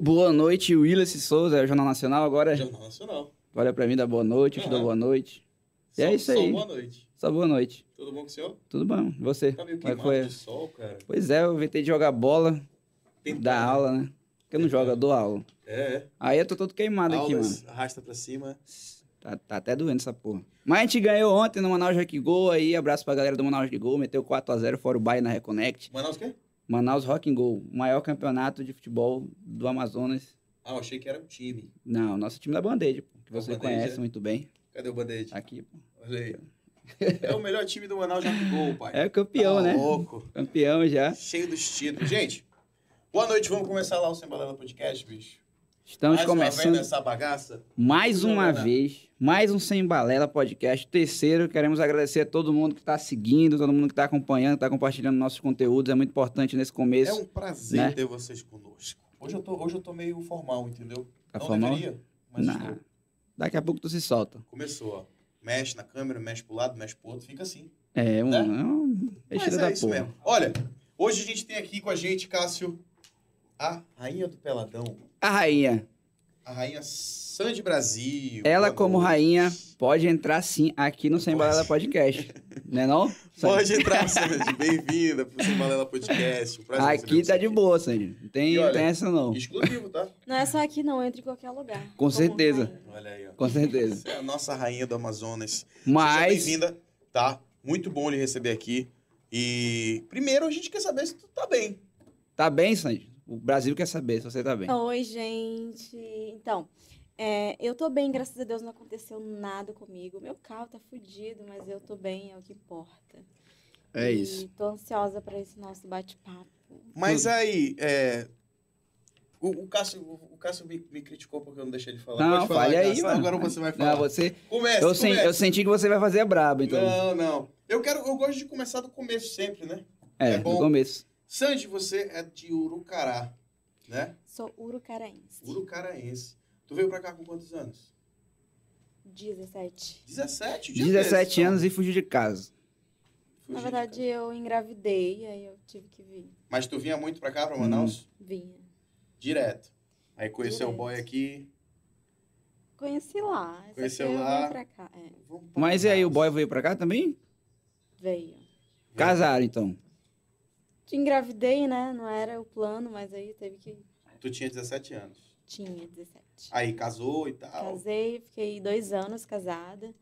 Boa noite, Willis Souza, é o Jornal Nacional agora. Jornal Nacional. Olha pra mim, dá boa noite, eu te dou Aham. boa noite. E é Só- isso só aí. boa noite. Só boa noite. Tudo bom com o senhor? Tudo bom? E Você? Tá meio Como é que queimado foi? de sol, cara. Pois é, eu inventei de jogar bola, Tentando. dar aula, né? Porque eu não jogo, eu dou aula. É, é. Aí eu tô todo queimado aqui, mano. Aulas, arrasta pra cima. Tá, tá até doendo essa porra. Mas a gente ganhou ontem no Manaus Rock Go aí. Abraço pra galera do Manaus de Gol. Meteu 4x0 fora o Bahia na Reconnect. Manaus o quê? Manaus Rock and Go, o maior campeonato de futebol do Amazonas. Ah, eu achei que era um time. Não, nosso time da Band-Aid, pô, que Da você Band-Aid, conhece é? muito bem. Cadê o band-aid? Tá aqui, pô. Olha aí. É o melhor time do Manaus já que gol, pai. É campeão, Tá né? louco. Campeão já. Cheio dos títulos. Gente, boa noite. Vamos começar lá o Sem Balela Podcast, bicho. Estamos Mais uma começando vez né? nessa bagaça. mais uma Não, não. vez, mais um Sem Balela podcast, terceiro. Queremos agradecer a todo mundo que está seguindo, todo mundo que está acompanhando, que está compartilhando nossos conteúdos. É muito importante nesse começo. É um prazer né? ter vocês conosco. Hoje eu tô, hoje eu tô meio formal, entendeu? Tá Não formal? é um deveria, mas Não. estou. Daqui a pouco tu se solta. Começou, ó. Mexe na câmera, mexe pro lado, mexe pro outro, fica assim. É, um, Né? é um Mas besteira é da isso porra. mesmo. Olha, hoje a gente tem aqui com a gente, Cássio, a rainha do peladão, A rainha, a rainha Sandy Brasil. ela Boa como noite. rainha pode entrar sim aqui no Sem Pode. Balela podcast, né não? Pode entrar, Sandy. Bem-vinda pro Sem Balela Podcast. Um prazer Aqui receber você tá de boa, Sandy. Não tem, E olha, não tem essa não. Exclusivo, tá? Não é só aqui, não. Entra em qualquer lugar. Com certeza. rainha. Olha aí, ó. Com certeza. Você é a nossa rainha do Amazonas. Seja Mas bem-vinda, tá? Muito bom lhe receber aqui. E primeiro a gente quer saber se tu tá bem. tá bem, Sandy? O Brasil quer saber se você tá bem. Oi, gente. Então, é, eu tô bem, graças a Deus não aconteceu nada comigo. Meu carro tá fudido, mas eu tô bem, é o que importa. É E isso. tô ansiosa pra esse nosso bate-papo. Mas aí, é. O, o Cássio, o Cássio me, me criticou porque eu não deixei ele falar. Não, Pode falar, fale aí, Cássio, mano. agora você vai falar. Não, você, Comece, eu, sen- comece. eu senti que você vai fazer a braba, então. Não, não. Eu quero, eu gosto de começar do começo sempre, né? é, é no bom. começo. Sandy, você é de Urucará, né? Sou urucaraense. Urucaraense. Tu veio pra cá com quantos anos? 17. 17? dia 17 desses, anos e fugiu de casa. então. Fugi Na de verdade, casa. eu engravidei, aí eu tive que vir. Mas tu vinha muito pra cá, pra Hum. Manaus? Vinha. Direto. Aí conheceu o Direto. boy aqui. Conheci lá. só Conheceu que eu lá. vim pra cá. É, Vamos pra Mas e aí, o Manaus. boy veio pra cá também? veio. É. Casaram, então. Te engravidei, né? Não era o plano, mas aí teve que. Tu tinha 17 anos. Tinha 17. Aí casou e tal. Casei, fiquei dois anos casada.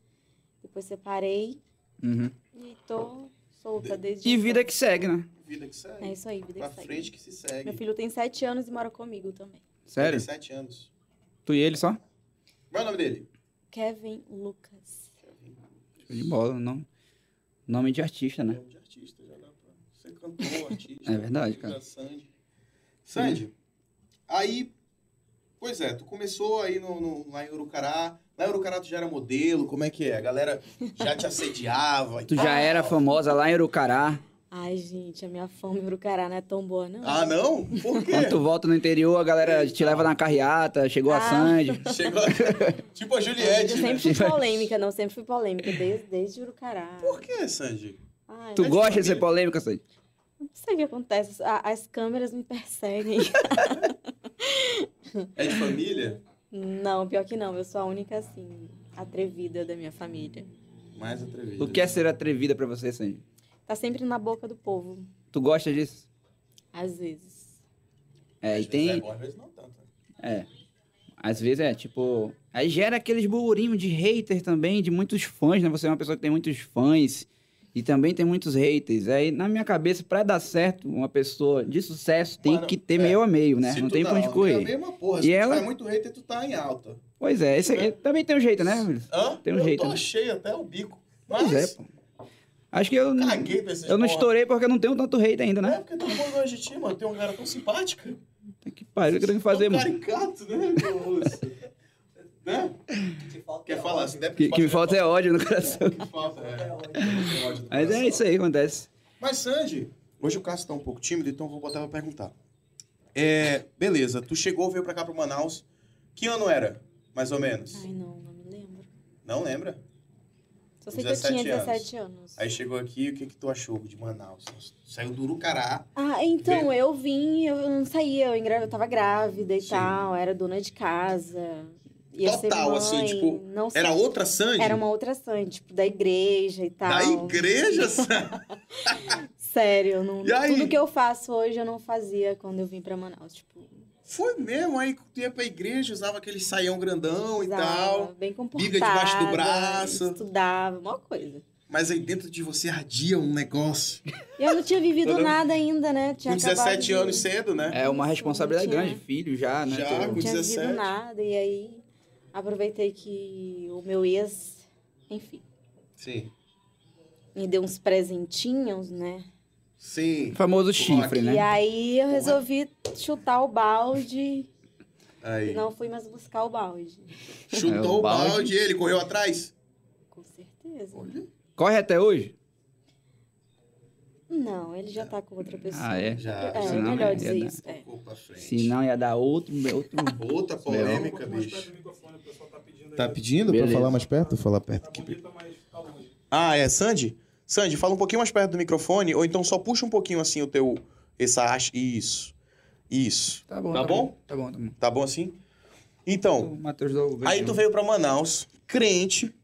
Depois separei Uhum. e tô solta desde. então. E vida que segue, né? Vida que segue. É isso aí, vida pra que segue. frente que se segue. Meu filho tem sete anos e mora comigo também. Sério? 17 anos. Tu e ele só? Qual é o nome dele? Kevin Lucas. Show de bola, não. Nome de artista, né? Nome É de artista, já dá pra... Você cantou, artista. É verdade, cara. Já Sandy. Sandy, aí... Pois é, tu começou aí no, no- lá em Urucará. Lá em Urucará tu já era modelo, como é que é? A galera já te assediava e Tu já tal. era famosa lá em Urucará. Ai, gente, a minha fome pro cará não é tão boa, não. Ah, não? Por quê? Quando tu volta no interior, a galera te leva na carreata, chegou a Ah. Sandy. Chegou... tipo a Eu Juliette, né? sempre fui polêmica, não, sempre fui polêmica, desde, desde Urucará. Por quê, Sandy? Ai, Tu de gosta de ser família. polêmica, Sandy? não sei o que acontece, a- as câmeras me perseguem. É de família? não, pior que não, eu sou a única, assim, atrevida da minha família. Mais atrevido. O que é ser atrevida pra você, Sandy? Tá sempre na boca do povo, Tu gosta disso? às vezes. É, Às vezes e tem. é bom, às vezes não tanto. É. Às vezes é, tipo. Aí gera aqueles burburinhos de hater também, de muitos fãs, né? Você é uma pessoa que tem muitos fãs e também tem muitos haters. Aí, na minha cabeça, pra dar certo, uma pessoa de sucesso tem Mano, que ter é. meio a meio, né? Se Não tu tem dá pra onde aula, É a correr. mesma porra. E Se tu ela- faz muito hater, tu tá em alta. Pois é, esse aqui também tem um jeito, né? Willis? Hã? Tem um eu jeito, tô né? cheio até o bico. Pois é, Mas pô. Acho que eu. caguei pra esses Eu não porra. estourei porque eu não tenho tanto hater ainda, É né? porque todo mundo gosta de ti, mano. Tem um cara tão simpático. Tá que pariu, eu querendo fazer, tão mano. caricato, né, meu moço? né? Quer falar? Se der pra Que, que me falar, falta é ódio no coração. Que falta, é. Mas é isso aí que acontece. Mas, Sandy, hoje o Cássio tá um pouco tímido, então eu vou botar pra perguntar. É, beleza, tu chegou, veio pra cá, pra Manaus. Que ano era, mais ou menos? Ai, não, não me lembro. Não lembra? Só sei que eu tinha 17 anos. 17 anos. Aí chegou aqui, o que que tu achou de Manaus? Saiu do Urucará. Ah, então, Veio. eu vim, eu não saía, eu, engra... eu tava grávida e Sim. tal, era dona de casa. Ia ser Total, mãe, assim, tipo, não sei- Era outra Sandy? Era uma outra Sandy, tipo, da igreja e tal. Da igreja, Sandy? Sério, eu não... E aí? tudo que eu faço hoje eu não fazia quando eu vim pra Manaus. Tipo, Foi mesmo, aí tu ia pra igreja, usava aquele saião grandão e usava, tal. bem comportada. biga debaixo do braço. Estudava, uma coisa. Mas aí dentro de você ardia um negócio. E eu não tinha vivido Toda- nada ainda, né? Tinha Com acabado 17 de- anos cedo, né? É uma Isso, responsabilidade não tinha. grande, filho já, né? Já, ter- com não tinha 17. vivido nada. E aí, aproveitei que o meu ex, enfim, Sim. me deu uns presentinhos, né? Sim. O famoso chifre, E né? aí eu Porra. resolvi chutar o balde. Aí. Não fui mais buscar o balde. É, Chutou o o balde balde. e ele correu atrás? Com certeza. Olha. Corre até hoje? Não, ele já tá com outra pessoa. Ah, é? Já. É, Senão, melhor né, dizer ia dar- isso. é. Ficou pra frente. Se não, ia dar outro. outro... Outra polêmica, mais bicho. perto do microfone, o pessoal tá pedindo aí. Tá pedindo Beleza. pra falar mais perto? Falar perto Tá aqui. bonita, mas tá longe. Ah, é Sandy? Sandy, fala um pouquinho mais perto do microfone, ou então só puxa um pouquinho assim o teu. Essa haste. Isso. Isso. Tá bom. Tá bom? Tá bom, tá bom. Tá bom assim? Então, O Matheus do aí tu veio pra Manaus, crente,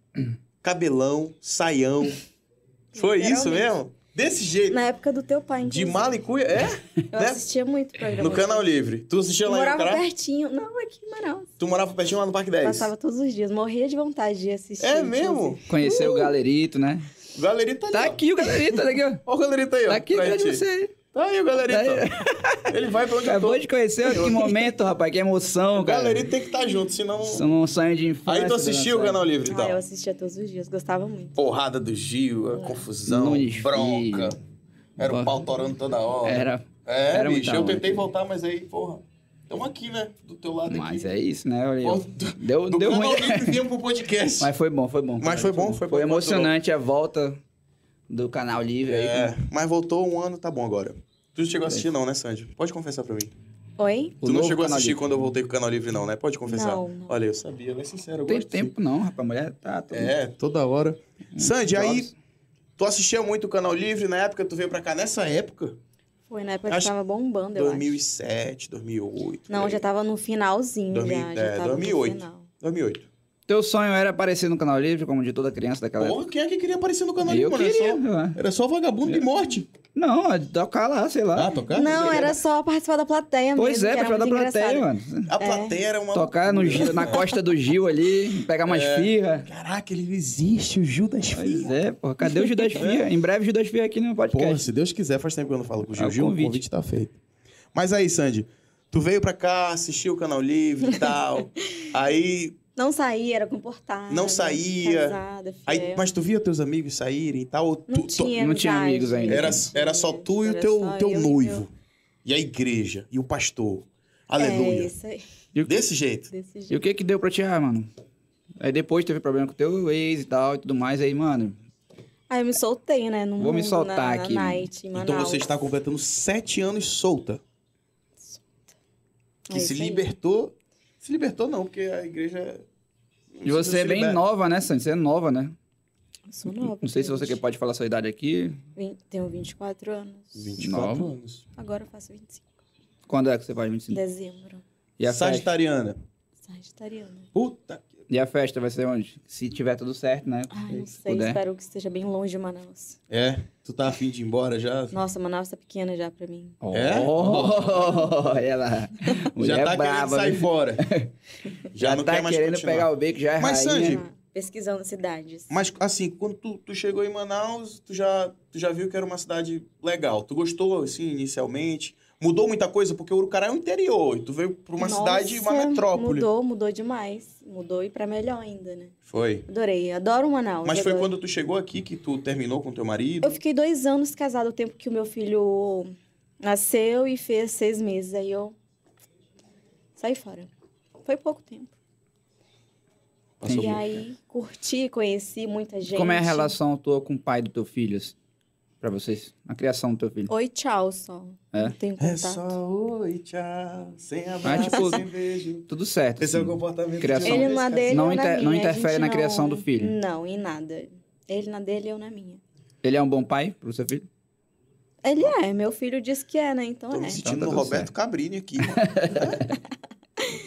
cabelão, saião. Foi isso mesmo? Desse jeito. Na época do teu pai, De inclusive. malicuia. É? Eu né? assistia muito o programa. No Canal Livre. Tu Eu assistia lá em morava Cará? pertinho. Não, aqui em Manaus. Tu morava pertinho lá no Parque 10. Passava todos os dias. Morria de vontade de assistir. É inclusive. mesmo? Conheceu o Uh! galerito, né? O galerito ali. Tá ó. aqui o galerito, tá aqui, ó. Ó o galerito aí, ó. Tá aqui pra atrás de ti. você. Tá aí o galerito. ó. Ele vai pra onde eu tô. Acabou de conhecer, ó, que momento, rapaz, que emoção, O cara. galerito tem que estar junto, senão. São um sonho de infância. Aí tu assistiu o dona Canal Livre e Ah, eu Ah. tal. assistia todos os dias. Gostava muito. Porrada do Gil, a confusão, Nunes bronca. Era o Bom. pau torando toda Sérgio. hora. Era, é, era bicho, muita eu onda. tentei voltar, mas aí, porra. Tamo aqui, né? Do teu lado mas aqui. é isso, né? Olha aí, ó. Pô, do- Deu, do deu Canal ruim. Livre viemos pro podcast. Mas foi bom, foi bom. Mas foi bom, foi bom. Foi emocionante a volta do canal livre aí. É. É, mas voltou um ano, tá bom agora. Tu não chegou a assistir, não, né, Sandy? Pode confessar pra mim. Oi? O tu não novo chegou a Canal assistir Livre. quando eu voltei pro Canal Livre, não, né? Pode confessar. Não, não. Olha, eu sabia, mas sincero, eu Não tem gosto de- tempo não, rapaz. A mulher tá... tá- É, toda hora. Sandy, aí, tu assistia muito o Canal Livre na época, tu veio pra cá nessa época? Foi na época Acho- que tava bombando, eu acho. 2007, 2008. Não, por já aí. tava no finalzinho, já. 2000, já é, tava 2008. No final. 2008. Teu sonho era aparecer no canal livre, como de toda criança daquela época? Porra, quem é que queria aparecer no Canal Eu Livre, mano? Era só- queria. né? Era só vagabundo de morte. Ah, Não, é tocar lá, sei lá. tocar? Não, era só participar da plateia pois mesmo, é, que pra era tirar da muito plateia, engraçado. mano. A é. plateia era uma... Tocar no Gil- na costa do Gil ali, pegar umas É. firra. Caraca, ele existe, o Judas Pois é, porra. Cadê o Judas É. Fia? Em breve o Judas Fia aqui no Porra, podcast. se Deus quiser, faz tempo que eu não falo com o Gil. É o Gil, o convite. convite tá feito. Mas aí, Sandy, tu veio pra cá, assistiu o Canal Livre e tal. aí, Não saía, era comportada. Não saía. Casada, fiel. aí, mas tu via teus amigos saírem e tal? ou tu- Não tu- tinha não tinha amizade, amigos ainda. Era, não era tinha, só tu e o era teu, só teu eu e noivo. E a igreja, e o pastor. Aleluia. É, isso aí, Desse jeito. desse jeito. E o que que deu pra tirar, mano? Aí depois teve problema com teu ex e tal e tudo mais. Aí, mano, Aí eu me soltei, né? No Vou me mundo, soltar na, aqui, Na night, em Então Manaus. você está completando sete anos solta. É Que se isso aí. libertou. Se libertou, não, porque a igreja. e você é bem nova. nova, né, Sandy? Você é nova, né? Eu Sou nova. Não sei se você gente. que pode falar a sua idade aqui. Vin- Tenho 24 anos. 24 Nova. anos. Agora eu faço 25. Quando é que você faz 25? Dezembro. E a, festa? Sagitariana. Sagitariana. Puta que. e a festa vai ser onde? Se tiver tudo certo, né? Ai, Tipo, não Se sei. puder. Espero que esteja bem longe de Manaus. É, tu tá afim de ir embora já? Nossa, Manaus tá pequena já pra mim. É? Oh, olha lá. Mulher já tá querendo brava, sair viu? fora. Já, não tá quer mais querendo continuar. pegar o beco, já é Mas, rainha. Sandy, Ah, pesquisando cidades. Mas assim, quando tu, tu chegou em Manaus, tu já, tu já viu que era uma cidade legal. Tu gostou, assim, inicialmente? Mudou muita coisa, porque Urucará é um interior. E tu veio pra uma Nossa, cidade, uma metrópole. Mudou, mudou demais. Mudou e pra melhor ainda, né? Foi. Adorei, adoro Manaus. Mas foi adoro. quando tu chegou aqui que tu terminou com teu marido? Eu fiquei dois anos casada, o tempo que o meu filho nasceu e fez seis meses. Aí eu saí fora. Foi pouco tempo. Passou e por- aí, curti, conheci muita gente. Como é a relação tua com o pai do teu filho? assim, Pra vocês? A criação do teu filho? Oi, tchau só. É? Não tenho É contato. só oi, tchau, sem abraço, tipo, sem beijo. Tudo certo. Esse é o assim. comportamento criação. de Ele uma na vez, dele, Não eu na inter- não minha, a interfere gente na criação do filho. Não, em nada. Ele na dele, eu na minha. Ele é um bom pai pro seu filho? Ele é, meu filho diz que é, né? Então Tô é. me sentindo Então tá no tudo Roberto certo. Cabrini aqui, mano.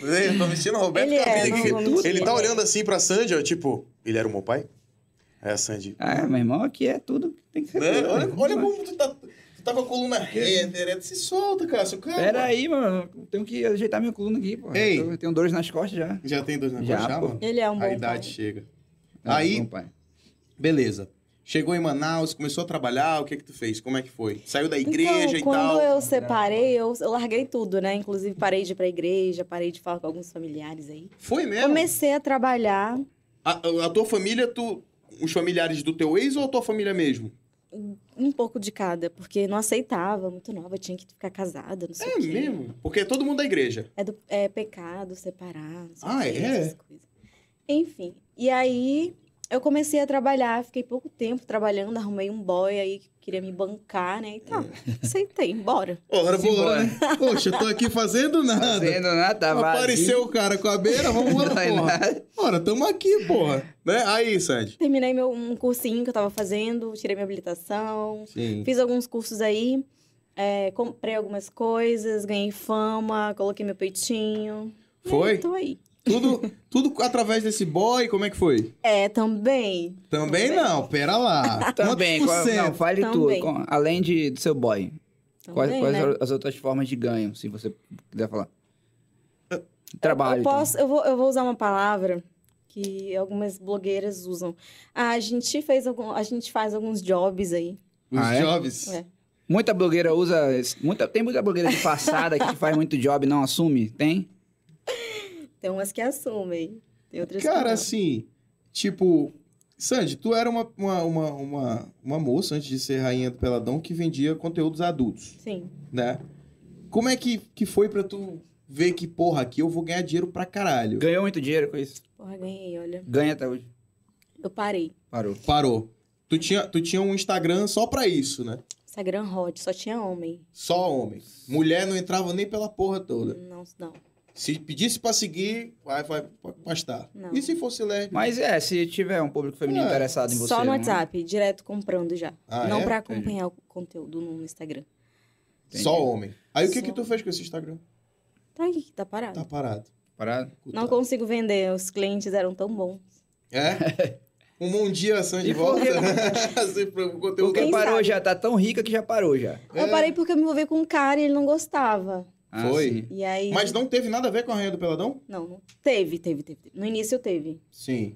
Eu tô me sentindo no Roberto Ele é, Cabrini não aqui. vou mentir. Ele tá olhando assim pra Sandy, ó, tipo, ele era o meu pai? É a Sandy. Ah, meu irmão, aqui é tudo que tem que ser. Né? feito. Olha, olha como tu tá, tu tá com a coluna reta, ereta. Se solta, Cássio. é, Calma. Pera aí, mano. eu Tenho que ajeitar minha coluna aqui, pô. Ei. Eu tenho dores nas costas já. Já tem dois negócios Já, já, pô. mano? Ele é um bom A pai. idade chega. Ah, Aí- bom pai. Beleza. Chegou em Manaus, começou a trabalhar, o que que tu fez? Como é que foi? Saiu da igreja Então, e quando tal? eu separei, eu, eu larguei tudo, né? Inclusive, parei de ir pra igreja, parei de falar com alguns familiares aí. Foi mesmo? Comecei a trabalhar A, a tua família, tu... Os familiares do teu ex ou a tua família mesmo? um pouco de cada, porque não aceitava, muito nova, tinha que ficar casada, não sei É o quê. mesmo? Porque é todo mundo da igreja. É, do, é pecado separar, não sei o Ah, quê, é? essas coisas. Enfim, e aí eu comecei a trabalhar, fiquei pouco tempo trabalhando, arrumei um boy aí que queria me bancar, né? E tá, É. aceitei, bora. Ora, Simbora. bora. né? Poxa, eu tô aqui fazendo nada. Fazendo nada, vazio, Apareceu o cara com a beira, vamos lá, não sai porra. nada. Ora, tamo aqui, porra. Né? Aí, Sandy. Terminei meu, um cursinho que eu tava fazendo, tirei minha habilitação, Sim. Fiz alguns cursos aí, é, comprei algumas coisas, ganhei fama, coloquei meu peitinho. Foi? E tô aí. Tudo, tudo através desse boy, como é que foi? É, também. Também Também. não, pera lá. Também, Quantos qual, é por cento? não, fale Também. tudo. Com- além de, do seu boy, quais, também quais né? as- as outras formas de ganho, se você quiser falar? eu, Trabalho. então. posso, eu, vou, eu vou usar uma palavra que algumas blogueiras usam. A gente fez algum, a gente faz alguns jobs aí. Os Ah, é? jobs. É. Muita blogueira usa. esse- Muita, tem muita blogueira de passada que faz muito job e não assume? Tem? Tem umas que assumem. Tem outras que Cara, não. assim, tipo, Sandy, tu era uma, uma, uma, uma, uma moça antes de ser rainha do Peladão que vendia conteúdos adultos, Sim. né? Como é que, que foi pra tu ver que, porra, aqui eu vou ganhar dinheiro pra caralho? Ganhou muito dinheiro com isso? Porra, ganhei, olha. Ganha até hoje. Eu parei. Parou. Parou. Tu tinha, tu tinha um Instagram só pra isso, né? Instagram hot, só tinha homem. Só homem. Mulher não entrava nem pela porra toda. Não, não. Se pedisse pra seguir, vai, vai, pode postar. Não. E se fosse lésbica? Mas é, se tiver um público feminino É. interessado em você. Só no né? WhatsApp, direto comprando já. Ah, não é? pra acompanhar o conteúdo no Instagram. Entendi. Só homem. Aí o que Só. que tu fez com esse Instagram? Tá aí, tá parado. Tá parado. Parado. Não consigo vender, os clientes eram tão bons. É? Um bom dia, a Sandy E por volta. quê? Assim, pro conteúdo. Porque Quem parou sabe? já, tá tão rica que já parou já. Eu parei porque eu me envolvi com um cara e ele não gostava. Foi? Ah, sim. E aí. Mas não teve nada a ver com a Rainha do Peladão? Não, não. Teve, teve, teve. teve. No início eu teve. Sim.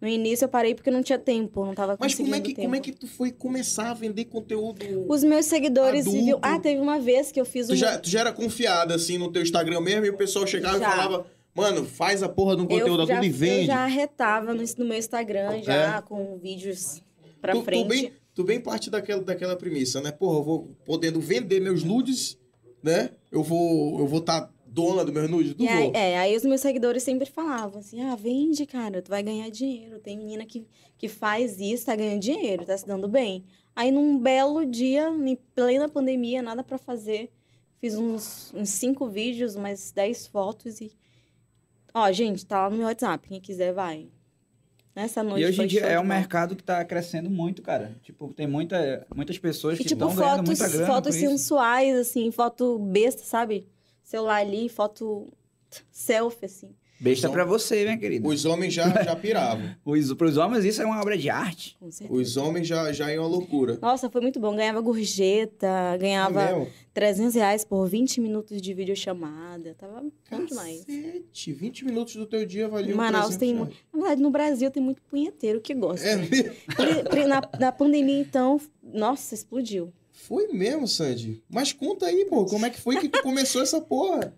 No início eu parei porque eu não tinha tempo, eu não tava Mas conseguindo como é, que, tempo. como é que tu foi começar a vender conteúdo? Os meus seguidores Adulto. viviam. Ah, teve uma vez que eu fiz Tu um. já, tu já era confiada, assim, no teu Instagram mesmo, e o pessoal chegava e Já. falava, mano, faz a porra de um conteúdo eu, já, adulto e eu vende. É. já arretava no, no meu Instagram, já com vídeos pra tu, frente. Tu bem, tu bem parte daquela, daquela premissa, né? Porra, eu vou podendo vender meus nudes, né? Eu vou eu vou tá dona dos meus nudes? Tu E aí, vou. é, aí os meus seguidores sempre falavam assim: ah, vende, cara, tu vai ganhar dinheiro. Tem menina que, que faz isso, tá ganhando dinheiro, tá se dando bem. Aí num belo dia, em plena pandemia, nada pra fazer, fiz uns, uns cinco vídeos, umas dez fotos e. Ó, gente, tá lá no meu WhatsApp, quem quiser vai. Nessa noite. E hoje foi em dia show é de um bola. mercado que tá crescendo muito, cara. Tipo, tem muita, muitas pessoas E que tipo, vão ganhando fotos, muita grana fotos por isso. sensuais, assim, foto besta, sabe? Celular ali, foto selfie, assim. Besta pra você, minha querida. Os homens já, já piravam. Os, pros homens isso é uma obra de arte. Com certeza. Os homens já, já iam à loucura. Nossa, foi muito bom. Ganhava gorjeta, É ganhava mesmo? 300 reais por 20 minutos de videochamada. Tava bom demais. Cacete, 20 minutos do teu dia um valiam 300 Manaus tem reais. Na verdade, no Brasil tem muito punheteiro que gosta. É mesmo? Pri- pri- Na, na pandemia, então, nossa, explodiu. Foi mesmo, Sandy. Mas conta aí, pô, como é que foi que tu começou essa porra?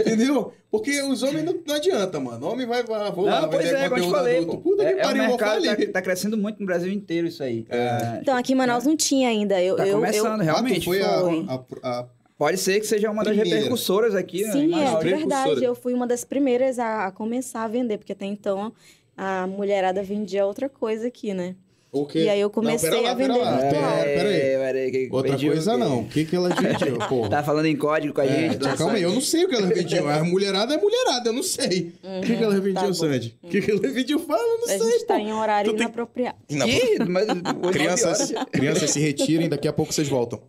Entendeu? Porque os homens não, não adianta, mano. Homem vai, vai vou lá, Não, pois vender é, como eu te conteúdo falei, adulto. pô. Puta que É, é um pariu, vou mercado falir. que tá, tá crescendo muito no Brasil inteiro isso aí. É. cara. Então, aqui em Manaus não tinha ainda. Eu, Tá eu, começando, Ah, tu realmente. foi foi. a- a- a Pode ser que seja uma das Primeira. repercussoras aqui. eu... né, Sim, em é, Manaus. de precursora. verdade. Eu fui uma das primeiras a, a começar a vender, porque até então a mulherada vendia outra coisa aqui, né? O quê? E aí eu comecei pera lá, a pera Ah, vender tá, lá, pera- virtual. pera aí. É, peraí, que- Outra pediu coisa É, o quê? não. O que, que ela dividiu, porra? Tá falando em código com a É, gente? então, dona calma aí, eu Sandy? não sei o que ela revendiu. A mulherada é mulherada, eu não sei. O que, que Uhum. ela revendiu, tá bom. Sandy? O que, que ela revendiu? Fala, eu não A sei. gente tá em horário Tu tem- inapropriado. Não, Ih, mas é oito, nove crianças, horas. crianças, se retirem, daqui a pouco vocês voltam.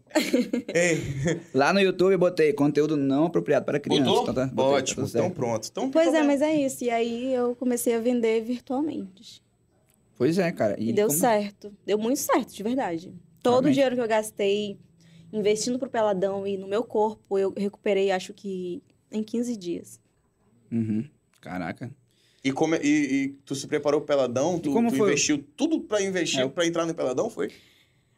Lá no YouTube eu botei conteúdo não apropriado para criança. Botou? Então tá- botei, tá Ótimo, tudo então certo. pronto. Então, Pois é, mas é isso. E aí eu comecei a vender virtualmente. Pois é, cara. E, deu como- certo. Deu muito certo, de verdade. Todo Realmente. o dinheiro que eu gastei investindo pro Peladão e no meu corpo, eu recuperei, acho que em 15 dias. Uhum. Caraca. E, como, e, e tu se preparou pro Peladão? Tu, como tu foi? investiu tudo pra investir, É. pra entrar no Peladão, foi?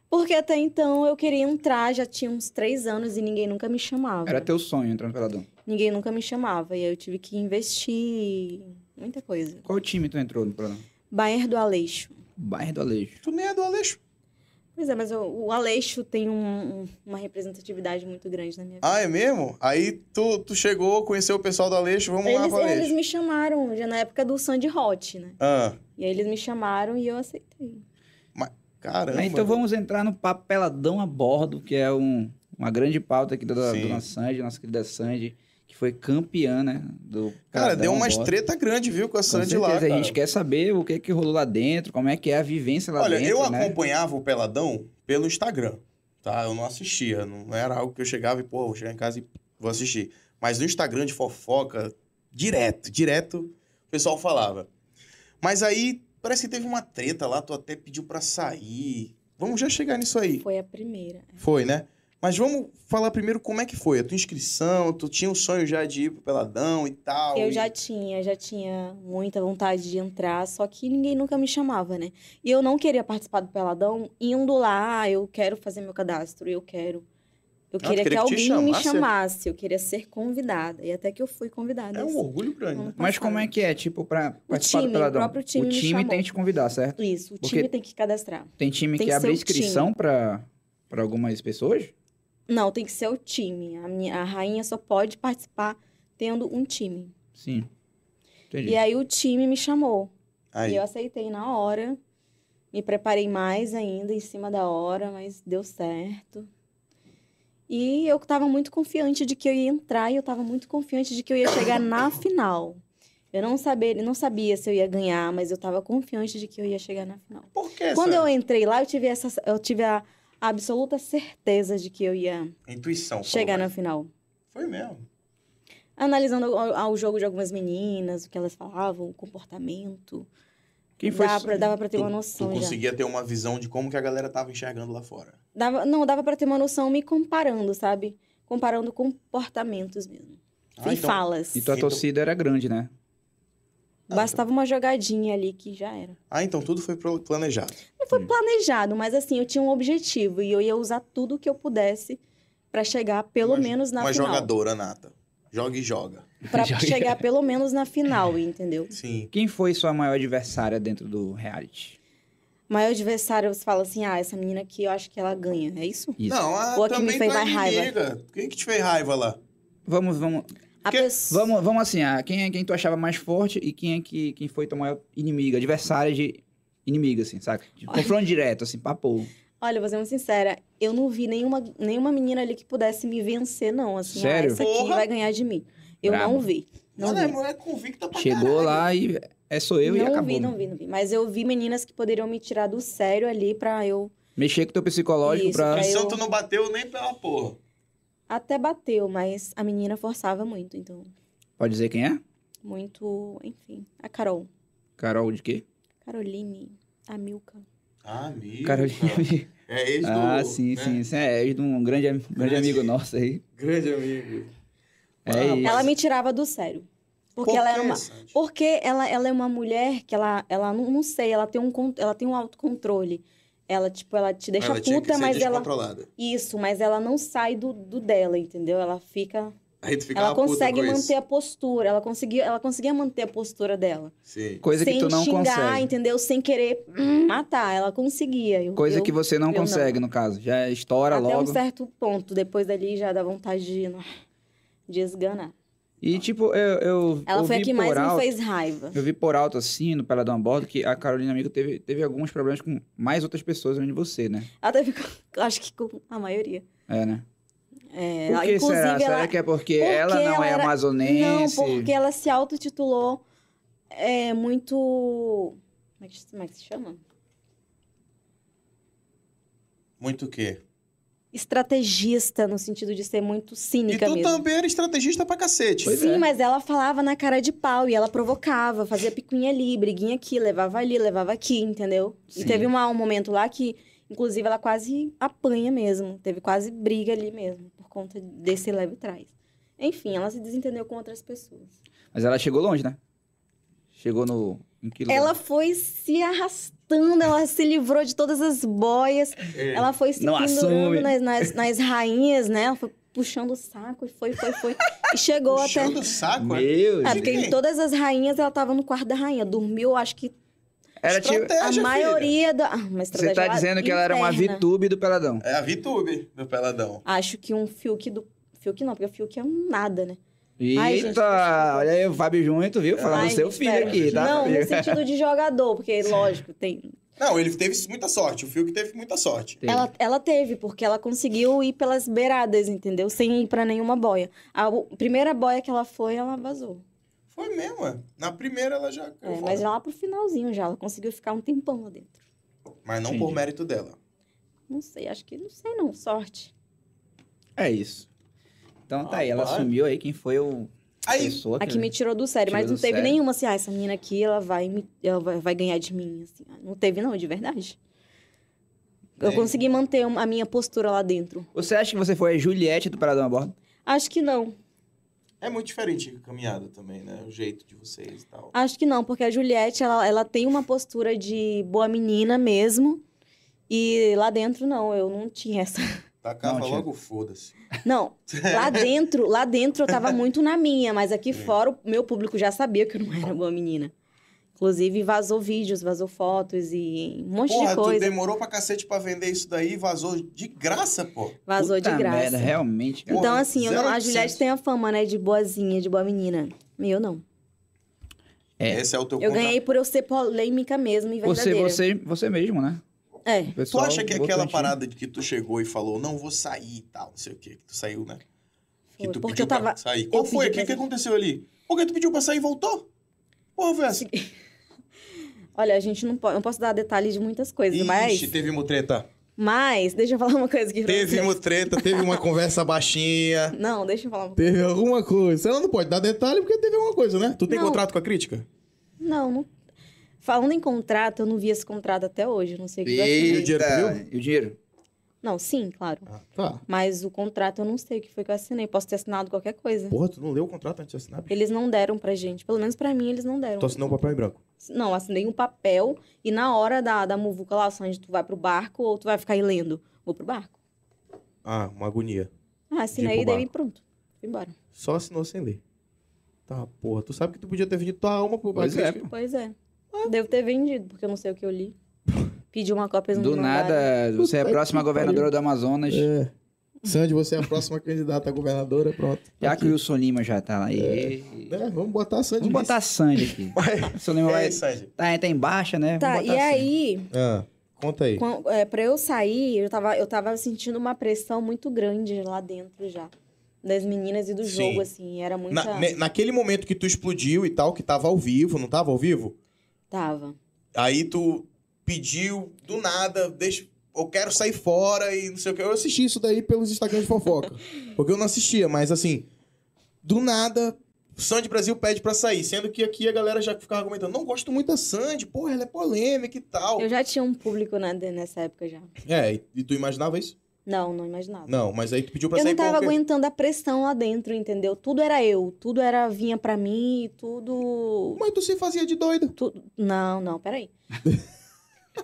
Porque até então eu queria entrar, já tinha uns três anos e ninguém nunca me chamava. Era teu sonho entrar no Peladão. Ninguém nunca me chamava. E aí eu tive que investir muita coisa. Qual time tu entrou no Peladão? Bairro do Aleixo. Bairro do Alejo. Tu nem é do Aleixo. Pois é, mas o, o Aleixo tem um- um- uma representatividade muito grande na minha vida. Ah, é mesmo? Aí tu, tu chegou, conheceu o pessoal do Aleixo, vamos lá Eles, pro eles Aleixo. me chamaram já na época do Sandy Hot, né? Ah, E aí eles me chamaram e eu aceitei. caramba. Ah, então vamos entrar no papo Peladão a Bordo, que é um- uma grande pauta aqui da da Sim. dona Sandy, nossa querida Sandy, que foi campeã, né? Do Cara, Peladão deu a umas Bordo. treta grande, viu, com a Com Sandy certeza, lá, a gente cara. quer saber o que, que rolou lá dentro, como é que é a vivência lá Olha, dentro, eu né? acompanhava o Peladão pelo Instagram, tá? Eu não assistia, não era algo que eu chegava e, pô, vou chegar em casa e vou assistir. Mas no Instagram de fofoca, direto, direto, o pessoal falava. Mas aí, parece que teve uma treta lá, tu até pediu pra sair. Vamos já chegar nisso aí. Foi a primeira. Foi, né? Mas vamos falar primeiro como é que foi a tua inscrição, tu tinha um sonho já de ir pro Peladão e tal. Eu e- já tinha, já tinha muita vontade de entrar, só que ninguém nunca me chamava, né? E eu não queria participar do Peladão indo lá, "Ah, eu quero fazer meu cadastro, eu quero. Eu tu queria que queria que te alguém me chamasse? chamasse, eu queria ser convidada. E até que eu fui convidada. É um assim. orgulho grande, né? Ano Mas como é passado. que é? Tipo, pra participar do time, o Peladão. próprio time o me time chamou. tem que te convidar, certo? Isso, o Porque- time tem que cadastrar. Tem time Tem que que abre ser o inscrição pra, pra algumas pessoas? Não, tem que ser o time. A, minha- a rainha só pode participar tendo um time. Sim. Entendi. E é aí o time me chamou. Aí. E eu aceitei na hora. Me preparei mais ainda em cima da hora, mas deu certo. E eu tava muito confiante de que eu ia entrar e eu tava muito confiante de que eu ia chegar na final. Eu não sabia, não sabia se eu ia ganhar, mas eu tava confiante de que eu ia chegar na final. Por que Quando eu essa entrei lá, eu tive essa eu tive a absoluta certeza de que eu Tá ia intuição? chegar falou, na final. Foi mesmo. Analisando o, o jogo de algumas meninas, o que elas falavam, o comportamento. Quem foi? dava, pra, dava pra ter tu, uma tu noção já. conseguia ter uma visão de como que a galera tava enxergando lá fora. Dava, não, dava pra ter uma noção me comparando, sabe? Comparando comportamentos mesmo. Ah, e então- falas. E tua Então- torcida era grande, né? Ah, Bastava uma jogadinha ali que já era. Ah, então tudo foi pro- planejado. Não foi planejado, mas assim, eu tinha um objetivo e eu ia usar tudo que eu pudesse pra chegar pelo Uma- menos na uma final. jogadora nata. Joga e joga. Pra Joga- chegar pelo menos na final, entendeu? Sim. Quem foi sua maior adversária dentro do reality? Maior adversário, você fala assim: ah, essa menina aqui eu acho que ela ganha. É isso? Isso. Não, ah, Ou a que também me fez tua mais raiva. inimiga. Quem que te fez raiva lá? Vamos, vamos, A Que- pessoa. vamos, vamos assim, ah, quem é quem tu achava mais forte e quem é que quem foi tua maior inimiga, adversária de inimiga assim, saca? De confronto direto assim, papo. Olha, vou ser muito sincera, eu não vi nenhuma, nenhuma menina ali que pudesse me vencer, não. Assim, Sério? Ah, essa aqui Porra! vai ganhar de mim. Eu Brabo. não vi. Não Ela é vi. mulher convicta pra Chegou caralho. lá e é sou eu e não acabou. vi, não né? vi, não vi. Mas eu vi meninas que poderiam me tirar do sério ali pra eu. Mexer com teu psicológico Isso, pra pra O eu- santo não bateu nem pela porra. Até bateu, mas a menina forçava muito, então. Pode dizer quem é? Muito, enfim. A Carol. Carol de quê? Caroline. A Milka. Ah, amigo. Carol cara. É ex do... Ah, sim, né? sim. Isso é ex de um grande, am- grande Grande. amigo nosso aí. Grande amigo. É Ah, isso. Ela me tirava do sério. Porque Por ela que, é uma. Sandy? Porque ela, ela é uma mulher que ela, ela não, não sei, ela tem um, con- ela tem um autocontrole. Ela, tipo, ela te deixa ela tinha que puta, ser mas ela. descontrolada. Isso, mas ela não sai do, do dela, entendeu? Ela fica. Aí tu ficava Ela puta consegue com manter isso. a postura. Ela conseguia, ela conseguia manter a postura dela. Sim. Coisa Sem que tu não xingar, consegue. entendeu? Sem querer matar. Ela conseguia. Eu- Coisa eu- que você não eu consegue, no caso. Já estoura Até um logo. certo ponto. Depois dali já dá vontade né, de, de esganar. E, tipo, eu. eu Ela foi a ouvi que por mais alto- me fez raiva. Eu vi por alto, assim, no Peladão a Bordo, que a Carolina Amigo teve, teve alguns problemas com mais outras pessoas além de você, né? Ela teve, com- acho que com a maioria. É, né? É, Por que inclusive, será? ela. Será que é porque, Porque ela não ela é era- amazonense? Não, porque ela se autotitulou é, muito. Como é, que, como é que se chama? Muito o quê? Estrategista, no sentido de ser muito E cínica tu mesmo. também era estrategista pra cacete. Pois Sim, é. mas ela falava na cara de pau e ela provocava, fazia picuinha ali, briguinha aqui, levava ali, levava aqui, entendeu? E Sim. teve uma- um momento lá que, inclusive, ela quase apanha mesmo, teve quase briga ali mesmo, por conta desse leve trás. Enfim, ela se desentendeu com outras pessoas. Mas ela chegou longe, né? Chegou no. Em que lugar? Ela foi se arrastando, ela se livrou de todas as boias, É. ela foi se Não assume. pendurando nas, nas, nas rainhas, né? Ela foi puxando o saco e foi, foi, foi. E chegou até. Puxando o saco, é? Meu É, Deus. porque Ninguém. em todas as rainhas ela tava no quarto da rainha. Dormiu, acho que Era tipo. a Estratégia, filha. maioria da. Ah, uma Você estratégia tá dizendo que ela era uma interna. VTube do Peladão. É a VTube do Peladão. Acho que um Fiuk do. Fiuk não, porque o Fiuk é um nada, né? Eita, Ai, gente, desculpa. olha aí o Fábio Junto, viu? Falando Ai, do seu gente, filho pera. aqui, tá? Não, filho? no sentido de jogador, porque, lógico, tem. Não, ele teve muita sorte. O Fiuk teve muita sorte. Ela, ela teve, porque ela conseguiu ir pelas beiradas, entendeu? Sem ir pra nenhuma boia. A o- primeira boia que ela foi, ela vazou. Foi mesmo, é. Na primeira ela já caiu É, fora. mas lá pro finalzinho já, ela conseguiu ficar um tempão lá dentro. Mas não por Entendi. mérito dela. Não sei, acho que não sei, não. Sorte. É isso. Então tá aí, ela Rapaz. assumiu aí quem foi o Aí, pessoa A que me tirou do sério, Tirou mas não do teve sério. nenhuma assim, ah, essa menina aqui, ela vai, me- ela vai, vai ganhar de mim, assim. Não teve não, de verdade. Eu É. consegui manter um- a minha postura lá dentro. Você acha que você foi a Juliette do Paradão a Bordo? Acho que não. é muito diferente a caminhada também, né? O jeito de vocês e tal. Acho que não, porque a Juliette, ela, ela tem uma postura de boa menina mesmo. E lá dentro, não, eu não tinha essa. Tacava Não, tia. logo, foda-se. Um Não, lá dentro, lá dentro eu tava muito na minha, mas aqui fora o meu público já sabia que eu não era boa menina. Inclusive, vazou vídeos, vazou fotos e um monte Porra, de tu coisa. demorou pra cacete pra vender isso daí e vazou de graça, pô. Vazou Puta de graça. merda, realmente, cara. Então, Porra, assim, eu não- a 0800. Juliette tem a fama, né, de boazinha, de boa menina. Eu não. É. Esse é o teu Eu contra- ganhei por eu ser polêmica mesmo e Você, verdadeira. você, você mesmo, né? É. O Tu pessoal né? acha que botou em aquela ti. parada de que tu chegou e falou, não vou sair e tal, não sei o quê, que tu saiu, né? Que foi. tu Porque pediu eu tava. pra sair. Qual pedi foi? O pra que, que sair. aconteceu ali? Porque tu pediu pra sair e voltou? Porra, foi assim. Olha, a gente não pode. Não posso dar detalhes de muitas coisas, mas. Ixi, teve uma treta. Mas, deixa eu falar uma coisa aqui pra Teve vocês. uma treta, teve uma conversa baixinha. Não, deixa eu falar uma coisa. Teve alguma coisa. Ela não pode dar detalhe porque teve alguma coisa, né? Tu tem Não. contrato com a crítica? Não, não. Falando em contrato, eu não vi esse contrato até hoje. Não sei o que vai Eita, E o dinheiro tu E o dinheiro? Não, sim, claro. Ah, tá. Mas o contrato eu não sei o que foi que eu assinei. Posso ter assinado qualquer coisa. Porra, tu não leu o contrato antes de assinar? bicho? Eles não deram pra gente. Pelo menos pra mim, eles não deram. Tu assinou o papel em branco. Não, assinei um papel e na hora da, da muvuca lá, onde tu vai pro barco ou tu vai ficar aí lendo? Vou pro barco. Ah, uma agonia. Ah, assinei pro e daí barco. pronto. Fui embora. Só assinou sem ler. Tá, porra. Tu sabe que tu podia ter vendido tua alma pro Pois é, pô. Pois é. Devo ter vendido, porque eu não sei o que eu li. Pedi uma cópia eles não Do me mandaram. nada, você é a Puta próxima que governadora do Amazonas. É. Sandy, você é a próxima candidata a governadora, pronto. Já que o Wilson Lima já tá lá. E... É, vamos botar a Sandy. Vamos botar a Sandy aqui. O Wilson Lima é vai. Sandy. Tá, tá em baixa, né? Tá, Vamos e botar a Sandy. aí, Ah, conta aí. quando, é, pra eu sair, eu tava, eu tava sentindo uma pressão muito grande lá dentro já. Das meninas e do Sim. jogo, assim. Era muita. Na- ne- naquele momento que tu explodiu e tal, que tava ao vivo, não tava ao vivo? Tava. Aí tu pediu do nada, deixa, eu quero sair fora e não sei o que. Eu assisti isso daí pelos Instagrams de fofoca. porque eu não assistia, mas assim, do nada, Sandy Brasil pede pra sair. Sendo que aqui a galera já ficava argumentando, não gosto muito da Sandy, porra, ela é polêmica e tal. Eu já tinha um público né, de- nessa época já. É, e, e tu imaginava isso? Não, não imaginava. Não, mas aí tu pediu pra Eu sair não tava por quê? aguentando a pressão lá dentro, entendeu? Tudo era eu, tudo era vinha pra mim, tudo. Mas tu se fazia de doida. tudo... Não, não, peraí.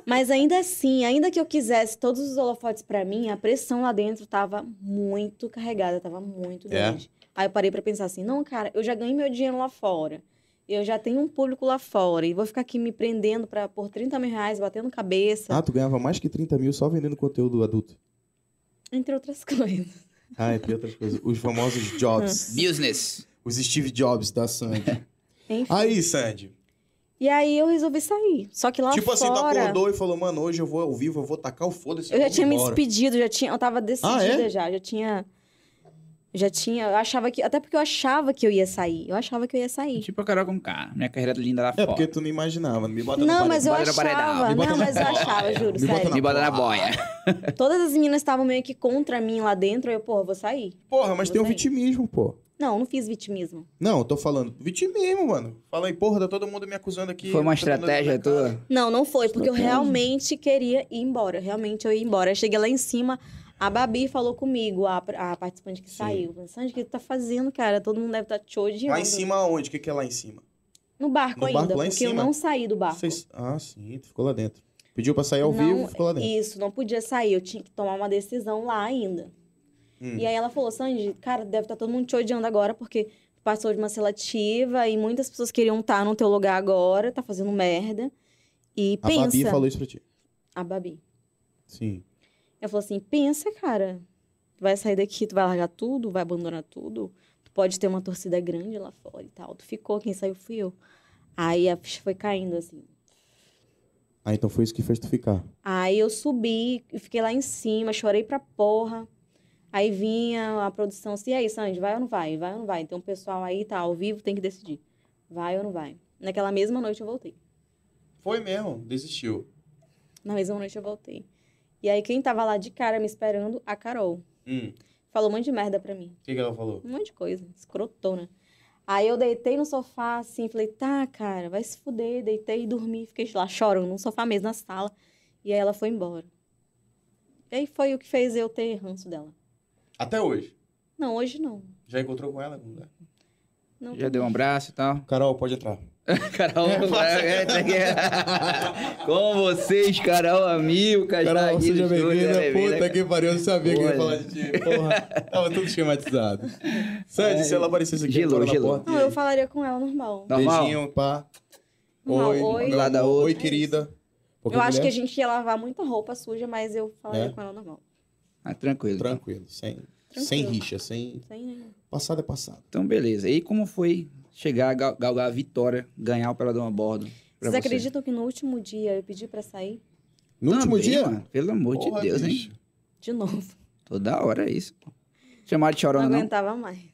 Mas ainda assim, ainda que eu quisesse todos os holofotes pra mim, a pressão lá dentro tava muito carregada, tava muito É? grande. Aí eu parei pra pensar assim: não, cara, eu já ganhei meu dinheiro lá fora. Eu já tenho um público lá fora. E vou ficar aqui me prendendo pra, por 30 mil reais, batendo cabeça, Ah, tu ganhava mais que 30 mil só vendendo conteúdo adulto. entre outras coisas. Hum. Ah, entre outras coisas. Os famosos jobs. Business. Os Steve Jobs da Sandy. Enfim. Aí, Sandy. E aí eu resolvi sair. Só que lá tipo assim, tu fora... acordou e falou, mano, hoje eu vou ao vivo, eu vou tacar o foda-se. Eu já vou tinha me embora." despedido, já tinha, eu tava decidida Ah, é? já, já tinha já tinha, eu achava que, até porque eu achava que eu ia sair, eu achava que eu ia sair. Tipo a Carol com K, minha carreira linda lá É fora. porque tu não imaginava, me bota não, no mas eu bora no paredão, achava, me bota não, na mas eu boia, achava, juro, me bota sério. Me bota na Pô. boia. Todas as meninas estavam meio que contra mim lá dentro, aí eu, porra, vou sair. Porra, Mas mas tem o Você. vitimismo, pô. Não, eu não fiz vitimismo. Não, eu tô falando. vitimismo, mano. Fala aí, porra, tá todo mundo me acusando aqui. Foi uma tá todo mundo estratégia na cara. tua. Não, não foi, porque eu Estratégia. realmente queria ir embora, realmente eu ia embora. Eu cheguei lá em cima, a Babi falou comigo, a, a participante que Sim. saiu. Sandy, o que tu tá fazendo, cara? Todo mundo deve estar tá te odiando. Lá em cima aonde? O que, que é lá em cima? No barco No barco ainda, lá em porque eu cima. não saí do barco. Vocês- Ah, sim, tu ficou lá dentro. Pediu pra sair ao Não, vivo, ficou lá dentro. Isso, não podia sair, eu tinha que tomar uma decisão lá ainda. Hum. E aí ela falou, Sandy, cara, deve estar todo mundo te odiando agora, porque tu passou de uma seletiva e muitas pessoas queriam estar no teu lugar agora, tá fazendo merda. E A pensa. Babi falou isso pra ti. A Babi. Sim. Ela falou assim: pensa, cara. Tu vai sair daqui, tu vai largar tudo, vai abandonar tudo. Tu pode ter uma torcida grande lá fora e tal. Tu ficou, quem saiu fui eu. Aí a ficha foi caindo, assim. Ah, então foi isso que fez tu ficar. Aí eu subi, eu fiquei lá em cima, chorei pra porra. Aí vinha a produção assim, e aí, Sandy, vai ou não vai? Vai ou não vai? Tem um pessoal aí, tá ao vivo, tem que decidir. Vai ou não vai? Naquela mesma noite eu voltei. Foi mesmo, desistiu. Na mesma noite eu voltei. E aí quem tava lá de cara me esperando, a Carol. Hum, o Falou um monte de merda pra mim. que, que ela falou? Um monte de coisa, escrotona. Aí eu deitei no sofá, assim, falei, tá, cara, vai se fuder. Deitei e dormi, fiquei lá chorando no sofá mesmo, na sala. E aí ela foi embora. E aí foi o que fez eu ter ranço dela. Até hoje. Não, hoje não. Já encontrou com ela? em algum lugar? não Já deu um abraço e tal. Carol, pode entrar. Carol, é, tá aqui. com vocês, Carol Amilca. está Carol, aqui seja no estúdio, bem-vinda. né, Puta que pariu, eu sabia que ia Olha. falar de ti. Porra, tava tudo esquematizado. Sandy, se ela aparecesse aqui Gelou, agora na gelou. porta, Não, eu falaria com ela normal. é Normal? Beijinho, pá. Normal, Oi, oi. meu Lá da amor. Oi, outra. querida. Porque eu acho que a mulher- gente ia lavar muita roupa suja, mas eu falaria É? com ela normal. Ah, é tranquilo. então. Tranquilo, sem, sem rixa, sem. Sem nenhum. Passado é passado. Então, beleza. E como foi chegar a gal- galgar a vitória, ganhar o Peladão a bordo? pra Vocês você? acreditam que no último dia eu pedi pra sair? No último Também, dia? mano, pelo amor Porra, de Deus, bicho. hein? De novo. Toda hora é isso. pô. Chamaram de Não, chorona, não. aguentava mais.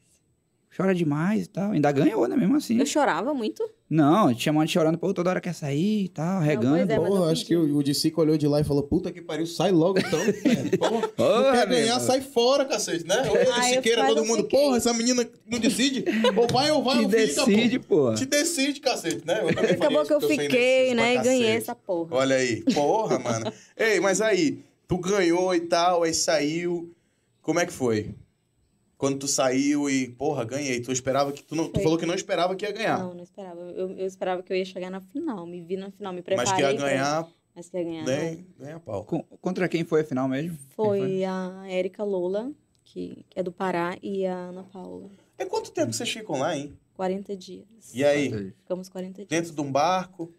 Chora demais e tal. Ainda ganhou, né? Mesmo assim. Eu chorava muito. Não, te chamando de chorando, pô, toda hora quer sair e tal, pois regando. é, mas eu Porra, acho pedi. que o, o Dicico olhou de lá e falou: puta que pariu, sai logo então. velho. Porra, não Porra, quer meu ganhar, irmão. sai fora, cacete, né? Ou Ah, de eu- Siqueira, mas todo eu mundo. fiquei. Porra, essa menina não decide. Ou vai ou vai, Te ou fica, pô. decide, pô. Te decide, cacete, né? Eu também falei Acabou isso, que eu sou fiquei, indeciso né? pra E ganhei cacete. essa porra. Olha aí. Porra, mano. Ei, mas aí, tu ganhou e tal, aí saiu. Como é que foi? Quando tu saiu e, porra, ganhei. Tu esperava que. Tu, não, tu Foi. falou que não esperava que ia ganhar. Não, não esperava. Eu, eu esperava que eu ia chegar na final. Me vi na final, me preparei. mas que ia pra- ganhar, Mas que ia ganhar. né? não. nem, nem a pau. Con- Contra quem foi a final mesmo? Quem Foi a Érica Lola, que é do Pará, e a Ana Paula. É quanto tempo vocês ficam lá, hein? 40 dias. E aí, Ficamos 40 dias. dentro de um barco.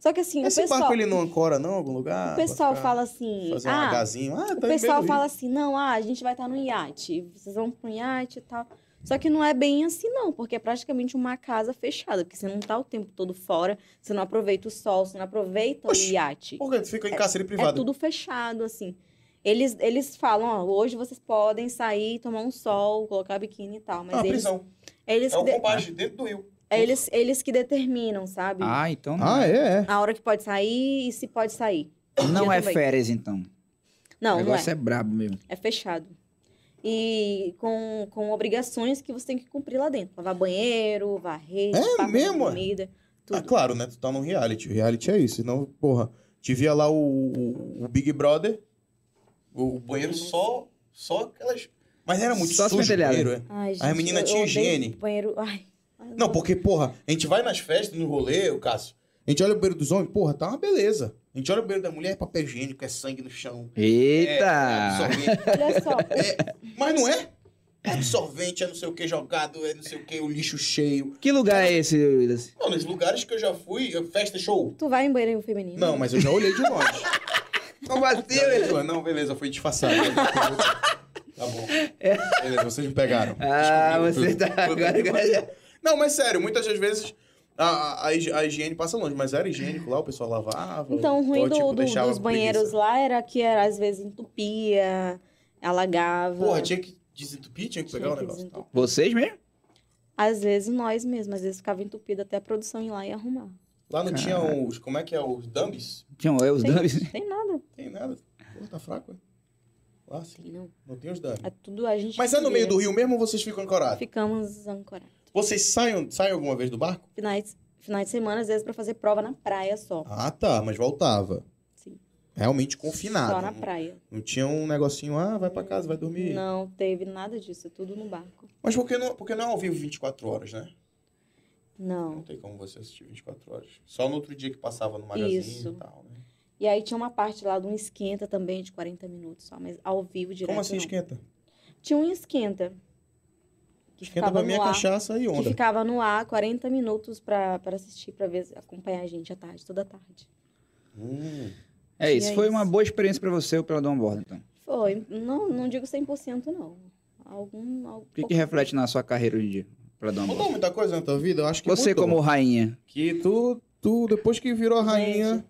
Só que assim, Esse o pessoal, barco ele não ancora, não, em algum lugar? o pessoal Pra fala assim. Fazer um ah, agazinho. Ah, tá o em pessoal Belo fala Horizonte. assim, não, ah, a gente vai estar no iate, vocês vão pro iate e tal. Só que não é bem assim, não, porque é praticamente uma casa fechada, porque você não tá o tempo todo fora, você não aproveita o sol, você não aproveita Oxi, o iate. Por que tu fica em cárcere É privado? tudo fechado, assim. Eles, eles falam, ó, hoje vocês podem sair, tomar um sol, colocar biquíni e tal, mas Ah, eles, prisão. eles, É que o de- compadre dentro do rio. é eles, eles que determinam, sabe? Ah, então não, Ah, é, é. A hora que pode sair e se pode sair. não é também. férias, então. Não, o não é. negócio é. brabo mesmo. É fechado. E com, com obrigações que você tem que cumprir lá dentro. Lavar banheiro, varrer, É limpar mesmo, é? comida, Ah, tudo. claro, né? Tu tá num reality. O Reality é isso. Senão, porra, Te via lá o, o, o Big Brother, o, o banheiro só, só aquelas... Mas era muito Só as sujo o pentelhadas. banheiro, é. Ai, a menina eu- tinha eu odeio higiene. Banheiro, ai. Não, porque, porra, a gente vai nas festas, no rolê, o Cássio, a gente olha o banheiro dos homens, porra, tá uma beleza. A gente olha o banheiro da mulher, é papel higiênico, é sangue no chão. É, é Eita! absorvente. Olha só. Mas não é? É absorvente, é não sei o que jogado, é não sei o que, o lixo cheio. que lugar é esse, Willis? Mano, os lugares que eu já fui, é festa show. tu vai em banheiro feminino? Não, mas eu já olhei de longe. Como assim, Não, beleza, foi disfarçado. Tá bom. Beleza, vocês me pegaram. Ah, Desculpa. você tá agora. agora- Não, mas sério, muitas das vezes a, a, a, hi- a higiene passa longe, mas era higiênico lá, o pessoal lavava. Então, o ruim ou, do- tipo, do- deixava dos preguiça. banheiros lá era que era, às vezes entupia, alagava. Porra, tinha que desentupir, tinha que pegar o Tinha que negócio. e tal. Vocês mesmo? Às vezes nós mesmos, às vezes ficava entupido até a produção ir lá e arrumar. Lá não tinha os. Como é que é? Os dummies? Tinham eu, os Tem- dummies. Tem nada. Tem nada. Porra, tá fraco, é? Lá sim, Não. não tem os dummies. É tudo a gente. Mas é no meio do vê. rio mesmo ou vocês ficam ancorados? Ficamos ancorados. Vocês saem, saem alguma vez do barco? Finais, finais de semana, às vezes, pra fazer prova na praia só. Ah, tá, mas voltava. Sim. Realmente Só confinado. na Não- praia. Não tinha um negocinho, ah, vai pra casa, vai dormir. Não teve nada disso, é tudo no barco. Mas porque não, porque não é ao vivo 24 horas, né? Não Não. tem como você assistir 24 horas. Só no outro dia que passava no magazine Isso. e tal, né? E aí tinha uma parte lá de um esquenta também de 40 minutos só, mas ao vivo direto. Como assim não. esquenta? Tinha um esquenta. Que Esquenta pra ficava minha no ar. cachaça e Que onda. ficava no ar 40 minutos pra, pra assistir, pra ver, acompanhar a gente à tarde, toda tarde. Hum. É Tinha isso. Foi uma isso. boa experiência pra você ou pela Downboard, então. Foi. Não, não digo 100%, não. Algum. algum O que, que reflete na sua carreira hoje em dia? Pela Downboard? Mudou muita coisa na tua vida? Eu acho que Você, mudou. como rainha. Que tu, tu, depois que virou a rainha Gente.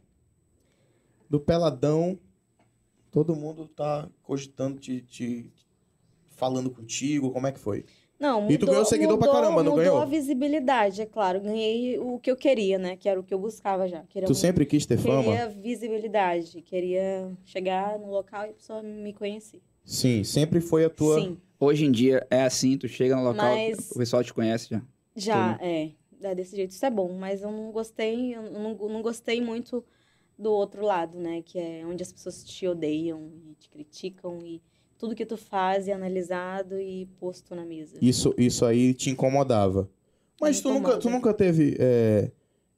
do peladão, todo mundo tá cogitando, te, te falando contigo, como é que foi? Não, mudou, E tu ganhou seguidor pra mudou- caramba, não mudou ganhou? a visibilidade, é claro. Ganhei o que eu queria, né? Que era o que eu buscava já. Queria, Tu sempre quis ter fama? queria visibilidade, queria chegar no local e a pessoa me conhecer. Sim, sempre foi a tua... Sim, Hoje em dia é assim, tu chega no local, Mas- o pessoal te conhece já. já, é. É desse jeito, isso é bom, mas eu não gostei, eu não, não gostei muito do outro lado, né? Que é onde as pessoas te odeiam e te criticam e tudo que tu faz é analisado e posto na mesa. Isso, isso aí te incomodava. Mas Me tu nunca, tu incomoda. nunca teve é,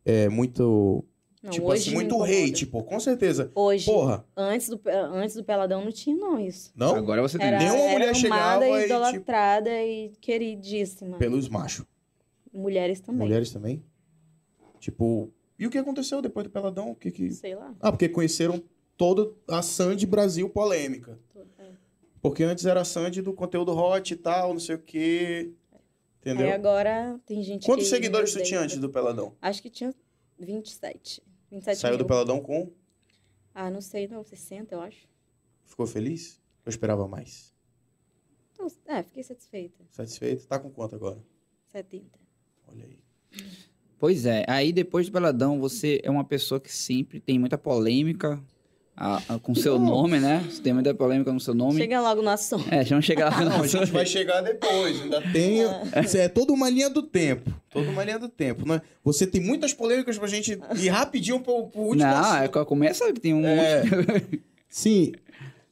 é, muito. Não, tipo assim, me muito incomoda. hate, pô, com certeza. Hoje, Porra, antes do, antes do Peladão, não tinha não isso. não? Agora você tem. Era, Nenhuma era mulher amada chegava e, e tipo- idolatrada e queridíssima. Pelos machos. Mulheres também. Mulheres também? Tipo. E o que aconteceu depois do Peladão? O que que. Sei lá. Ah, porque conheceram toda a Sandy Brasil polêmica. tô- é. Porque antes era a Sandy do conteúdo hot e tal, não sei o quê. Entendeu? Aí agora tem gente Quantos que seguidores tu odeia. tinha antes do Peladão? Acho que tinha 27. 27 Saiu mil. do Peladão com. Ah, não sei, não. 60, eu acho. Ficou feliz? Eu esperava mais. Não, é, fiquei satisfeita. Satisfeito? Tá com quanto agora? 70. Olha aí. Pois é, aí depois do Peladão, você é uma pessoa que sempre tem muita polêmica a- a- com seu nome, né? Você tem muita polêmica no seu nome. Chega logo no assunto. É, já não chega lá. Não, a gente vai chegar depois, ainda tem. Isso é toda uma linha do tempo. Toda uma linha do tempo, né? Você tem muitas polêmicas pra gente ir rapidinho pro, pro último. Não, assunto. é que começa que tem um. É. monte- Sim,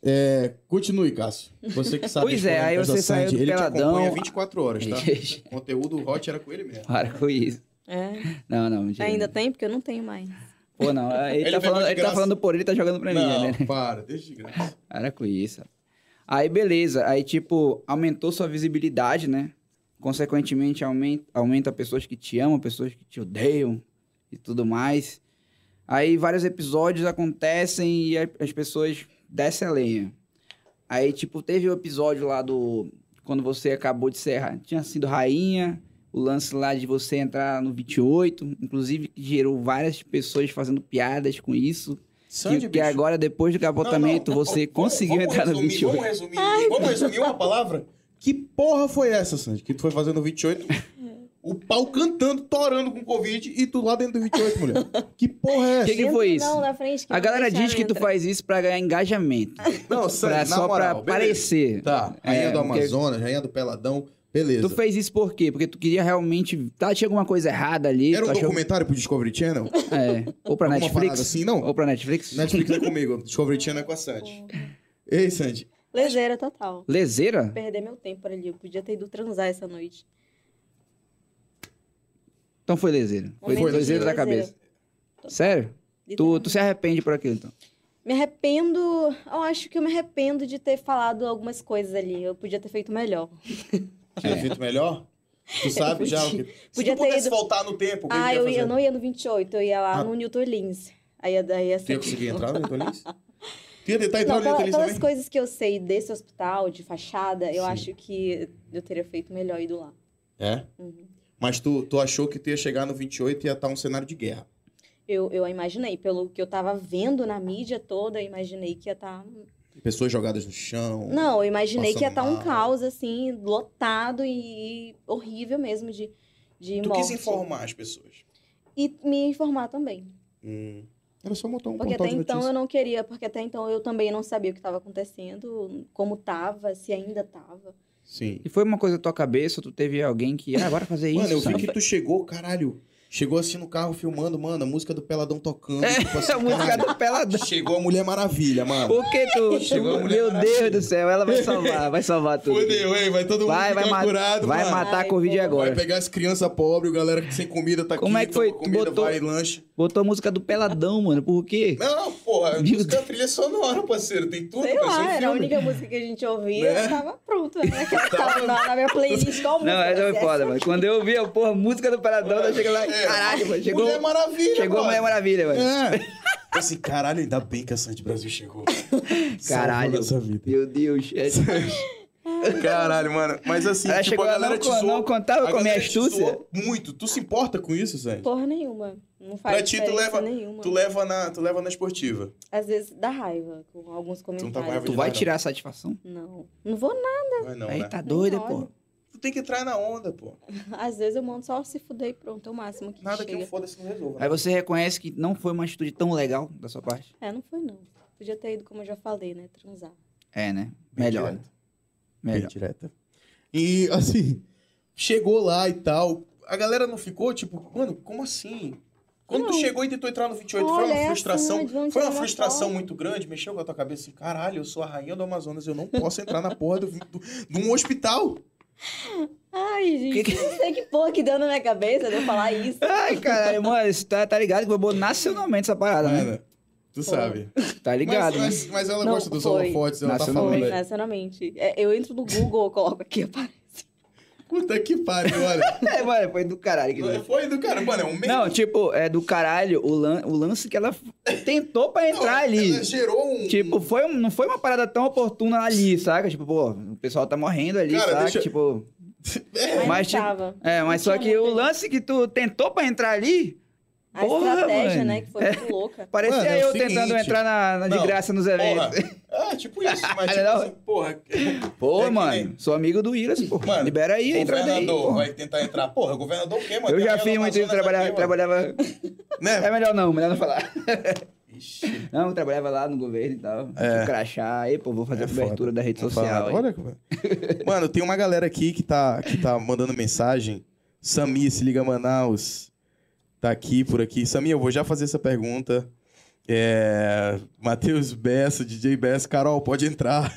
é, continue, Cássio. Você que sabe. Pois as é, aí polêmicas da você saiu Sandy. do Ele te Peladão. acompanha 24 horas, tá? O conteúdo hot era com ele mesmo. Para com isso. É. Não, não, mentira. Ainda tem, porque eu não tenho mais. Pô, não. Ele, Ele tá, pegou falando, de ele tá graça. falando por ele, tá jogando pra mim, né? Não, para, deixa de graça. Para com isso. Aí, beleza. Aí, tipo, aumentou sua visibilidade, né? Consequentemente, aumenta, aumenta pessoas que te amam, pessoas que te odeiam e tudo mais. Aí, vários episódios acontecem e a- as pessoas descem a lenha. Aí, tipo, teve o episódio lá do... Quando você acabou de ser... ra- Tinha sido rainha. O lance lá de você entrar no 28. Inclusive, que gerou várias pessoas fazendo piadas com isso. Que, que agora, depois do capotamento, você conseguiu entrar no 28. Vamos resumir, vamos resumir uma palavra? Que porra foi essa, Sandy? Que tu foi fazendo 28? O pau cantando, torando com Covid e tu lá dentro do 28, mulher. Que porra é essa? Que que foi isso? Entra Não, na frente, que A não galera deixaram diz que tu entrar. faz isso pra ganhar engajamento. Não, Sandy, pra, na só moral, pra beleza. aparecer. Tá, rainha É, do porque- Amazonas, rainha do Peladão, beleza. Tu fez isso por quê? Porque tu queria realmente. Tá, tinha alguma coisa errada ali. Era tu um achou- documentário pro Discovery Channel? É. Ou pra Alguma Netflix. parada assim, não? Ou pra Netflix. Netflix é comigo, Discovery Channel é com a Sandy. Ei, Sandy. Leseira total. Lezeira? Perder meu tempo ali. Eu podia ter ido transar essa noite. Então foi lezeira. Foi, Momento de lezeira Tá da leseira. cabeça. Sério? Tu, Literalmente. tu se arrepende por aquilo, então. Me arrependo. Eu acho que eu me arrependo de ter falado algumas coisas ali. Eu podia ter feito melhor. Tinha feito melhor? Tu sabe já o que. Se Podia tu ter pudesse ido- voltar no tempo, o que ah, tu ia eu, fazer? ia, eu não ia no 28, eu ia lá Ah. no Newton Lins. Aí, ia- aí ia Tu ser. ia conseguir entrar no Antolins? Tu ia tentar entrar Não, no pela- Nutellista pelas também? coisas que eu sei desse hospital, de fachada, eu Sim. acho que eu teria feito melhor ido lá. É. Uhum. Mas tu, tu achou que tu ia chegar no 28 e ia estar um cenário de guerra. Eu, eu imaginei, pelo que eu tava vendo na mídia toda, eu imaginei que ia estar. Pessoas jogadas no chão. Não, eu imaginei que ia estar um Passando mal. caos, assim, lotado e horrível mesmo de, de Tu quis morte. informar as pessoas. E me informar também. Hum. Era só montar um Porque portal até de então notícias. eu não queria, porque até então eu também não sabia o que estava acontecendo, como tava, se ainda tava. Sim. E foi uma coisa da tua cabeça, tu teve alguém que, ah, bora fazer isso. Mano, eu vi sabe? que tu chegou, caralho. Chegou assim no carro filmando, mano, a música do Peladão tocando. É, tipo assim, a música caralho. do Peladão. Chegou a Mulher Maravilha, mano. Por que tu? Chegou a Mulher Meu Maravilha. Deus do céu, ela vai salvar, vai salvar tudo. Fudeu, hein? Vai todo mundo Vai, vai, ficar ma- curado, vai mano. matar a Ai, Covid pô. agora. Vai pegar as crianças pobres, o galera que sem comida tá Como aqui. é que foi? toma Tu Comida, botou- Vai, lanche. Botou a música do Peladão, mano, por quê? Não, não, porra. Meu Música é trilha sonora, parceiro. Tem tudo, Sei parece um lá, era a filme. única música que a gente ouvia, Né? eu tava pronta, né? Que tava na, na minha playlist, qual Não, música? essa foi Essa- foda, mano. Quando eu vi a porra, a música do Peladão, eu cheguei lá, É. caralho, mano, chegou, Mulher Maravilha, chegou a mano. Mulher Maravilha, mano. É. Assim, caralho, ainda bem que a Sandy Brasil chegou. Caralho. Salvou nossa vida. Meu Deus. É, Caralho, mano. Mas assim, ela tipo, chegou a lá, galera não, te con- zoou. não contava a com a minha galera te astúcia. zoou muito. Tu se importa com isso, Sandy? Porra nenhuma. Não faz Pra ti, tu diferença leva- nenhuma. Tu leva, na, tu leva na esportiva. Às vezes dá raiva com alguns não comentários. tá com raiva Tu vai tirar a satisfação? Não, não vou nada. Não é não, Aí né? tá doida, olho. pô. Tu tem que entrar na onda, pô. Às vezes eu mando só se fuder e pronto, é o máximo que Nada que chega. um foda-se não resolva. Aí você reconhece que não foi uma atitude tão legal da sua parte? É, não foi não. Podia ter ido, como eu já falei, né? Transar. É, né? Bem Melhor. direto. Melhor. direta. E assim, chegou lá e tal. A galera não ficou, tipo, mano, como assim? Quando tu Não. chegou e tentou entrar no 28, foi Olha, né, uma frustração. Sandy, vamos Foi uma tirar uma frustração foto. muito grande, mexeu com a tua cabeça assim, caralho, eu sou a rainha do Amazonas, eu não posso entrar na porra do, do, de um hospital. Ai, gente, Que que- não sei que porra que deu na minha cabeça de eu falar isso. Ai, caralho, mano, isso tá, tá ligado que o Bobô nacionalmente essa parada, né? Mano, tu sabe. Tá ligado, né? mas, mas, mas ela Não, gosta dos foi. holofotes, ela tá Nacionalmente. falando Foi, aí. sinceramente. É, eu entro no Google, eu coloco aqui, aparece. Puta que pariu, olha. É, mano, foi do caralho que deu. Foi do cara, mano, é um meme. Não, tipo, é do caralho o, lan- o lance que ela f- tentou pra Não, entrar ali. Ela gerou um. Tipo, foi, um- não foi uma parada tão oportuna ali, saca? Tipo, pô, o pessoal tá morrendo ali, Cara, saca? deixa- Tipo, É, Mas, Mas, não tipo, tava. é, mas Não só tinha que o muito lance que tu tentou pra entrar ali, A porra, estratégia, mano. né? Que foi muito louca. parecia Mano, é o eu seguinte. tentando entrar na, na de Não, graça nos porra. eventos. Ah, tipo isso, mas tipo Não. assim, porra. Pô, É que mano, nem- sou amigo do Iras, pô. Mano, Libera aí, entra daí. governador pô. vai tentar entrar. Porra, governador o quê, mano? Né? Eu Tem a já Rainha fiz do muito isso, Amazonas trabalhava, aqui, mano. trabalhava. É melhor não, melhor não falar. Né? Ixi. Não, eu trabalhava lá no governo e tal. É. Tinha crachá, aí, pô, vou fazer É a cobertura foda. da rede Vou social. falar. aí. Olha, como é. mano, tem uma galera aqui que tá, que tá mandando mensagem. Sami, se liga Manaus. Tá aqui, por aqui. Sami, eu vou já fazer essa pergunta. É... Matheus Bessa, DJ Bessa. Carol, pode entrar.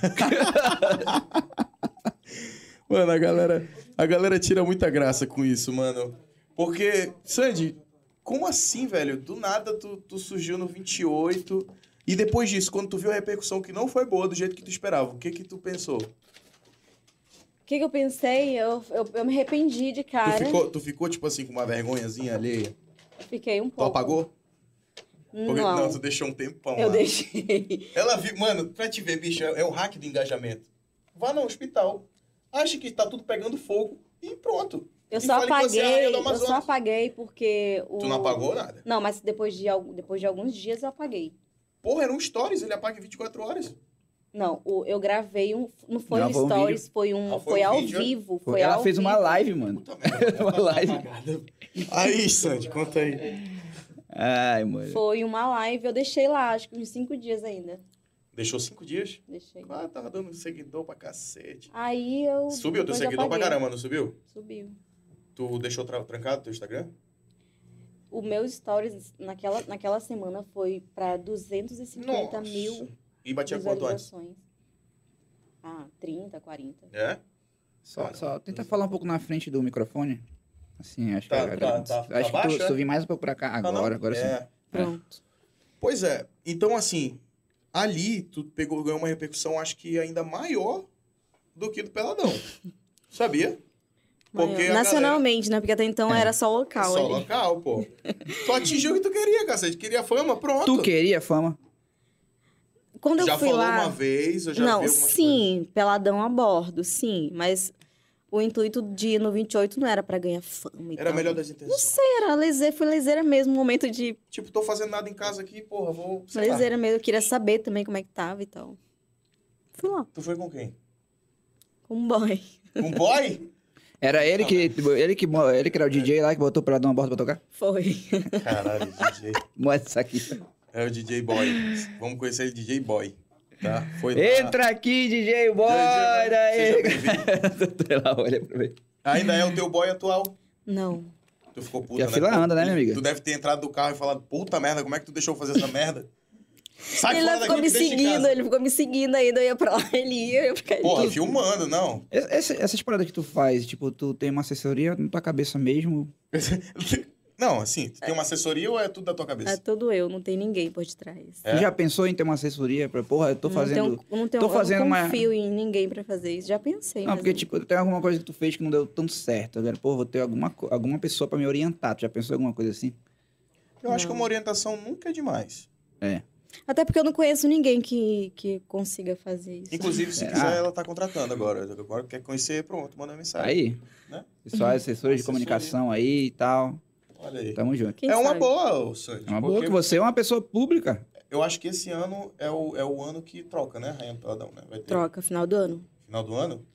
mano, a galera, a galera tira muita graça com isso, mano. Porque, Sandy, como assim, velho? Do nada tu, tu surgiu no 28... E depois disso, quando tu viu a repercussão que não foi boa do jeito que tu esperava, o que que tu pensou? O que, que eu pensei? Eu, eu, eu me arrependi de cara. Tu ficou, tu ficou, tipo assim, com uma vergonhazinha alheia? Fiquei um Tu pouco. apagou? Não, Porque- não, tu deixou um tempão eu lá. deixei. Ela viu, mano, pra te ver, bicho, é é o hack do engajamento. Vá no hospital, acha que tá tudo pegando fogo e pronto. Eu E só fale que você é a apaguei. rainha do Eu só Amazonas. apaguei porque o... Tu não apagou nada. Não, mas depois de, al- depois de alguns dias eu apaguei. Porra, era um stories, ele apaga em 24 horas. Não, o- eu gravei um. Não foi Gravou um um stories, foi um. Ah, foi foi um ao vídeo? vivo. Pô, Foi Ela ao fez uma vivo. live, mano. Puta É merda. Uma live. Apagada. Aí, Sandy, conta aí. Ai, mano. Foi uma live, eu deixei lá, acho que uns cinco dias ainda. Deixou cinco dias? Deixei. Ah, tava dando seguidor pra cacete. Aí eu. Subiu teu depois seguidor pra apaguei. caramba, não subiu? Subiu. Tu deixou tra- trancado teu Instagram? O meu stories naquela, naquela semana foi pra 250 mil E batia quanto antes? visualizações. Ah, 30, 40. É? Só, só tenta falar um pouco na frente do microfone. Assim, acho Tá, que tá, tá, tá acho que baixo, tu, é? tu vim mais um pouco pra cá Ah, não? agora, agora sim. É. Pronto. Pois é. Então, assim, ali tu pegou, ganhou uma repercussão, acho que ainda maior do que do Peladão. Sabia? Maior. Porque a Nacionalmente, né? Porque até então era só local. Só ali. local, pô. Tu atingiu o que tu queria, cacete. Queria fama, pronto. Tu queria fama? Quando já eu fui falou lá. uma vez, eu já não, vi algumas sim, peladão a bordo, sim. Mas o intuito de ir no 28 não era pra ganhar fama. e coisas. Era a tal. melhor das Não intenções. sei, era lezer, foi lezeira mesmo. um Momento de Tipo, tô fazendo nada em casa aqui, porra, vou. sei lá. lezeira mesmo. Eu queria saber também como é que tava e tal. Fui lá, Tu foi com quem? com um boy. Com o boy? Era ele Tá que, ele que. mo- Ele que era o DJ lá que botou pra dar uma borda pra tocar? Foi. Caralho, DJ. Mostra isso aqui. É o DJ Boy. Vamos conhecer ele, DJ Boy. Tá? Foi lá. Entra aqui, DJ Boy! DJ, seja Daí, bem-vindo. Sei lá, olha pra mim. Ainda é o teu boy atual. Não. Tu ficou puta, E a fila anda, né, minha amiga? Tu deve ter entrado do carro e falado, puta merda, como é que tu deixou eu fazer essa merda? Sai ele fora ficou daqui, me me deixa em seguindo, casa. ele ficou me seguindo ainda. Eu ia pra lá, ele ia, eu ia ficar Porra, ali. filmando, não. Es- esse- essas paradas que tu faz, tipo, tu tem uma assessoria na tua cabeça mesmo. Não, assim, tu tem uma assessoria ou é tudo da tua É cabeça? todo eu, não tem ninguém por detrás. É. Tu já pensou em ter uma assessoria pra, porra, eu tô fazendo. Não, tenho, não, tenho, tô eu fazendo não uma- confio em ninguém pra fazer isso. Já pensei. Não, mas porque, tipo, tem alguma coisa que tu fez que não deu tanto certo. Agora, pô, vou ter alguma, co- alguma pessoa pra me orientar. Tu já pensou em alguma coisa assim? Eu acho que Não. uma orientação nunca é demais. Até porque eu não conheço ninguém que, que consiga fazer isso. Inclusive, se Será? quiser, ela tá contratando agora. Agora quer conhecer, pronto, manda uma mensagem. Aí, Né? pessoal, assessores Assessoria. de comunicação aí e tal. Olha aí. Tamo junto. Quem é uma sabe? boa, ô, Sandy. É uma boa porque que você é uma pessoa pública. Eu acho que esse ano é o, é o ano que troca, né, Rainha do Peladão, né? Vai ter Troca, final do ano. final do ano.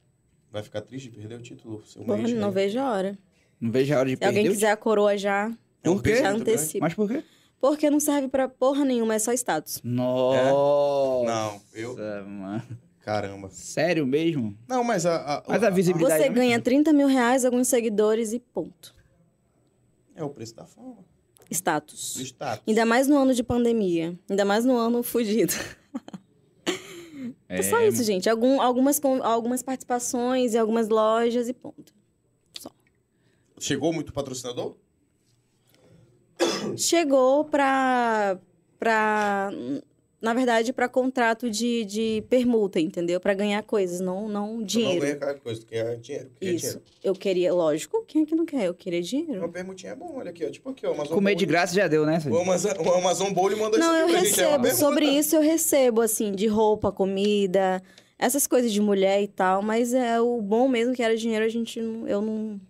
Vai ficar triste de perder o título. Seu Porra, mês, não né? vejo a hora. Não vejo a hora de Se alguém perder. o quiser a coroa já, É um Por quê? peso já muito grande. antecipa. Mas por quê? Porque não serve pra porra nenhuma, é só status. Nossa, Não, eu. mano. Caramba. Sério mesmo? Não, mas a. a- Mas a visibilidade- Você não? ganha 30 mil reais, alguns seguidores e ponto. É o preço da fama. Do Status. status. Ainda mais no ano de pandemia. Ainda mais no ano fudido. É, só isso, gente. Algum- algumas, con- algumas participações em algumas lojas e ponto. Chegou muito patrocinador? Chegou pra. pra na verdade, pra contrato de, de permuta, entendeu? Pra ganhar coisas, não, não Tu Não dinheiro. ganha aquela coisa, tu quer dinheiro. Quer Isso. dinheiro. Eu queria, lógico, quem é que não quer? Eu queria dinheiro. Uma permutinha é bom, olha aqui, ó. Tipo aqui, ó. Amazon Comer de Bowl. graça já deu, né? Sandy? O Amazon, o Amazon Bowl mandou Não, isso eu aqui pra gente. é uma recebo. permuta. Sobre isso eu recebo, assim, de roupa, comida, essas coisas de mulher e tal, mas é o bom mesmo que era dinheiro, a gente não. Eu não.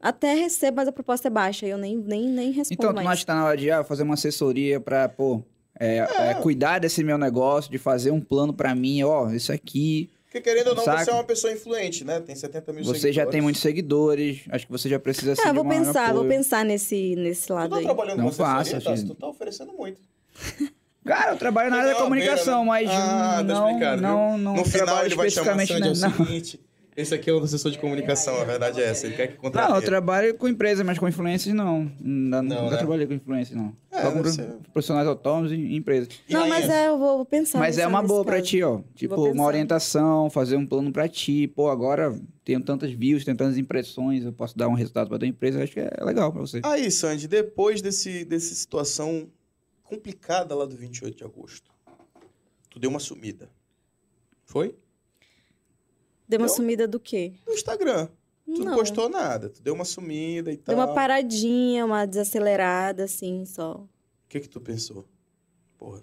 Até recebo, mas a proposta é baixa, eu nem, nem, nem respondo Então, tu não mais. acha que tá na hora de ah, fazer uma assessoria pra, pô, é, é, cuidar desse meu negócio, de fazer um plano pra mim, ó, isso aqui. Porque querendo ou não, Saca. você é uma pessoa influente, né? Tem 70 mil Você já tem seguidores. muitos seguidores, acho que você já precisa assim, Ah, de vou uma- um pensar, vou apoio. pensar nesse, nesse Tu lado tá aí. trabalhando com Não assessoria, faço, tá? gente. Tu tá oferecendo muito. Cara, eu trabalho na área é da Legal, comunicação, beira, né? mas Ah, tá não, explicado, viu? não, não no final trabalho ele vai chamar especificamente Sandy, é o não. seguinte... Esse aqui é o assessor de comunicação, a verdade é essa. Ele quer que contrate Não, eu ele. trabalho com empresas, mas com influências não. Não, Não, nunca né? trabalhei com influências, não. É, Só com você- profissionais autônomos e empresas. E Não, aí, mas é, eu vou, vou pensar. Mas é pensar uma nesse boa pra caso. ti, ó. Tipo, pensar. uma orientação, fazer um plano pra ti. Pô, agora tenho tantas views, tenho tantas impressões, eu posso dar um resultado pra tua empresa. eu Acho que é legal pra você. Aí, Sandy, depois desse, dessa situação complicada lá do 28 de agosto, tu deu uma sumida. Foi? Deu uma Eu- sumida do quê? No Instagram. Tu não, não. postou nada. Tu deu uma sumida e Tá. tal. Deu uma paradinha, uma desacelerada, assim, só. O que que tu pensou? Porra.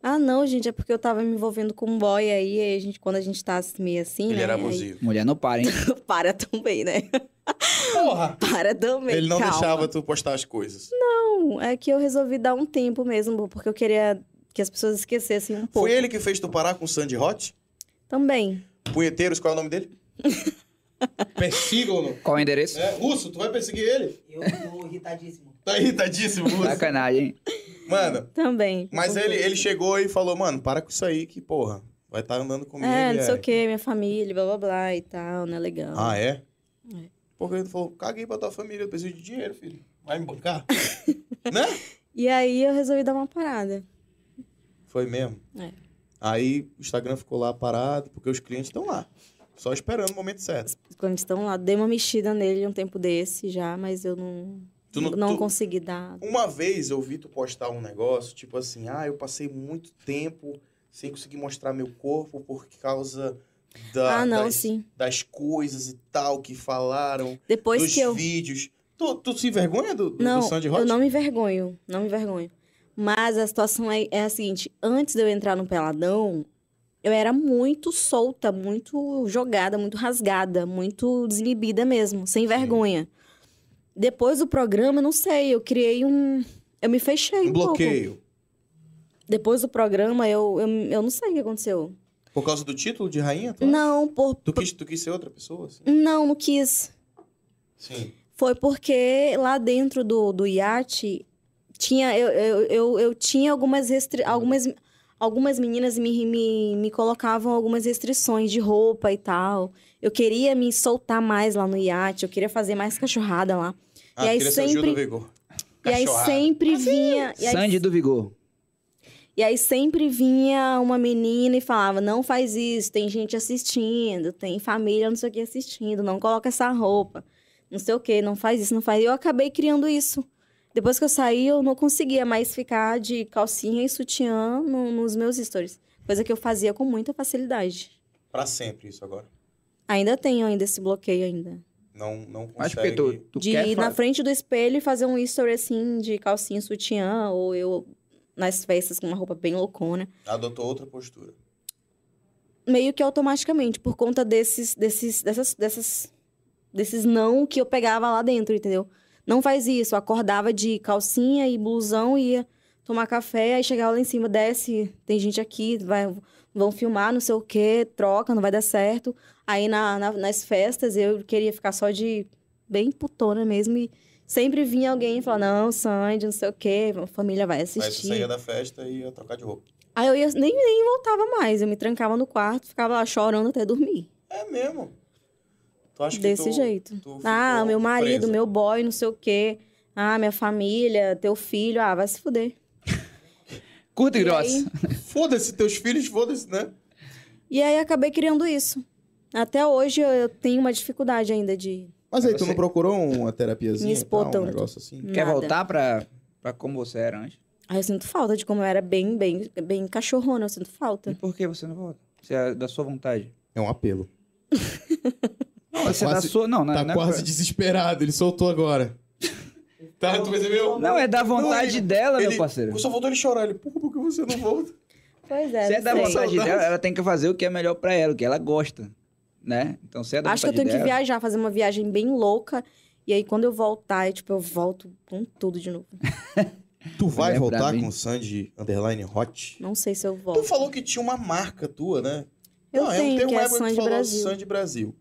Ah, não, gente, é porque eu tava me envolvendo com um boy aí, aí a gente, quando a gente tá assim, meio assim, Ele né? era aí- abusivo. Mulher não para, hein? para também, né? Porra! Para também, Ele não calma. deixava tu postar as coisas. Não, é que eu resolvi dar um tempo mesmo, porque eu queria que as pessoas esquecessem um pouco. Foi ele que fez tu parar com o Sandy Hot? Também. Punheteiros, qual é o nome dele? Persígono. Qual o endereço? É, Russo, tu vai perseguir ele? Eu tô irritadíssimo. Tá irritadíssimo, Russo. é? Sacanagem, hein? Mano, Também. é, mas ele, ele chegou e falou, mano, para com isso aí que, porra, vai estar andando comigo. É, e não sei o quê, minha família, blá blá blá e tal, não é legal. Ah, é? É. Porque ele falou, caguei pra tua família, eu preciso de dinheiro, filho. Vai me bancar? né? E aí eu resolvi dar uma parada. Foi mesmo. É. Aí o Instagram ficou lá parado, porque os clientes estão lá. Só esperando o momento certo. Quando estão lá, dei uma mexida nele um tempo desse já, mas eu não, Tu não- não tu- consegui dar. Uma vez eu vi tu postar um negócio, tipo assim, ah, eu passei muito tempo sem conseguir mostrar meu corpo por causa da- ah, não, das, sim. das coisas e tal que falaram, Depois dos que eu vídeos. Tu, tu se envergonha do, do, do Não, Sandy Hot? eu não me envergonho, não me envergonho. Mas a situação é, é a seguinte: antes de eu entrar no Peladão, eu era muito solta, muito jogada, muito rasgada, muito desinibida mesmo, sem vergonha. Depois do programa, eu não sei, eu criei um. Eu me fechei. Um Um pouco. bloqueio. Depois do programa, eu, eu, eu não sei o que aconteceu. Por causa do título de rainha? Tu, acha? Não, por. Tu, quis, tu quis ser outra pessoa? Assim? Não, não quis. Sim. Foi porque lá dentro do, do iate tinha, eu, eu, eu, eu tinha algumas, restri algumas, algumas meninas me, me, me colocavam algumas restrições de roupa e tal. Eu queria me soltar mais lá no iate, eu queria fazer mais cachorrada lá. Ah, E aí queria ser o Gil sempre- do Vigor. E aí Cachorrada. sempre vinha. E aí, Sandy do Vigor. e aí sempre vinha uma menina e falava: não faz isso, tem gente assistindo, tem família não sei o que assistindo, não coloca essa roupa, não sei o que, não faz isso, não faz. E eu acabei criando isso. Depois que eu saí, eu não conseguia mais ficar de calcinha e sutiã no- nos meus stories. Coisa que eu fazia com muita facilidade. Pra sempre isso agora. Ainda tenho ainda esse bloqueio ainda. Não, não Acho que consegue. tu, tu de quer ir fa- na frente do espelho e fazer um story assim de calcinha e sutiã, ou eu nas festas com uma roupa bem loucona. Adotou outra postura. meio que automaticamente, por conta desses, desses, dessas, dessas, desses não que eu pegava lá dentro, entendeu? Não faz isso. Eu acordava de calcinha e blusão, ia tomar café, aí chegava lá em cima, desce, tem gente aqui, vai, vão filmar, não sei o quê, troca, não vai dar certo. Aí na- na- nas festas eu queria ficar só de bem putona mesmo e sempre vinha alguém e falava, não, Sandy, não sei o quê, a família vai Aí tu assistir. saía da festa e ia trocar de roupa. Aí eu ia, nem, nem voltava mais, eu me trancava no quarto, ficava lá chorando até dormir. É mesmo. Tu acha Desse que tu, jeito. tu Ah, ficou meu marido, presa? meu boy, não sei o quê. Ah, minha família, teu filho. Ah, vai se fuder. Curta e E grossa. aí? Foda-se teus filhos, foda-se, né? E aí acabei criando isso. Até hoje eu- eu tenho uma dificuldade ainda de. Mas aí, Mas tu não você- procurou uma terapiazinha? Me e tal, expor um tanto. negócio assim? Quer nada. voltar pra, pra como você era antes? Aí ah, eu sinto falta de como eu era bem, bem, bem cachorrona, eu sinto E falta. por que você não volta? Você é da sua vontade. É um apelo. Não, você é da quase- sua. Não, não, é- Tá não é- quase desesperado, ele soltou agora. Tá, tu percebeu? Não, é da vontade ele- dela, ele, meu parceiro. Só voltou ele chorar. Ele, por que você não volta? Pois Se é, é da não sei. vontade dela, ela tem que fazer o que é melhor pra ela, o que ela gosta. Né? Então, se é da Acho que eu vontade tenho que dela- viajar, fazer uma viagem bem louca. E aí quando eu voltar, eu, tipo, eu volto com tudo de novo. Tu vai vai É, pra voltar voltar mim. com com o Sandy Underline Hot? Não sei se eu Tu volto. falou que tinha uma marca tua, né? Eu não, tenho, eu tenho que uma é a época Sandy que tu falou Brasil. Sandy Brasil.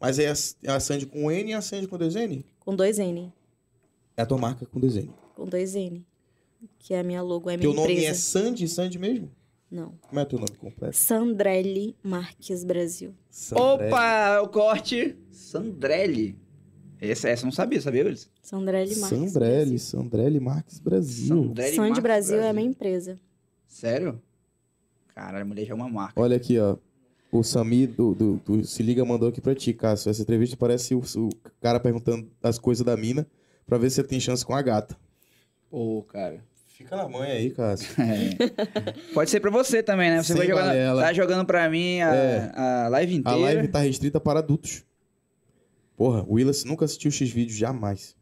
Mas é a, é a Sandy com N e a Sandy com dois N? Com dois N. É a tua marca com desenho. Com dois N. Que é a minha logo, é a minha Teu nome é empresa. Sandy, Sandy mesmo? Não. Como é teu nome completo? Sandrelli Marques Brasil. Opa, o corte. Sandrelli. Essa, essa eu não sabia, sabia, Wilson? Sandrelli Marques. Sandrelli, Sandrelli Marques Hum. Brasil. Sandrelli Sandy Marques Brasil é a minha empresa. Sério? Caralho, a mulher já é uma marca. Olha aqui, ó. O Sami do, do- do Se Liga mandou aqui pra ti, Cássio. Essa entrevista parece o, o cara perguntando as coisas da mina pra ver se você tem chance com a gata. Pô, cara. Fica na mãe E aí. aí, Cássio? É. Pode ser pra você também, né? Você Sem vai jogando, balela. tá jogando pra mim a, É. a live A inteira. live tá restrita para adultos. Porra, o Willis nunca assistiu X-Vídeos, jamais.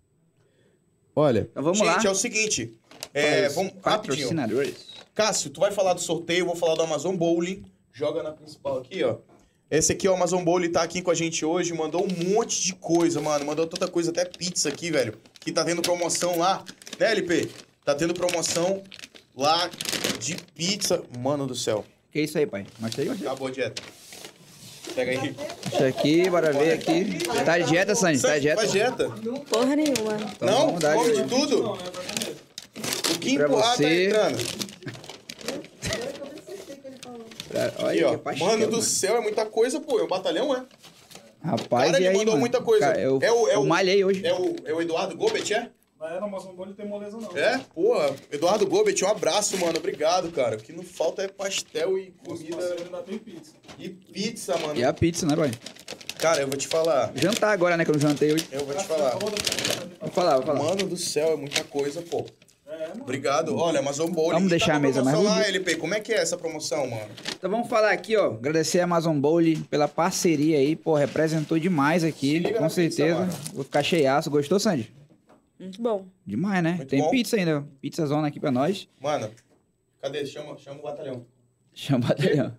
Olha, Então vamos Gente, lá. é o seguinte. É, Os vamos, rapidinho. patrocinadores. Cássio, tu vai falar do sorteio, eu vou falar do Amazon Bowling. Joga na principal aqui, ó. Esse aqui, ó, o Amazon Bowling tá aqui com a gente hoje, mandou um monte de coisa, mano. Mandou tanta coisa, até pizza aqui, velho. Que tá tendo promoção lá, né, LP? Tá tendo promoção lá de pizza. Mano do céu, Que isso aí, pai? Mostra aí, mostra aí. acabou a dieta. Pega aí. Isso aqui, bora ver aqui. Tá de Tá dieta, Sandy? Tá de dieta? Faz dieta? Porra nenhuma. Então Não, vamos dar come aqui. de tudo. Não, é pra comer. O que Pra empurrar tá você. entrando. Pra- Aí, Olha, ó. que pastel, Mano do céu, é muita coisa, pô. É um batalhão, é? Rapaz, Cara, e ele aí, mandou mano? muita coisa. Cara, eu, É o- é eu o- malhei hoje. É o, é o Eduardo Gobet, é? Mas era uma sombra, não tem moleza, não. É, porra. Eduardo Gobet, um abraço, mano. Obrigado, cara. O que não falta é pastel e Os comida parceiros ainda tem pizza. e pizza, mano. E a pizza, né, pai? Cara, eu vou te falar. Jantar agora, né, que eu não jantei hoje. Eu vou te falar. Vou falar, vou falar. Mano do céu, é muita coisa, pô. É, mano. Obrigado. Olha, Amazon Bowl. Vamos deixar a mesa mais mais tá lá, bonita. LP. Como é que é essa promoção, mano? Então vamos falar aqui, ó. Agradecer a Amazon Bowl pela parceria aí, pô, representou demais Se aqui, liga na com pizza, certeza. mano. Vou ficar cheiaço. Gostou, Sandy? Muito bom. Demais, né? Muito Tem bom. pizza ainda. Pizza zona aqui pra nós. Mano, cadê? Chama, chama o batalhão. Chama aí, ó.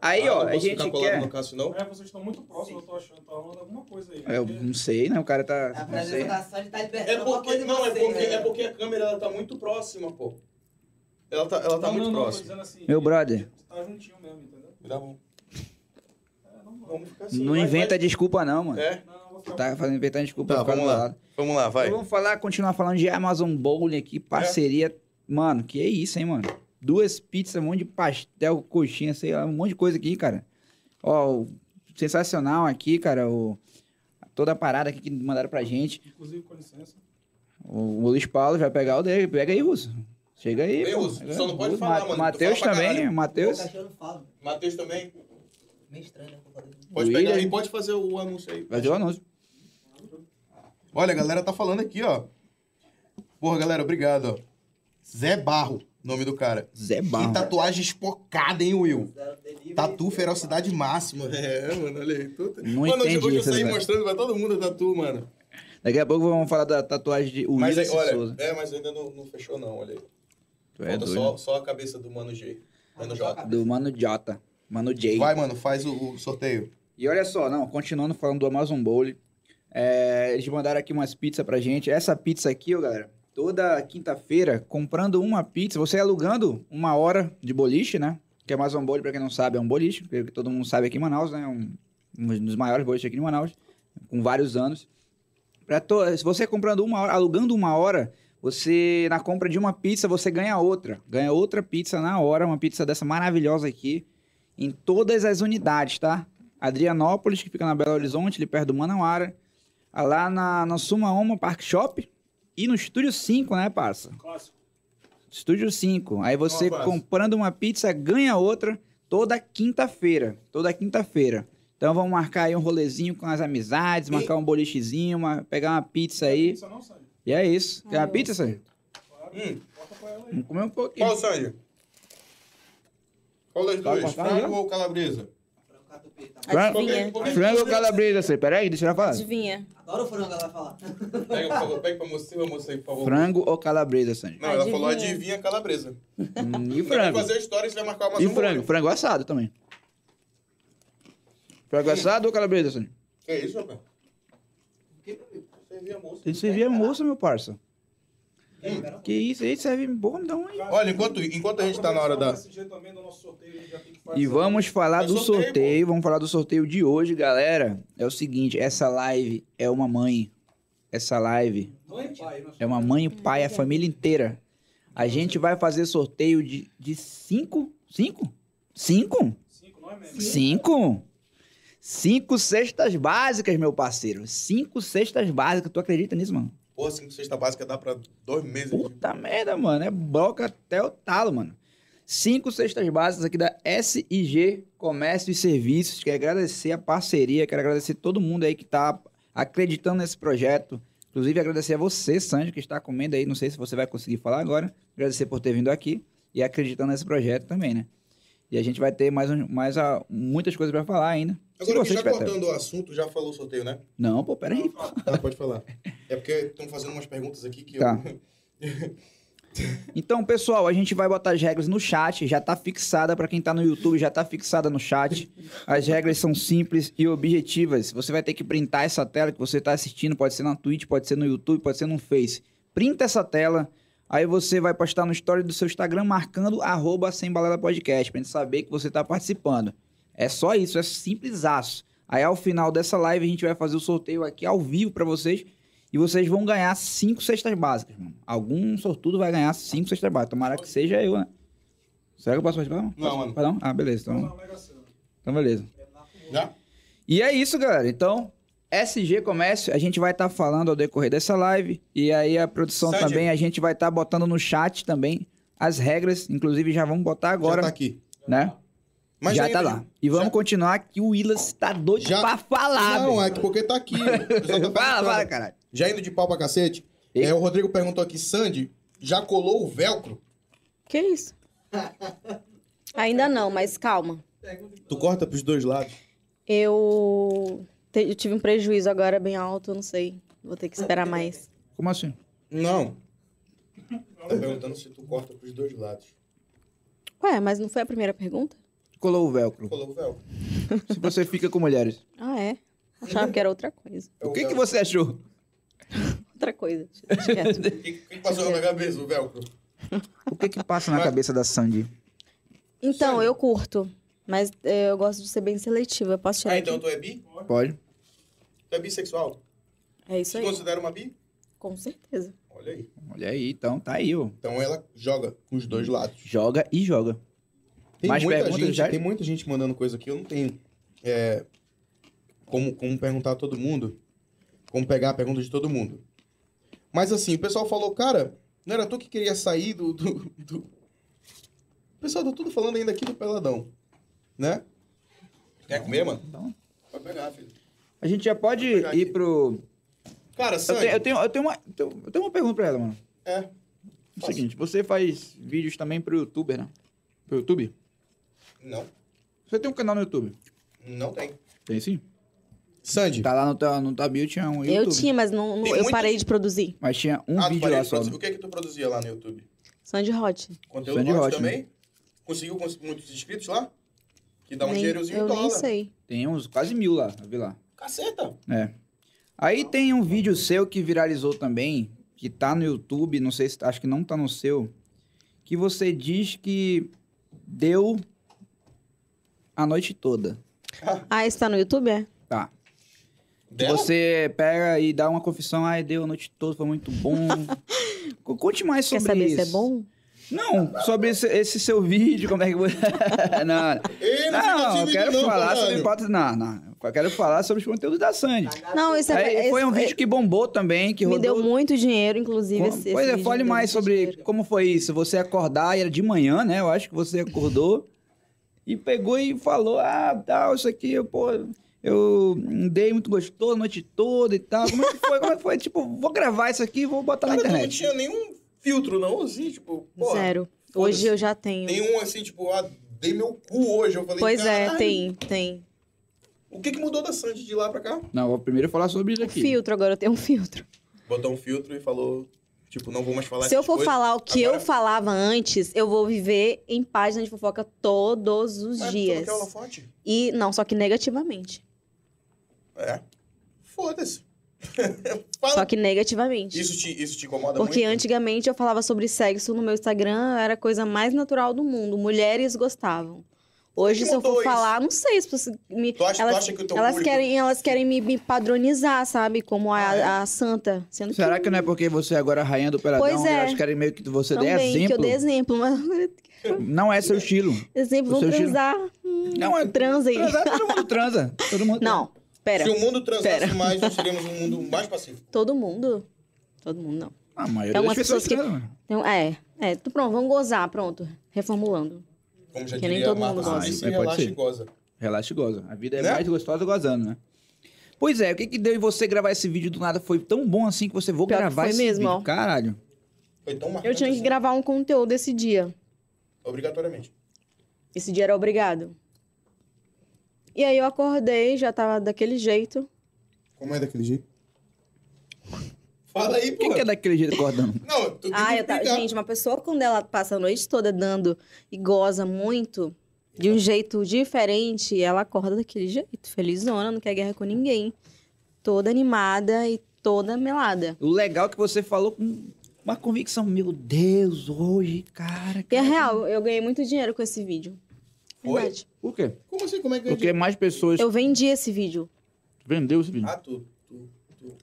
Aí, Ah, ó, não a posso gente ficar colado quer... no Cássio, não? É, vocês estão muito próximos, eu tô achando. Tá rolando alguma coisa aí. É, Eu porque- não sei, né? O cara tá... A Não sei. apresentação ele tá liberando. É alguma porque, coisa em não, é você, porque, né? é porque a câmera ela tá muito próxima, pô. Ela tá, ela tá não, muito não, não, tô próxima. dizendo assim. Meu brother. Tá juntinho mesmo, entendeu? Dá um- bom. É, não, não. Vamos ficar assim. Não vai, inventa desculpa não, mano. vai. É, Não, eu vou ficar. Tá fazendo inventando desculpa Tá, pra ficar do vamos lá. lado. vamos lá, vai. É. Então vamos falar, continuar falando de Amazon Bowling aqui, parceria. Mano, que é isso, hein, mano? Duas pizzas, um monte de pastel, coxinha, sei lá, um monte de coisa aqui, cara. Ó, o- sensacional aqui, cara, o, toda a parada aqui que mandaram pra gente. Inclusive, com licença. O, o Luiz Paulo vai pegar o dele, pega aí, Russo. Chega aí, Vem, pô. Russo, Pega só não aí, pode Russo. falar, Ma- mano, tu Matheus fala pra também, caralho. O Matheus. cachorro não fala. mano. Matheus também. Meio estranho, né? Culpa dele. Pode William. pegar e pode fazer o anúncio aí. Vai ter o anúncio. Olha, a galera tá falando aqui, ó. Porra, galera, obrigado, ó. Zé Barro, nome do cara. Zé Que Barro. tá- tatuagem espocada, hein, Will? Zero delivery. Tatu ferocidade máxima. É, mano, olha aí. Tudo... Não mano, hoje- entendi hoje eu isso, saí velho. mostrando pra todo mundo a tatu, mano. Daqui a pouco vamos falar da tatuagem de Mas Ulisses aí, olha, Souza. é, mas ainda não, não fechou, não, olha aí. Tu é Falta doido. só, só a cabeça do Mano G. Mano J. Do Mano Jota. Mano J. Vai, mano, faz o, o sorteio. E olha só, não, continuando falando do Amazon Bowl, é, eles mandaram aqui umas pizzas pra gente. Essa pizza aqui, ó, galera, toda quinta-feira, comprando uma pizza, você alugando uma hora de boliche, né? Que Amazon Bowl, pra quem não sabe, é um boliche, que todo mundo sabe aqui em Manaus, né? Um, um dos maiores boliches aqui de Manaus, com vários anos. Pra to... Se você comprando uma hora, alugando uma hora, você, na compra de uma pizza, você ganha outra. Ganha outra pizza na hora, uma pizza dessa maravilhosa aqui, em todas as unidades, tá? Adrianópolis, que fica na Belo Horizonte, ali perto do Manauara. Ah, Lá na, na Sumaoma Park Shop e no Estúdio 5, né, parça? Clássico. Estúdio 5. Aí você parça. comprando uma pizza, ganha outra toda quinta-feira. Toda quinta-feira. Então vamos marcar aí um rolezinho com as amizades, marcar um bolichezinho, uma- pegar uma pizza aí. Isso não, Sandy. E é isso. Quer uma Ai, pizza, Sérgio? Claro. Hum. Bota pra ela aí. Vamos comer um pouquinho. Qual, Sandy? Qual das Tá duas? cortado Frango já? ou calabresa? Frango catupiry, tá? Adivinha. Qualquer- Frango ou calabresa, Sérgio? Peraí, deixa eu falar. Adivinha. Adoro frango, ela vai falar. Pega, por favor, pega pra moça, pra moça aí, por favor. Frango ou calabresa, Sérgio? Não, ela Adivinha. falou adivinha a calabresa. Hum, E Vai frango? fazer a história e você vai marcar uma E frango, frango assado também. Frango assado ou calabresa, Sônia? Que isso, rapaz? Porque, meu amigo, Servi a moça. Tem que servir a moça, meu parça. quer liberar um- Que isso aí, serve bom, então, hein? Olha, enquanto, enquanto a gente tá na hora da. Esse dia também do nosso sorteio, já tem que fazer. E vamos falar É do sorteio, sorteio, vamos falar do sorteio de hoje, galera. É o seguinte, essa live é uma mãe. Essa live Mãe, tipo, pai, é uma mãe, o pai, a família inteira. A gente vai fazer sorteio de, de cinco? Cinco? Cinco? Cinco, não é mesmo? Cinco? Cinco cestas básicas, meu parceiro. Cinco cestas básicas. Tu acredita nisso, mano? Porra, cinco cesta básica dá pra dois meses. de- Puta merda, mano. É broca até o talo, mano. Cinco cestas básicas aqui da SIG Comércio e Serviços. Quero agradecer a parceria, quero agradecer todo mundo aí que tá acreditando nesse projeto. Inclusive, agradecer a você, Sanji, que está comendo aí. Não sei se você vai conseguir falar agora. Agradecer por ter vindo aqui e acreditando nesse projeto também, né? E a gente vai ter mais, um- mais a- muitas coisas pra falar ainda. Se Agora, você já tiver tempo. cortando o assunto, já falou o sorteio, né? Não, pô, peraí. Tá, pode falar. É porque estão fazendo umas perguntas aqui que Ah, Tá. eu. Então, pessoal, a gente vai botar as regras no chat, já tá fixada pra quem tá no YouTube, já tá fixada no chat. As regras são simples e objetivas. Você vai ter que printar essa tela que você tá assistindo, pode ser na Twitch, pode ser no YouTube, pode ser no Face. Printa essa tela, aí você vai postar no story do seu Instagram marcando arroba sem balela podcast, pra gente saber que você tá participando. É só isso, é simplesaço. Aí ao final dessa live a gente vai fazer o sorteio aqui ao vivo pra vocês. E vocês vão ganhar cinco cestas básicas, mano. Algum sortudo vai ganhar cinco cestas básicas. Tomara que seja eu, né? Será que eu posso participar? Não, Não, mano. Perdão? Ah, beleza. Então, Não, Tá mega cena. então beleza. Já? E é isso, galera. Então, SG Comércio, a gente vai estar falando ao decorrer dessa live. E aí a produção Sandy. também, a gente vai estar botando no chat também as regras. Inclusive, já vamos botar agora, Já tá aqui. né? já tá lá. E vamos continuar que o Willas tá doido Já- pra falar, Não, é velho. que porque tá aqui. né? O pessoal tá Fala, fala, perguntando. caralho. Já indo de pau pra cacete, E- é, o Rodrigo perguntou aqui, Sandy, já colou o velcro? Que isso? Ainda não, mas calma. Tu corta pros dois lados. Eu, te- eu tive um prejuízo agora bem alto, eu não sei. Vou ter que esperar mais. Como assim? Não. Tá perguntando se tu corta pros dois lados. Ué, mas não foi a primeira pergunta? Colou o velcro. Colou o véu. Se você fica com mulheres. Ah, é? Achava que era outra coisa. É O que, véu. que você achou? Outra coisa. Deixa quieto. O que, que passou na cabeça, o velcro? O que que passa na cabeça da Sandy? Então, eu curto. Mas é, eu gosto de ser bem seletiva. Eu Tá posso tirar. Ah, então aqui? tu é bi? Pode. Tu é bissexual? É isso Se aí. considera uma bi? Com certeza. Olha aí. Olha aí, então, tá aí, ó. Então ela joga com os dois lados. Joga e joga. Tem Mais muita perguntas, gente, já? tem muita gente mandando coisa aqui. Eu não tenho é, como, como perguntar a todo mundo, como pegar a pergunta de todo mundo. Mas assim, o pessoal falou, cara, não era tu que queria sair do. do- do- O pessoal tá tudo falando ainda aqui do Peladão. Né? Quer comer, mano? Não. Pode pegar, filho. A gente já pode Vou pegar aqui. ir pro. Cara, Eu Sandy. tenho, eu, tenho, eu, tenho uma, eu tenho- eu tenho uma pergunta pra ela, mano. É. É o Faça. seguinte, você faz vídeos também pro youtuber, né? Pro YouTube? Não, Você tem um canal no YouTube? não tem. Tem sim. Sandy. Tá lá no teu, no teu bio, tinha um Eu YouTube. tinha, mas não, não- Tem eu muito- parei de produzir. Mas tinha um Ah, tu vídeo parei lá de só. produzir. O que é que tu produzia lá no YouTube? Sandy Hot. Conteúdo Sandy Sandy Hot, também? Conseguiu cons- muitos inscritos lá? Que dá um Nem- dinheirozinho em eu nem dólar. sei. Tem uns quase mil lá, eu vi lá. Caceta! É. Aí tem um vídeo seu que viralizou também, que tá no YouTube, não sei se acho que não tá no seu, que você diz que deu a noite toda. Ah, esse tá no YouTube, é? Tá. Dela? Você pega e dá uma confissão, ai, deu a noite toda, foi muito bom. Co- Conte mais Quer sobre saber isso. se é bom? Não, sobre esse, esse seu vídeo, como é que você. não, Ei, não, fica não, tímido eu quero não, falar caralho. sobre hipótese. Não, não. Eu quero falar sobre os conteúdos da Sandy. Não, esse é. Aí esse- é, foi um vídeo que bombou também, que me rodou. deu muito dinheiro, inclusive. Com- esse, esse pois é, vídeo fale me deu mais muito sobre dinheiro. como foi isso. Você acordar, e era de manhã, né? Eu acho que você acordou e pegou e falou: ah, tal, isso aqui, eu, pô, eu dei muito gostoso a noite toda e tal. Como é que foi? Como é que foi? Tipo, vou gravar isso aqui e vou botar Cara, na tu não internet. tinha nenhum filtro, não, assim, tipo, porra. Zero. foda-se. Hoje eu já tenho. Tem um assim, tipo, ah, dei meu cu hoje. Eu falei, Pois é, caralho, tem, tem. O que, que mudou da Sandy de lá pra cá? Não, vou primeiro falar sobre isso Um aqui. filtro, agora eu tenho um filtro. Botou um filtro e falou, tipo, não vou mais falar Se eu essas for coisas. falar o que Agora- eu falava antes, eu vou viver em página de fofoca todos os Mas tu não dias. quer holofote? E não, só que negativamente. É. Foda-se. Fala. Só que negativamente. Isso te, isso te incomoda Porque muito? antigamente eu falava sobre sexo no meu Instagram, era a coisa mais natural do mundo. Mulheres gostavam. Hoje, que se eu mudou for isso? falar, não sei se vocês me. Tu acha, tu elas- acha que o teu Elas público... querem, elas querem me, me padronizar, sabe? Como a, Ah, é? a santa. Sendo Será que, que não é porque você agora é a rainha do peladão? Pois é. Eu acho que era meio que você dê também, que eu exemplo. dei exemplo. Mas Não é seu estilo. exemplo, O vão seu estilo- transar. Não Ah, é. Hum, Transa aí. Transar, todo mundo transa. Todo mundo Não, pera. Se o mundo transasse Pera. mais, nós seríamos um mundo mais pacífico. Todo mundo? Todo mundo não. Ah, A maioria Tem das É umas pessoas, pessoas que- transam. Então, é, é, tu, pronto, vamos gozar, pronto. Reformulando. Como já Que nem diria a todo Marta mundo gosta. Suplicy, Ah, mas pode relaxa ser. e goza. Relaxa e goza. A vida é Né? mais gostosa gozando, né? Pois é, o que que deu em você gravar esse vídeo do nada? Foi tão bom assim que você vou Pior que gravar foi esse mesmo, vídeo. ó. Caralho. Foi tão marcante Eu tinha que assim, gravar um conteúdo esse dia. Obrigatoriamente. Esse dia era obrigado. E aí eu acordei, já tava daquele jeito. Como é daquele jeito? Fala aí, pô. Quem que é daquele jeito acordando? Não, tu tem Ah, que eu tava. explicar. Gente, uma pessoa quando ela passa a noite toda dando e goza muito, de um jeito diferente, ela acorda daquele jeito. Felizona, não quer guerra com ninguém. Toda animada e toda melada. O legal é que você falou com uma convicção. Meu Deus, hoje, cara. E é cara. real, eu ganhei muito dinheiro com esse vídeo. Foi? Verdade. Por quê? Como assim? Como é que eu... Porque mais pessoas Eu vendi esse vídeo. vendeu esse vídeo. Ah, tu... tu-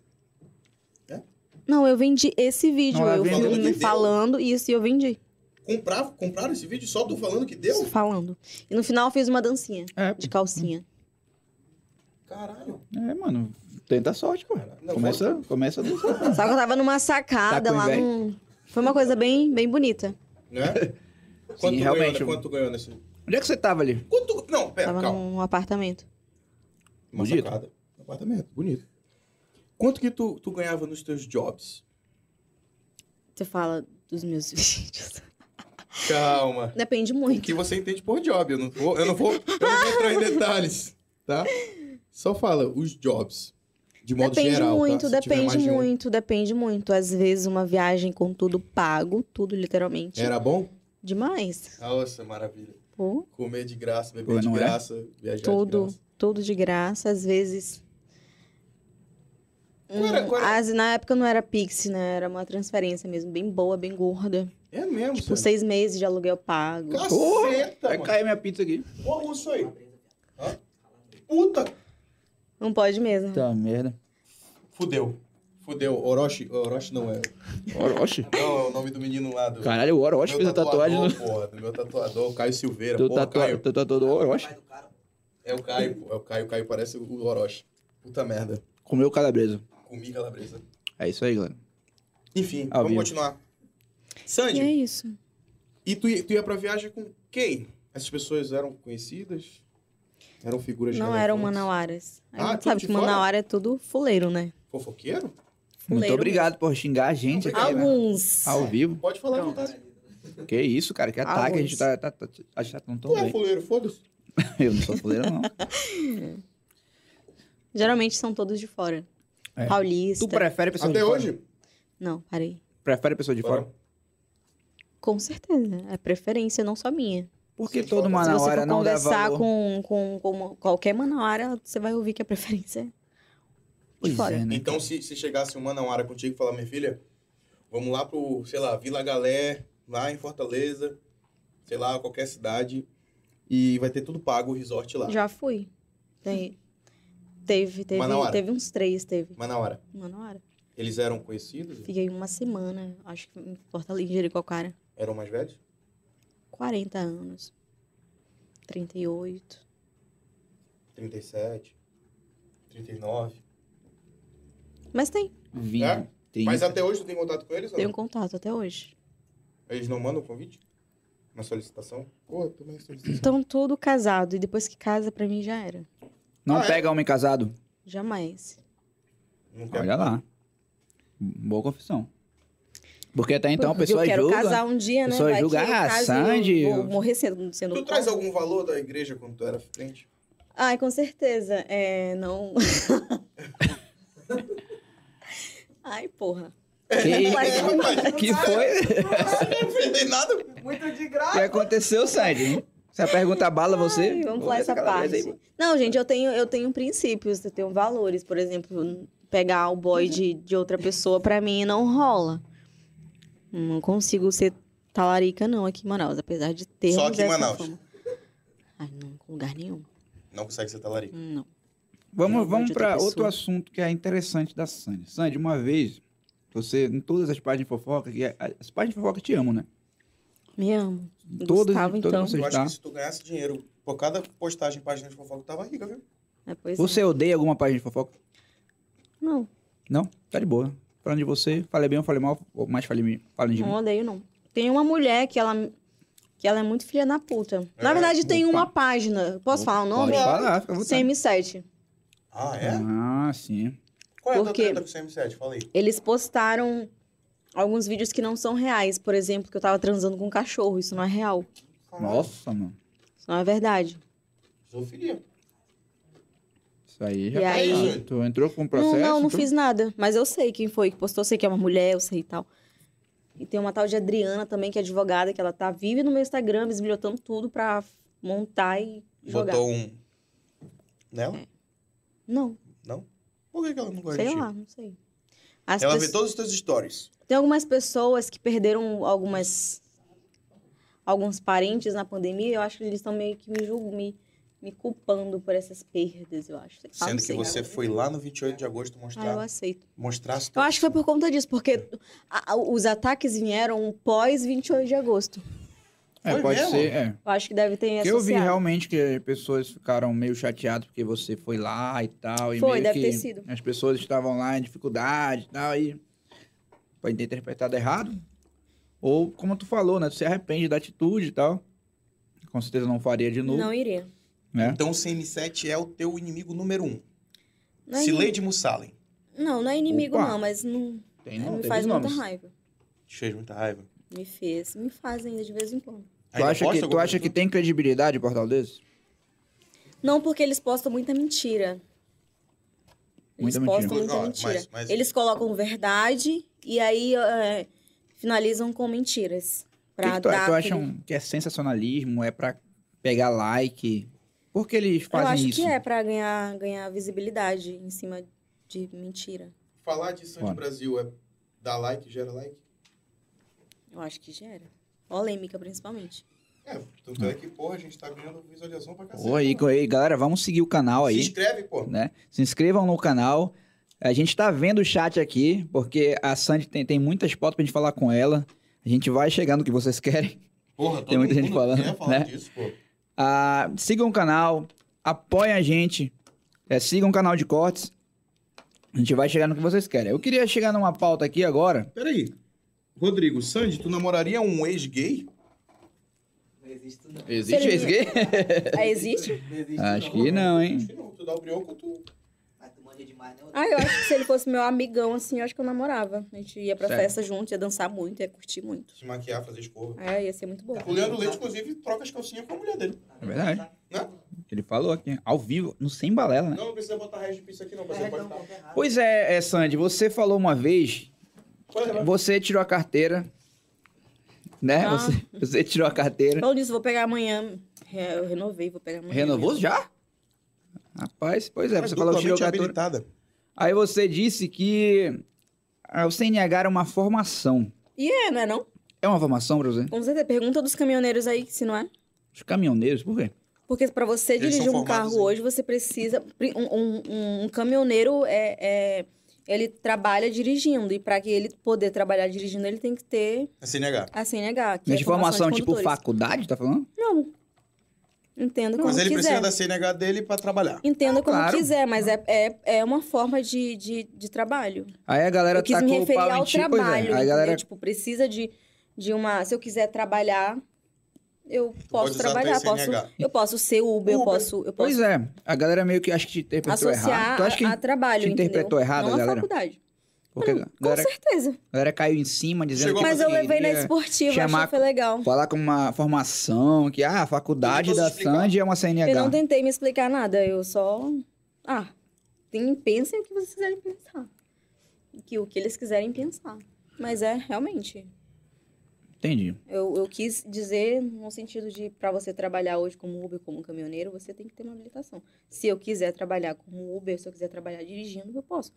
Não, eu vendi esse vídeo. Não, ela eu vendeu. fui Falando que me deu. falando isso e eu vendi. Comprava, compraram esse vídeo só tu falando que deu? Falando. E no final eu fiz uma dancinha É, de calcinha. Caralho. é, mano. Tenta a sorte, pô. Não, Começa, começa a dançar. Só que eu tava numa sacada Tá com lá inveja? num. Foi uma coisa bem, bem bonita. Né? Quanto tu realmente, Ganhou, eu- quanto tu ganhou nesse... Onde é que você tava ali? Quanto... tu- Não, pera, Tava É, calma. num apartamento. Uma Bonito. sacada. Apartamento, bonito. Quanto que tu, tu ganhava nos teus jobs? Você fala dos meus vídeos. Calma. Depende O muito. que você entende por job? Eu não vou, eu não vou, eu não vou entrar em detalhes, tá? Só fala os jobs. De modo Depende geral, tá? muito, Se tiver depende mais de um, muito, depende muito. Às vezes uma viagem com tudo pago, tudo literalmente. Era bom? Demais. Nossa, maravilha. Pô, Comer de graça, beber Pô, de não é? graça, viajar de tudo, graça. tudo de graça. Às vezes. Qual era- Hum, qual era- as- na época não era Pix, né? Era uma transferência mesmo, bem boa, bem gorda. É mesmo, Tipo, sério. seis meses de aluguel pago. Caceta, É Vai mano. cair minha pizza aqui. Porra, isso aí. Puta. Não pode mesmo. Tá, merda. Fudeu. Fudeu, Orochi, Orochi não é. Orochi. Não, é o nome do menino lá do... Caralho, o Orochi meu fez a tatuagem tatuador, no... porra, do meu tatuador, Caio Silveira. Do porra, tatua... Caio. do tatuador do Orochi. Pai do cara, pô. É o Caio, pô. É o Caio, o Caio parece o Orochi. Puta merda. Comeu calabresa. Comi calabresa. É isso aí, galera. Enfim, Ao vamos vivo. continuar. E é Sandy, isso. e tu, ia- tu ia pra viagem com quem? Essas pessoas eram conhecidas? Eram figuras Não eram relevantes? manauaras. A Ah, gente tudo sabe de que fora? manauara é tudo fuleiro, né? Fofoqueiro? Muito Fuleiro obrigado por xingar a gente aqui, né? Alguns. Ao vivo. Pode falar à Não, vontade. Que isso, cara. Que ataque. A gente Alguns. tá, tá, tá, a gente tá não tão Tu é bem. fuleiro, foda-se. Eu não sou fuleiro, não. Geralmente são todos de fora. É. Paulista. Tu prefere pessoa de Até fora? hoje? Não, parei. Prefere pessoa de fora? Com certeza. É preferência, não só minha. Por que Se todo for- Se você manauara for não dá conversar valor? com, um com, com uma- qualquer manauara, você vai ouvir que a preferência é de Pois fora. é, né? Então, se, se chegasse um manauara contigo e falar, minha filha, vamos lá pro, sei lá, Vila Galé, lá em Fortaleza, sei lá, qualquer cidade, e vai ter tudo pago, o resort lá. Já fui. Tem- Teve, teve, Manauara. teve uns três, teve. Manauara, Manauara. eles eram conhecidos? Fiquei uma semana, acho que em Fortaleza, em Jericoacoara. Eram mais velhos? 40 anos. 38. 37, 39. Mas tem. Vinho, É? trinta. Mas até hoje tu tem contato com eles? ou Tenho um não? contato até hoje. Eles não mandam convite? Na solicitação? Pô, também solicitação. Estão todo Então, casado. E depois que casa, pra mim já era. Não Ah, é? pega homem casado? Jamais. Não quer. Olha lá. Boa confissão. Porque até então a Porque pessoa eu quero julga. casar um dia, a né? pessoa Vai julga, que eu ah, caso e Sandy, eu Vou eu- morrer sendo, sendo Tu traz algum valor da igreja quando tu era frente? Ai, com certeza. É, não... Ai, porra. Que, que foi? Não ofendei nada. é Muito de O graça. que aconteceu, Sandy? Você pergunta bala você? Ai, vamos Vou pular ver essa calabresa parte. aí, mano. Não, gente, eu tenho, eu tenho princípios, eu tenho valores. Por exemplo, pegar o boy de, de outra pessoa pra mim não rola. Não consigo ser talarica, não, aqui em Manaus. Apesar de ter. Só aqui em Manaus. Ai, não, em lugar nenhum. Não consegue ser talarico. Não. Vamos, Não, vamos de outra para pessoa. outro assunto que é interessante da Sandy. Sandy, uma vez, você, em todas as páginas de fofoca, que é- as páginas de fofoca te amam, né? Me amo. Todas, Gustavo, todas então. você Eu acho está. que se tu ganhasse dinheiro por cada postagem em página de fofoca, tu tava rica, viu? É, pois é. Você odeia alguma página de fofoca? Não, Não? Tá de boa. Falando de você, falei bem ou falei mal, ou mais falei, falem de não mim. odeio, não. Tem uma mulher que ela. Que ela é muito filha da puta. Na É? verdade, tem Opa. uma página. Posso falar o Pode nome? falar, fica à vontade. CM7. Ah, é? Ah, sim. Qual é a tua Por quê? treta com o CM7? Fala aí. eles postaram alguns vídeos que não são reais. Por exemplo, que eu tava transando com um cachorro. Isso não é real. Nossa, mano. Isso não é verdade. Zoofilia. Isso aí já E tá aí? errado. Tu entrou com um Não, processo? não, não tu- fiz nada. Mas eu sei quem foi que postou, sei que é uma mulher, eu sei e tal. E tem uma tal de Adriana também, que é advogada, que ela tá vive no meu Instagram, esbilhotando tudo pra montar e jogar. Botou um. Nela? Não, Por que, que ela não gosta É. sei de ti? lá, não sei. As Ela pessoas- vê todos os teus stories. Tem algumas pessoas que perderam algumas alguns parentes na pandemia, eu acho que eles estão meio que me julgando, me, me culpando por essas perdas, eu acho. Sei lá, não Sendo que sei. você foi lá no 28 de agosto tá Ah, eu mostrar, aceito. mostrar as Eu tuas- acho que foi por conta disso, porque a- a- os ataques vieram pós 28 de agosto. É, Foi pode mesmo? ser, é. Eu acho que deve ter Porque associado. eu vi realmente que as pessoas ficaram meio chateadas porque você foi lá e tal. E Foi, meio deve que ter sido. As pessoas estavam lá em dificuldade e tal. E pode ter interpretado errado. Ou, como tu falou, né? Tu se arrepende da atitude e tal. Com certeza não faria de novo. Não iria. né? Então o CM7 é o teu inimigo número um. Não é, in- Sileide Mussalen. não, não é inimigo, Opa. não, mas não, Tem, não, me teve faz muita nomes. raiva. Te fez muita raiva. Me fez. Me faz ainda de vez em quando. Tu Ainda acha, posta que, tu alguma acha que coisa? tem credibilidade o portal desse? Não porque eles postam muita mentira. Eles Muita postam mentira. muita Ó, mentira. mas- mas- Eles colocam verdade e aí é, finalizam com mentiras. O que, Pra que tu, dar tu aquele- acham que é sensacionalismo? É pra pegar like? Por que eles Eu fazem acho isso? que é pra ganhar, ganhar visibilidade em cima de mentira. Falar disso Bora. de Brasil é dar like, gera like? Eu acho que gera. Polêmica, principalmente. É, tanto é que, porra, a gente tá ganhando visualização pra cacete. Pô, aí, co- aí, galera, vamos seguir o canal Se aí, inscreve, pô. né? Se inscrevam no canal. A gente tá vendo o chat aqui, porque a Sandy tem, tem muitas pautas pra gente falar com ela. A gente vai chegar no que vocês querem. Porra, Tem muita gente mundo falando, quer falar né? disso, pô. Ah, sigam o canal, apoiem a gente, é, sigam o canal de cortes. A gente vai chegar no que vocês querem. Eu queria chegar numa pauta aqui agora. Peraí. Rodrigo, Sandy, tu namoraria um ex-gay? Não existe não. Existe Seria- ex-gay? Ah, existe? Não existe Acho que não, hein? Acho que não. Tu dá o brioco, tu... Ah, tu manja demais, né? Ah, eu acho que se ele fosse meu amigão, assim, eu acho que eu namorava. A gente ia pra Sério? festa junto, ia dançar muito, ia curtir muito. Se maquiar, fazer escova. É, ia ser muito bom. O Leandro Leite, inclusive, troca as calcinhas com a mulher dele. Tá É verdade. vendo? Ele falou aqui, ao vivo, no sem balela, né? Não, não precisa botar hash piece aqui, não. Tá? Você É, pode não, tá- tá errado. Pois é, é, Sandy, você falou uma vez, Pode levar. você tirou a carteira, né? Ah. Você, você tirou a carteira. Falando nisso, vou pegar amanhã. É, eu renovei, vou pegar amanhã. Renovou já? Rapaz, pois é, Mas você falou que tirou a duplamente carteira. habilitada. Aí você disse que ah, o CNH era uma formação. E é, não é não? É uma formação pra você? Com certeza. Pergunta dos caminhoneiros aí, se não é. Os caminhoneiros, por quê? Porque pra você Eles dirigir são um formados carro em- hoje, você precisa. pri- Um, um- um caminhoneiro é, é- ele trabalha dirigindo. E pra que ele poder trabalhar dirigindo, ele tem que ter É CNH. a CNH. Que Mas é de formação, de tipo condutores. faculdade, tá falando? Não. Entenda como Mas ele quiser. precisa da CNH dele pra trabalhar. Entenda Ah, como claro. quiser, mas é, é, é uma forma de, de, de trabalho. Aí a galera eu quis me tacou o referir pau em ao ti, pois é. trabalho. Aí a entendeu? galera Tipo, precisa de, de uma. Se eu quiser trabalhar, eu pode posso usar teu trabalhar. Posso, CNH. eu posso ser Uber, eu Uber. posso, eu posso Pois é, a galera meio que acho que te interpretou errado. associar Tu acha que a, a trabalho. te interpretou entendeu? errado, Não galera? a faculdade. porque a Com galera, certeza. a galera caiu em cima dizendo Chegou que Mas eu queria levei na esportiva, chamar- achei que foi legal. falar com uma formação que ah, a faculdade Eu não da posso explicar. Sandy é uma Eu CNH. não tentei me explicar nada, eu só. Ah, tem, pensem o que vocês quiserem pensar. Que, o que eles quiserem pensar. Mas é, realmente. Entendi. Eu, eu quis dizer no sentido de, para você trabalhar hoje como Uber, como caminhoneiro, você tem que ter uma habilitação. Se eu quiser trabalhar como Uber, se eu quiser trabalhar dirigindo, eu posso.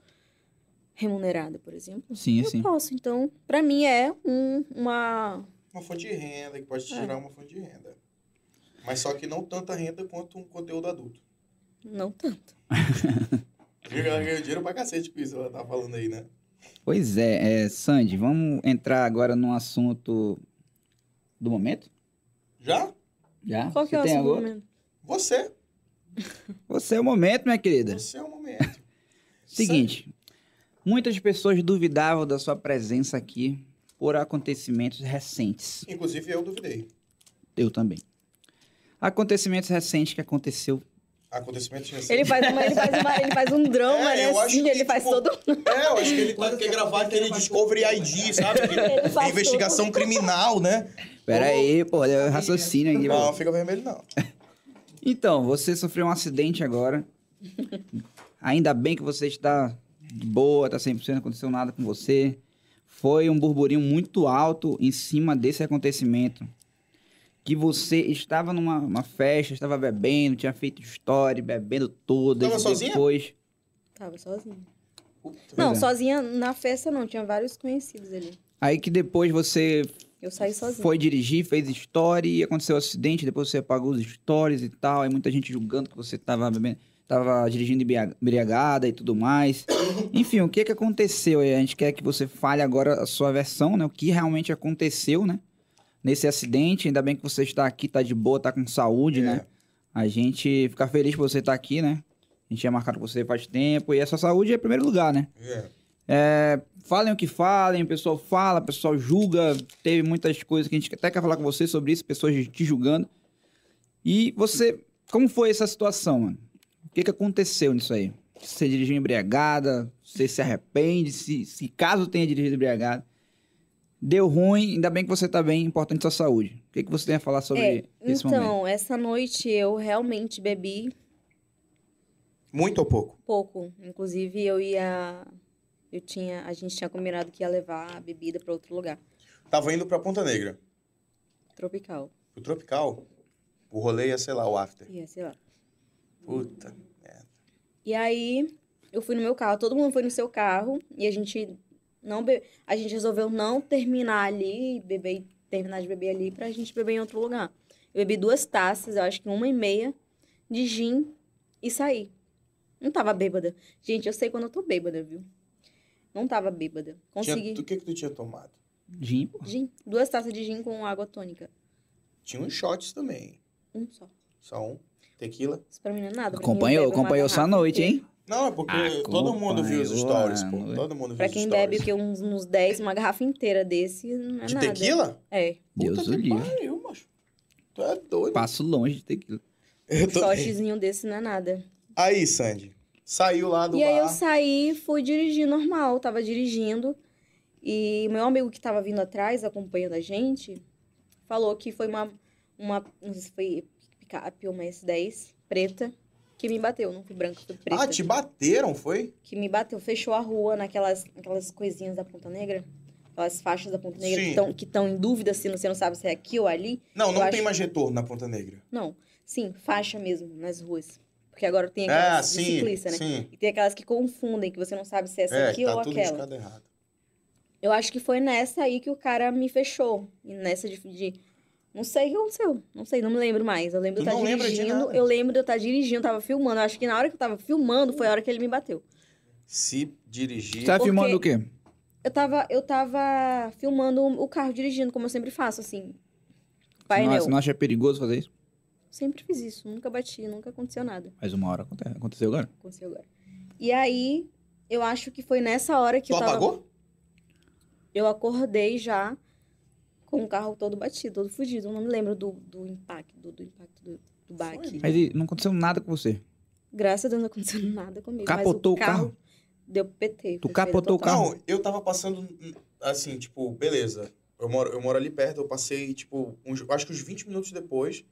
Remunerada, por exemplo. Sim, Eu sim. posso. Então, para mim é um, uma. Uma fonte de renda, que pode te gerar uma fonte de renda. Mas só que não tanta renda quanto um conteúdo adulto. Não tanto. Eu vi que Ela ganhou dinheiro pra cacete com isso, ela tá falando aí, né? Pois é, é, Sandy, vamos entrar agora num assunto do momento? Já? Já? Qual que é o Ah, Você tem assunto do algum? momento? Você. Você é o momento, minha querida. Você é o momento. Seguinte, muitas pessoas duvidavam da sua presença aqui por acontecimentos recentes. Inclusive, eu duvidei. Eu também. Acontecimentos recentes que aconteceu. Acontecimentos recentes. Ele faz, uma- ele, faz uma- ele faz um drama, É, né? eu acho Assim, que, ele faz tipo, todo. É, eu acho que ele tá, Quando quer você gravar tá aquele fazendo Discovery ID, sabe? Ele Aquele- faz investigação criminal, né? Pera aí, pô, eu raciocínio aqui. Não, pô. não fica vermelho, não. Então, você sofreu um acidente agora. Ainda bem que você está de boa, tá 100%, não aconteceu nada com você. Foi um burburinho muito alto em cima desse acontecimento. Que você estava numa uma festa, estava bebendo, tinha feito história, bebendo toda. Tava e sozinha? Depois... Tava sozinho. Puta. Não, é. sozinha na festa não, tinha vários conhecidos ali. Aí que depois você Eu saí sozinha. foi dirigir, fez história e aconteceu um acidente, depois você apagou os stories e tal, aí muita gente julgando que você tava bebendo, tava dirigindo embria- embriagada e tudo mais. Enfim, o que que aconteceu aí? A gente quer que você fale agora a sua versão, né? O que realmente aconteceu, né? Nesse acidente, ainda bem que você está aqui, tá de boa, tá com saúde, É. né? A gente fica feliz por você estar aqui, né? A gente tinha marcado com você faz tempo e a sua saúde é em primeiro lugar, né? É. É, falem o que falem, o pessoal fala, o pessoal julga. Teve muitas coisas que a gente até quer falar com você sobre isso, pessoas te julgando. E você, como foi essa situação, mano? O que, que aconteceu nisso aí? Você dirigiu embriagada, você se arrepende, se, se caso tenha dirigido embriagada. Deu ruim, ainda bem que você tá bem, importante sua saúde. O que, que você tem a falar sobre É, esse então, momento? essa noite eu realmente bebi Muito ou pouco? Pouco. Inclusive, eu ia. Eu tinha. A gente tinha combinado que ia levar a bebida pra outro lugar. Tava indo pra Ponta Negra. Tropical. Pro Tropical, o rolê ia, sei lá, o after. Ia, sei lá. Puta. E aí, eu fui no meu carro, todo mundo foi no seu carro, e a gente não be... a gente resolveu não terminar ali, beber, terminar de beber ali pra gente beber em outro lugar. Eu bebi duas taças, eu acho que uma e meia de gin e saí. Não tava bêbada. Gente, eu sei quando eu tô bêbada, viu? Não tava bêbada. Tinha- Consegui. tu- O que que tu tinha tomado? Jim, pô. Gin, duas taças de gin com água tônica. Tinha uns shots também. Um só. Só um. Tequila. Isso pra mim não é nada. pra quem Acompanhou, bebe uma acompanhou só a garrafa noite, inteira. hein? Não, é porque Ah, todo mundo viu os acompanhou, stories, ah, pô. não- Todo mundo viu Pra os quem stories. bebe o quê? uns, uns 10, uma garrafa inteira desse, não é De nada. tequila? É. Deus o Puta que livre. pariu, macho. Tu é doido. Passo longe de tequila. Eu tô- Shotzinho desse não é nada. Aí, Sandy. Saiu lá do E bar. aí eu saí, fui dirigir normal, tava dirigindo. E meu amigo que tava vindo atrás, acompanhando a gente, falou que foi uma, uma não sei se foi picape ou uma S10 preta que me bateu, não foi branca, foi preta. Ah, te bateram, foi? Que me bateu, fechou a rua naquelas aquelas coisinhas da Ponta Negra. Aquelas faixas da Ponta Negra Sim. que tão- que estão em dúvida se você não sabe se é aqui ou ali. Não, não Eu tem acho- mais retorno na Ponta Negra. Não, sim, faixa mesmo, nas ruas. Porque agora tem Ah, aquelas de sim, ciclista, né? sim. E tem aquelas que confundem, que você não sabe se é essa é, aqui tá ou tudo aquela. indicado errado. Eu acho que foi nessa aí que o cara me fechou. E nessa de. de- Não sei o que aconteceu. Não sei, não me lembro mais. Eu lembro de Tu eu não estar lembra de dirigindo. nada? Eu lembro de eu estar dirigindo, tava filmando. Eu acho que na hora que eu tava filmando foi a hora que ele me bateu. Se dirigir... Você tá Porque- filmando o quê? Eu tava, eu tava filmando o carro dirigindo, como eu sempre faço, assim. Painel. Você não acha perigoso fazer isso? Sempre fiz isso, nunca bati, nunca aconteceu nada. Mais uma hora aconte- aconteceu agora. Aconteceu agora. E aí, eu acho que foi nessa hora que Tu eu tava. apagou? Eu acordei já com o carro todo batido, todo fugido. Eu não me lembro do, do impacto, do, do impacto do, do baque. Mas e não aconteceu nada com você. Graças a Deus não aconteceu nada comigo. mas Capotou o carro? Deu PT. Tu foi perda capotou o total. carro? Não, eu tava passando, hum, assim, tipo, beleza. Eu moro, eu moro ali perto, eu passei, tipo, uns- acho que uns 20 minutos depois,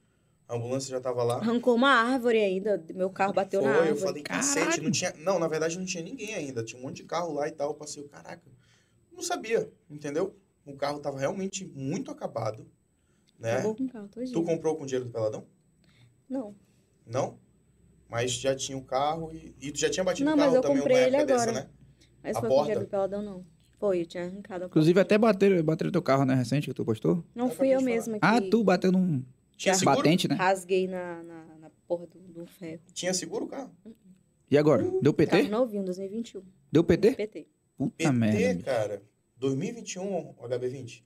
a ambulância já tava lá. Arrancou uma árvore ainda. Meu carro Ah, bateu Foi, na eu árvore. falei, cacete, não tinha... Não, na verdade não tinha ninguém ainda. Tinha um monte de carro lá e tal, eu passei, eu, caraca. Não sabia, entendeu? O carro tava realmente muito acabado, né? é? Acabou com o carro Tu todinho. comprou com o dinheiro do Peladão? Não. Não? Mas já tinha o carro e... E tu já tinha batido Não, o carro mas eu também comprei uma ele época dessa, agora. né? Mas A foi com o dia porta? do peladão, não. Foi, eu tinha arrancado a porta. Inclusive, até bateram, bateram teu carro, né? Recente que tu postou. Não Eu fui eu acabei de mesma Ah, que tu bateu num Tinha seguro? batente, né? rasguei na, na, na porra do, do ferro. Tinha seguro o carro? E agora? Deu Carro PT? novinho, 2021. Deu PT? PT. Puta merda. PT, bicho. cara. 2021, HB20.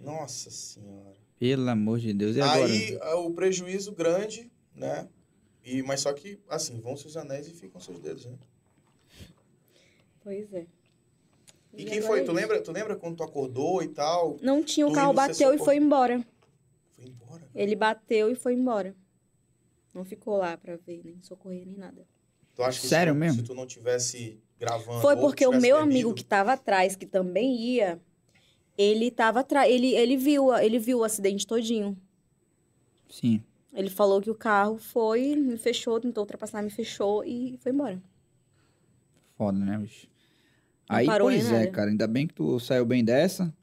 Nossa senhora. Pelo amor de Deus. E agora? Aí ah, o prejuízo grande, né? E, mas só que, assim, vão seus anéis e ficam seus dedos, né? Pois é. E, E quem agora foi? é Tu isso. lembra, tu lembra quando tu acordou e tal? Não tinha, o Tu carro indo, você bateu e socou. foi embora. Foi embora. velho. Ele bateu e foi embora. Não ficou lá pra ver, nem socorrer, nem nada. Tu acha que Sério se, mesmo? se tu não tivesse gravando. Foi ou tu porque o tivesse meu bebido- amigo que tava atrás, que também ia, ele tava atrás. Ele, ele, viu, ele viu o acidente todinho. Sim. Ele falou que o carro foi, me fechou, tentou ultrapassar, me fechou e foi embora. Foda, né, bicho? Aí, parou nem pois é, nada. cara. Ainda bem que tu saiu bem dessa.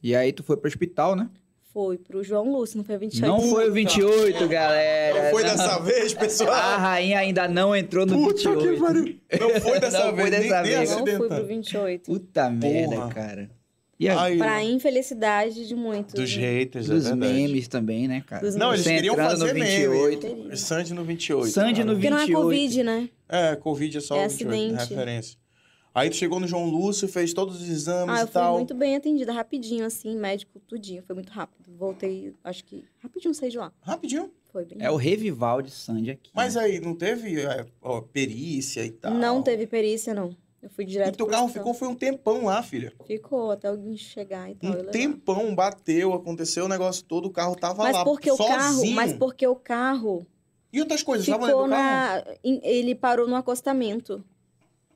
E aí tu foi pro hospital, né? Foi pro João Lúcio, não foi 28. Não foi o 28, galera. Não foi Não. dessa vez, A Ah, pessoal. rainha ainda não entrou no Puta que 28. Não foi dessa Não foi vez. dessa nem, vez. Nem Não fui pro acidental. 28. Puta merda, Porra. cara. E aí? Ai, Pra infelicidade de muitos. dos né? haters, dos é verdade. memes também, né, cara? Dos Não, eles Você queriam entrando fazer no meme. 28. Sandy no 28. Sandy cara. no Porque não é 28. Covid, né? É, Covid é só É o 28, acidente. referência. Aí tu chegou no João Lúcio, fez todos os exames Ah, e eu fui tal. muito bem atendida, rapidinho, assim, médico, tudinho. Foi muito rápido. Voltei, acho que rapidinho saí de lá. Rapidinho. Foi bem. É o revival de Sandy aqui. Mas aí, não teve é, ó, perícia e tal? Não teve perícia, não. Eu fui E direto teu pro carro hospital. ficou foi um tempão lá, filha. Ficou até alguém chegar e tal. e Um levar. tempão, bateu, aconteceu o negócio todo, o carro tava Mas lá porque o carro, sozinho. mas porque o carro E outras coisas, tava dentro ficou do carro? na em- ele parou no acostamento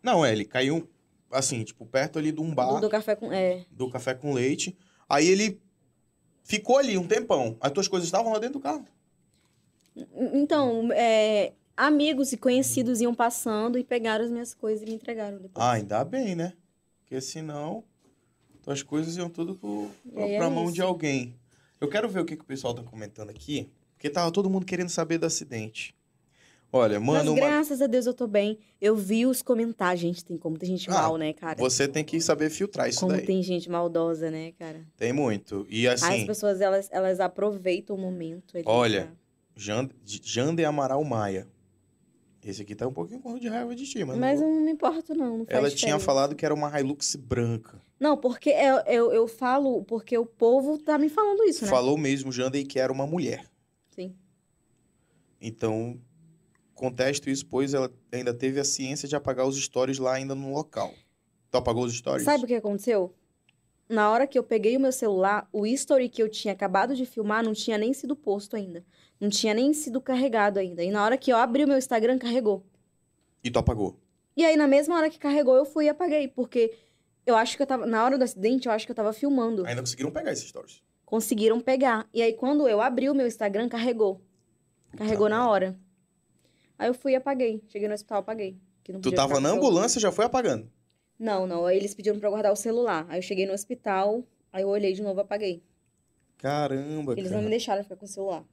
Não, é, ele caiu, assim, tipo, perto ali de um bar, do, do café com é, do café com leite. Aí ele ficou ali um tempão. As tuas coisas estavam lá dentro do carro. Então, é, amigos e conhecidos iam passando e pegaram as minhas coisas e me entregaram depois. Ah, ainda bem, né? Porque senão as coisas iam tudo pro, pra, É, é pra mão isso. de alguém. Eu quero ver o que, que o pessoal tá comentando aqui, porque tava todo mundo querendo saber do acidente. Olha, mano, Mas uma- graças a Deus eu tô bem. Eu vi os comentários, gente, tem como tem gente Ah, mal, né, cara? você tem que saber filtrar isso como daí. Tem... tem gente maldosa, né, cara? muito. E As assim, pessoas, elas, elas aproveitam o momento. ali, Olha, cara. Jand- Jander Amaral Maia. Esse aqui tá um pouquinho com de raiva de ti, mas, não Mas vou- eu não me importo, não. não faz ela tinha diferença. falado que era uma Hilux branca. Não, porque eu, eu, eu falo, porque o povo tá me falando isso, né? Falou mesmo, Jander, que era uma mulher. Sim. Então, contesto isso, pois ela ainda teve a ciência de apagar os stories lá ainda no local. Tu apagou os stories? Sabe o que aconteceu? Na hora que eu peguei o meu celular, o story que eu tinha acabado de filmar não tinha nem sido posto ainda. Não tinha nem sido carregado ainda. E na hora que eu abri o meu Instagram, carregou. E tu apagou. E aí, na mesma hora que carregou, eu fui e apaguei. Porque eu acho que eu tava. Na hora do acidente, eu acho que eu tava filmando. Ainda conseguiram pegar esses stories. Conseguiram pegar. E aí, quando eu abri o meu Instagram, carregou. Carregou Tá. na hora. Aí eu fui e apaguei. Cheguei no hospital, apaguei. que não Tu podia tava ficar com na o celular. ambulância e já foi apagando. Não, não. aí Eles pediram pra eu guardar o celular. Aí eu cheguei no hospital, aí eu olhei de novo e apaguei. Caramba, Eles não cara. me deixaram ficar com o celular.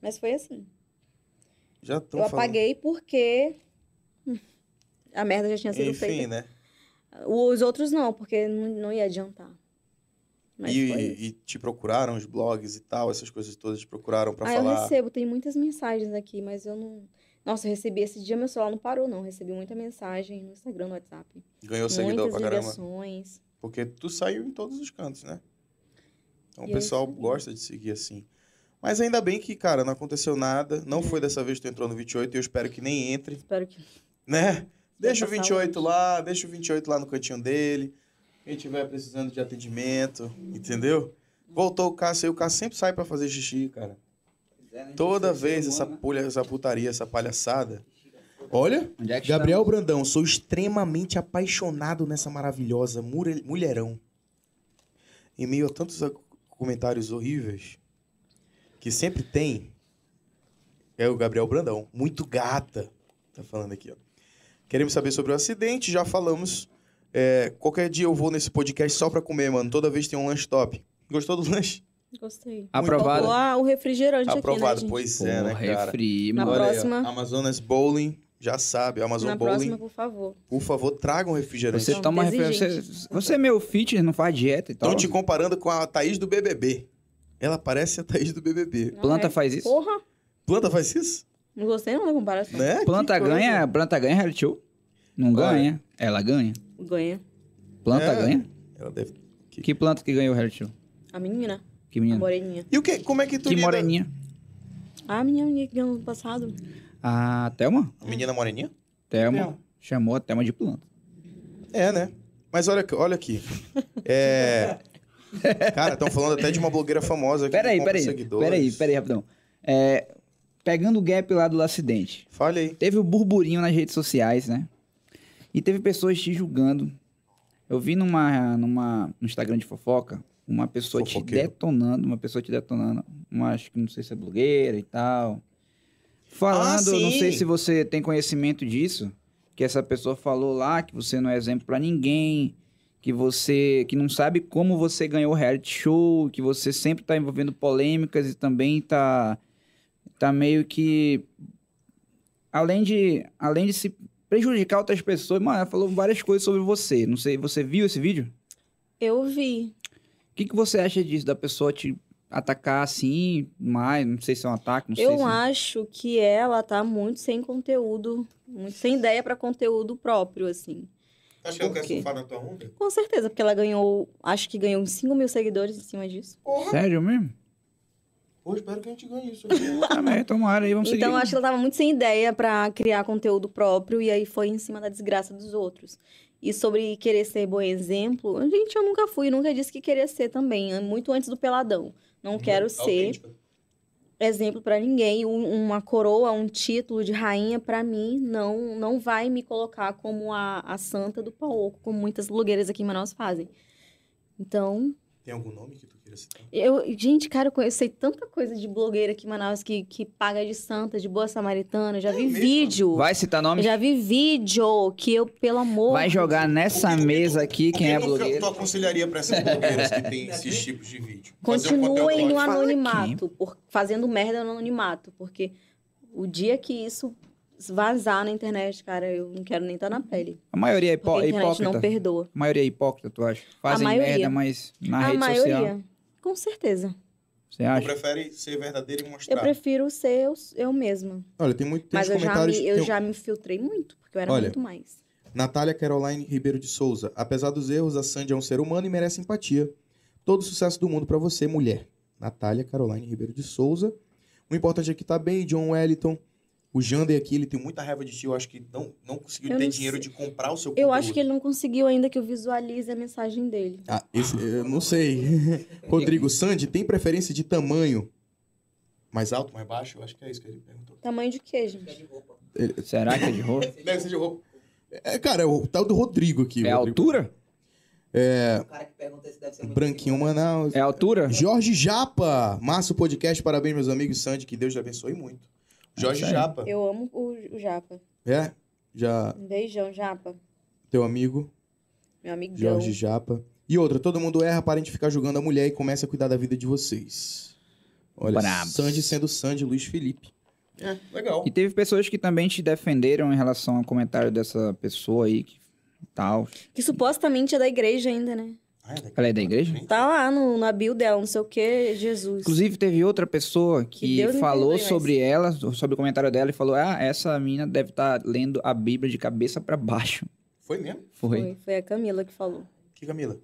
Mas foi assim. Já tão eu falando. apaguei porque hum, a merda já tinha sido Enfim, feita. né? Os outros não, porque não, não ia adiantar. Mas E, foi. e te procuraram os blogs e tal, essas coisas todas te procuraram pra ah, eu falar. recebo, tem muitas mensagens aqui, mas eu não. Nossa, eu recebi esse dia, meu celular não parou, não. Eu Recebi muita mensagem no Instagram, no WhatsApp. Ganhou seguidor muitas pra caramba. ligações. Porque tu saiu em todos os cantos, né? Então E o é pessoal isso aí. gosta de seguir assim. Mas ainda bem que, cara, não aconteceu nada. Não foi dessa vez que tu entrou no 28 e eu espero que nem entre, Espero que. né? Deixa o passar 28 lá, deixa o 28 lá no cantinho dele. Quem tiver precisando de atendimento, entendeu? Voltou o Cássio aí, o Cássio sempre sai pra fazer xixi, cara. né? Toda vez um essa né? pulha, essa putaria, essa palhaçada. Olha, Onde é que Gabriel Brandão, sou extremamente apaixonado nessa maravilhosa mure- mulherão. Em meio a tantos ac- comentários horríveis que sempre tem, é o Gabriel Brandão, muito gata, tá falando aqui, ó. Queremos saber sobre o acidente, já falamos. É, qualquer dia eu vou nesse podcast só pra comer, mano. Toda vez tem um lanche top. Gostou do lanche? Gostei. Aprovado. Faltou, ah, o refrigerante Tá Aprovado, aqui, né, gente? pois tá? Porra, é, né, cara? refri, Na mano. Olha aí, ó, próxima- Amazonas Bowling, já sabe. Amazon Na Bowling, próxima, por favor. por favor, tragam refrigerante. Você Não, toma tá refri. Você, exigente. você é meu fitness, não faz dieta e tal. Estão te comparando com a Thaís do BBB. Ela parece a Thaís do BBB. Não Planta é. faz isso? Porra, Planta faz isso? não gostei não da comparação. Né? Planta Que coisa. ganha, planta ganha reality show. Não Olha. ganha. Ela ganha. Ganha. Planta É. ganha. Ela deve... Que planta que ganhou o reality show? A menina, Que a menina? moreninha. E o que? Como é que tu Que lida- moreninha? Ah, a menina menina que ganhou no ano passado. A Ah, Thelma? Menina moreninha? Thelma. Chamou a Thelma de planta. É, né? Mas olha, aqui- olha aqui. É... Cara, estão falando até de uma blogueira famosa aqui. Peraí, que compra peraí. seguidores. Peraí, peraí, rapidão. É, pegando o gap lá do acidente. Fale aí. Teve o burburinho nas redes sociais, né? E teve pessoas te julgando. Eu vi numa, numa, no Instagram de fofoca uma pessoa te Fofoqueiro. detonando, uma pessoa te detonando. Uma, acho que não sei se é blogueira e tal. Ah, Falando, sim. não sei se você tem conhecimento disso, que essa pessoa falou lá que você não é exemplo pra ninguém, que você que não sabe como você ganhou o reality show, que você sempre tá envolvendo polêmicas e também tá tá meio que além de além de se prejudicar outras pessoas, mano, ela falou várias coisas sobre você. Não sei, você viu esse vídeo? Eu vi. O que, que você acha disso da pessoa te atacar assim, mais, não sei se é um ataque, não eu sei. se- acho que ela tá muito sem conteúdo, muito sem ideia pra conteúdo próprio, assim. Acho que ela Por quer quê? surfar na tua onda? Com certeza, porque ela ganhou, acho que ganhou uns 5 mil seguidores em cima disso. Sério mesmo? Pô, espero que a gente ganhe isso. Tá Também, tomara aí, vamos então, seguir. acho que ela tava muito sem ideia pra criar conteúdo próprio e aí foi em cima da desgraça dos outros. E sobre querer ser bom exemplo, gente, eu nunca fui, nunca disse que queria ser também, muito antes do peladão. Uhum. Não quero ser. Autêntica. exemplo pra ninguém, um- uma coroa, um título de rainha pra mim não não vai me colocar como a, a santa do palco, como muitas blogueiras aqui em Manaus fazem. Então, Tem algum nome que tu queira citar? Eu, gente, cara, eu conheci tanta coisa de blogueira aqui em Manaus que, que paga de santa, de boa samaritana. Já vi É mesmo? vídeo. Vai citar nome? Já vi vídeo que eu, pelo amor. Vai jogar nessa mesa aqui quem é tu- blogueiro. tu aconselharia pra essas blogueiras que tem esses tipos de vídeo? Fazer um Continuem conteúdo no ótimo. anonimato, por- fazendo merda no anonimato, porque o dia que isso vazar na internet, cara, eu não quero nem estar na pele. A maioria é hipó- Porque a internet não hipócrita. perdoa. A maioria é hipócrita, tu acha? Fazem maioria. merda, mas na a rede maioria, social. com certeza. Você Tu acha? prefere ser verdadeiro e Eu mostrar. prefiro ser eu, eu mesma. Olha, tem muito Tá. tem Mas uns eu, já comentários. me, eu tem- já me filtrei muito, porque eu era Olha, muito mais. Natália Caroline Ribeiro de Souza. Apesar dos erros, a Sandy é um ser humano e merece simpatia. Todo o sucesso do mundo pra você, mulher. Natália Caroline Ribeiro de Souza. O importante é que tá bem, John Wellington. O Jander aqui, ele tem muita raiva de ti. Eu acho que não, não conseguiu Eu ter não dinheiro sei. de comprar o seu Eu conteúdo. acho que ele não conseguiu ainda que eu visualize a mensagem dele. Ah, esse, eu não sei. Rodrigo Sandy tem preferência de tamanho? Mais alto, mais baixo? Eu acho que é isso que ele perguntou. Tamanho de quê, é gente? Será que é de roupa? tipo Deve ser de roupa. É, cara, é o tal do Rodrigo aqui. É a Rodrigo. altura? O cara que pergunta se deve ser muito Branquinho Manaus. É a altura? Jorge Japa, massa o podcast, parabéns meus amigos Sandy, que Deus te abençoe muito. Jorge É isso aí. Japa, Eu amo o, o Japa. é? Já Um beijão, Japa. teu amigo Meu amigão. Jorge Japa. E outra, todo mundo erra, parem de ficar julgando a mulher e começa a cuidar da vida de vocês. Olha, Brabos. Sandy sendo Sandy, Luiz Felipe. É, legal. E teve pessoas que também te defenderam em relação ao comentário dessa pessoa aí, que tal. Que supostamente é da igreja ainda, né? Ah, Ela é da igreja? Tá lá no, na bio dela, não sei o que, Jesus. Inclusive, teve outra pessoa Que que Deus me falou perdoe, mas- sobre ela, sobre o comentário dela, e falou: Ah, essa mina deve estar lendo a Bíblia de cabeça pra baixo. Foi mesmo? Foi. foi, foi a Camila que falou. Que Camila?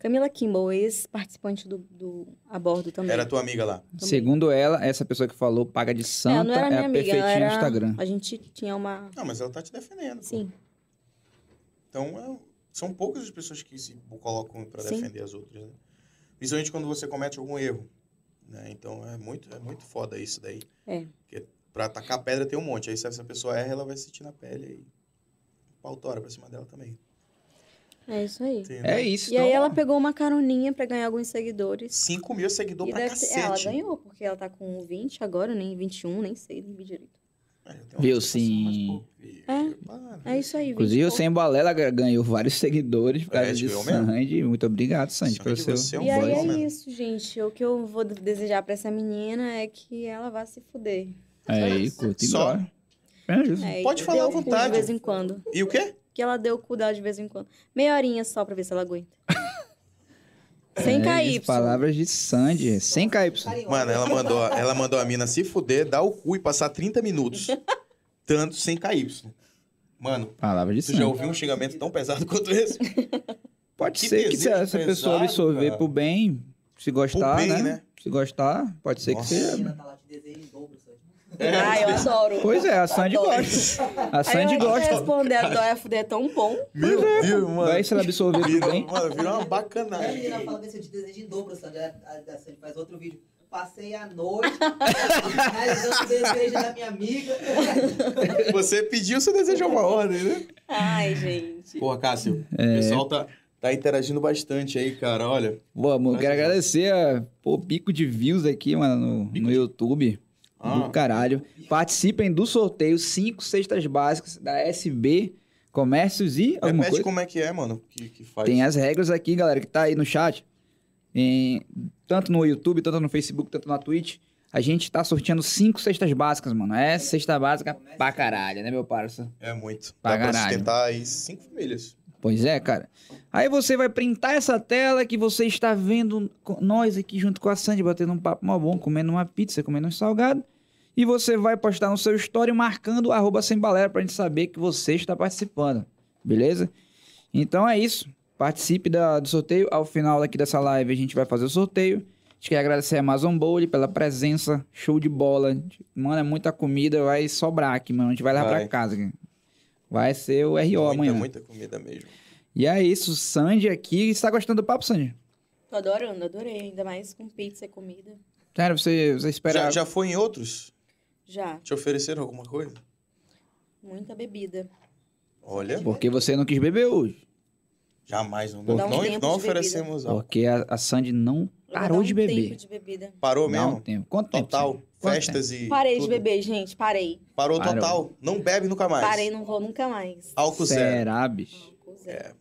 Camila Kimball, ex-participante do, do A Bordo também. Era tua amiga lá. Também. Segundo ela, essa pessoa que falou paga de Ela santa não era é minha a amiga, perfeitinha ela do era... Instagram. A gente tinha uma... Não, mas ela tá te defendendo. pô. Sim, Então, é- são poucas as pessoas que se colocam pra Sim. defender as outras, né? Principalmente quando você comete algum erro, né? Então, é muito, é muito foda isso daí. É. Porque pra atacar pedra tem um monte. Aí se essa pessoa erra, ela vai sentir na pele aí. Pau tora pra cima dela também. é isso aí. Entendeu? É isso. E aí então, ela pegou uma caroninha pra ganhar alguns seguidores. 5 mil seguidores E pra deve ter- é, ela cacete. ganhou, porque ela tá com 20 agora, nem 21, nem sei, nem vi direito. É, tem uma Viu, pessoa sim. mais pouco. E- É. para. É isso aí, 20 Inclusive, o e pouco. Sem Balela ga- ganhou vários seguidores por causa É, de ganhou mesmo. Sandy. Muito obrigado, Sandy, Sandy, pelo seu. você é um E aí voz, é né? isso, gente. O que eu vou desejar pra essa menina é que ela vá se fuder. Aí, curta e Só. glória. É isso. É, Pode e falar dê à o cu vontade. De vez em quando. E o quê? Que ela deu o cu dela de vez em quando. Meia horinha só pra ver se ela aguenta. Sem É KY. isso, Palavras de Sandy. é, Sem KY. Mano, ela mandou, ela mandou a mina se fuder, dar o cu e passar 30 minutos. Tanto sem KY. Mano, Palavras de tu já Sandy. ouviu um xingamento tão pesado quanto esse? Pode Que ser que se desejo essa pesado, pessoa absorver cara. pro bem, se gostar, bem, né? né? Se gostar, pode ser Nossa. que seja. né? Tá lá te desenho em dobro, só. Ah, eu adoro. Pois é, a Sandy Adoro. gosta. A Tá Aí Sandy ela gosta. responder a dói a fuder é tão bom. Meu Deus, mano. Vai se ela absorver pro Virou, bem. mano, virou uma Aí a menina bacanagem. fala que se eu te desejo em dobro, Sandy. A, a, a Sandy faz outro vídeo. Passei a noite realizando o desejo da minha amiga. Você pediu, você desejou uma ordem, né? Ai, gente. Porra, Cássio, É. o pessoal tá, tá interagindo bastante aí, cara. Olha, Bom, amor, quero Vai, vai. agradecer a, pô, pico de views aqui, mano, no, no YouTube. Ah. Do caralho. Participem do sorteio cinco cestas básicas da SB Comércios e alguma repete coisa. como é que é, mano, que, que faz. Tem as regras aqui, galera, que tá aí no chat. Em- tanto no YouTube, tanto no Facebook, tanto na Twitch. A gente tá sorteando cinco cestas básicas, mano. É cesta básica pra caralho, né, meu parça? É muito. Pra Dá pra caralho. sustentar aí cinco famílias. Pois é, cara. Aí você vai printar essa tela que você está vendo co- nós aqui junto com a Sandy, batendo um papo mó bom, comendo uma pizza, comendo um salgado. E você vai postar no seu story marcando o arroba sem balera pra gente saber que você está participando. Beleza? Então é isso. Participe da- do sorteio. Ao final aqui dessa live a gente vai fazer o sorteio. A gente quer agradecer a Amazon Bowl pela presença. Show de bola. Mano, é muita comida. Vai sobrar aqui, mano. A gente vai levar Vai. pra casa. cara. Vai ser o RO muita, amanhã. muita comida mesmo. E é isso, Sandy aqui. Você tá gostando do papo, Sandy? Tô adorando, adorei. Ainda mais com pizza e comida. Sério, você, você espera. Já, já foi em outros? Já. Te ofereceram alguma coisa? Muita bebida. Olha. Porque você não quis beber hoje. Jamais. Não, não, Dá um não, tempo de não oferecemos álcool. Porque a, a Sandy não parou de beber. um tempo de bebida. Parou Não mesmo? tem. Quanto tempo? Total. um Sandy? Quanto tempo? Festas e. Parei de tudo. beber, gente. Parei. Parou Parou. total. Não bebe nunca mais. Parei, não vou nunca mais. Álcool zero. Será, bicho? Álcool É, zero.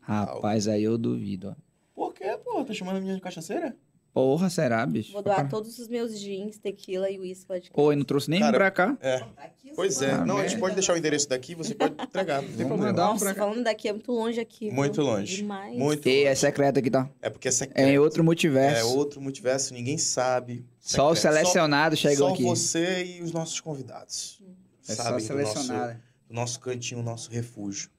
Rapaz, aí eu duvido, ó. Por quê, pô? Tá chamando a menina de cachaceira? Porra, será, bicho? Vou doar todos os meus jeans, tequila e uísque lá de casa. Ou eu não trouxe nem um Cara, pra cá. É. Pois é. Ah, Não, a gente merda. pode deixar o endereço daqui, você pode entregar. Não tem Vamos problema. mandar um Nossa, pra cá. falando daqui é muito longe aqui. viu? então Muito longe. Demais. Muito. Ei, é secreto aqui, tá? É porque é secreto. É em outro multiverso. É outro multiverso, ninguém sabe. Só o Secreto. selecionado chegou Só aqui. você e os nossos convidados. É Sabem só do selecionado. Nosso, do nosso cantinho, nosso refúgio.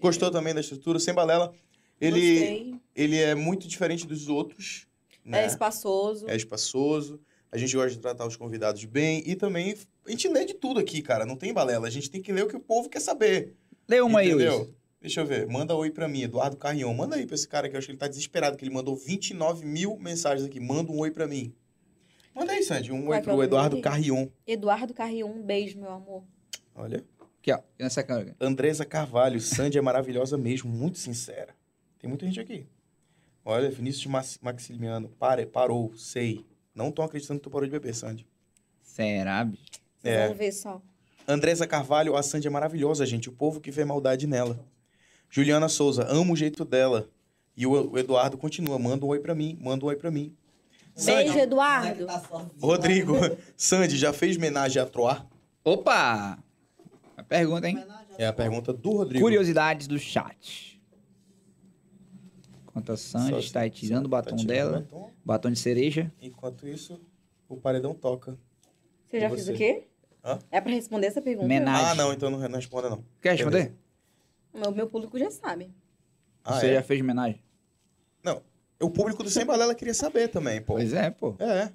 Gostou também da estrutura? Sem balela. Ele, Gostei. ele é muito diferente dos outros. Né? É espaçoso. É espaçoso. A gente gosta de tratar os convidados bem. E também, a gente lê de tudo aqui, cara. Não tem balela. A gente tem que ler o que o povo quer saber. Lê uma aí, entendeu? Wilson. Deixa eu ver. Manda oi pra mim, Eduardo Carrion. Manda aí pra esse cara que eu acho que ele tá desesperado, que ele mandou 29 mil mensagens aqui. Manda um oi pra mim. Manda aí, Sandy. Um Ué, oi que eu pro não Eduardo vi. Carrion. Eduardo Carrion, um beijo, meu amor. Olha. Aqui, ó. Aqui Nessa câmera. Andresa Carvalho. Sandy é maravilhosa mesmo, muito sincera. Tem muita gente aqui. Olha, Vinícius Mas- Maximiano. Pare, parou, sei. Não estão acreditando que tu parou de beber, Sandy. Será, bicho? Vocês É. vão ver só. Andresa Carvalho, a Sandy é maravilhosa, gente. O povo que vê maldade nela. Juliana Souza, amo o jeito dela. E o o Eduardo continua, manda um oi pra mim, manda um oi pra mim. Beijo, Sandy, Eduardo. Rodrigo, Sandy, já fez homenagem a Troar? Opa! A pergunta, hein? É a pergunta do Rodrigo. Curiosidades do chat. Enquanto a Sandy Só- está aí tirando o batom tá tirando dela, o batom. batom de cereja. Enquanto isso, o paredão toca. Você já E fez você? o quê? Hã? É pra responder essa pergunta? Mena- Ah, Homenagem. não, então não, re- não responda, não. Quer responder? Meu, meu público já sabe. Ah, Você é? já fez homenagem? O público do Sem Balela queria saber também, pô. Pois é, pô. É,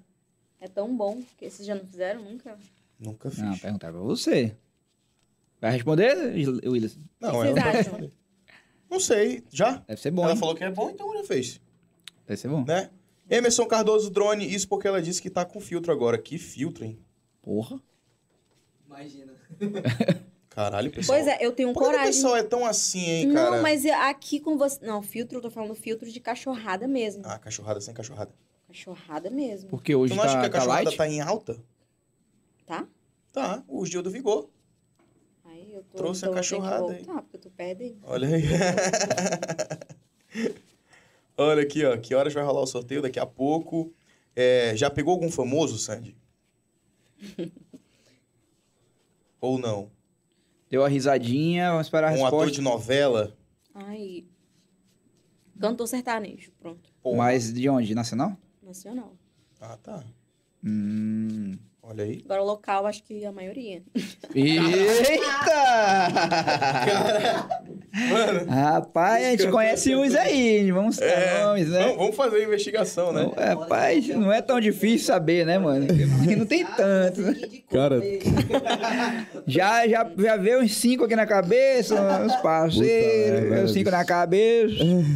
É tão bom que vocês já não fizeram nunca. nunca fiz. Não, perguntar pra você. Vai responder, Willis? Não, é um O que eu vocês não vou acham? responder. Não sei, já? Deve ser bom, ela hein? falou que é bom, então já fez, Deve ser bom. né? Emerson Cardoso Drone, isso porque ela disse que tá com filtro agora. Que filtro, hein? Porra. Imagina. Caralho, pessoal. Pois é, eu tenho Por que o coragem. pessoal é tão assim, hein, cara? Não, mas é aqui com você. Não, filtro, eu tô falando filtro de cachorrada mesmo. Ah, cachorrada sem cachorrada. Cachorrada mesmo. Porque hoje tu não acha que tá, a tá cachorrada light? tá, em alta? Tá? Tá, os dias do vigor. Aí eu tô. Trouxe a então eu tenho que cachorrada voltar, porque tu perde. Olha aí. Olha aqui, ó. Que horas vai rolar o sorteio daqui a pouco. É, já pegou algum famoso, Sandy? Ou não? Deu a risadinha, vamos esperar a Um ator de resposta. novela? Ai. Cantor sertanejo, pronto. Pô. Mas de onde? Nacional? Nacional. Ah, tá. Hum. Olha aí. Agora local, acho que a maioria. Eita! Mano, Rapaz, a gente conhece uns aí. Vamos citar É, nomes, né? vamos, vamos fazer a investigação, né? Não, é, rapaz, não é tão difícil saber, É, né, mano? Porque não tem tanto. né? Cara. Já, já, já veio uns cinco aqui na cabeça, uns parceiros, Puta veio merda, uns cinco na bicho.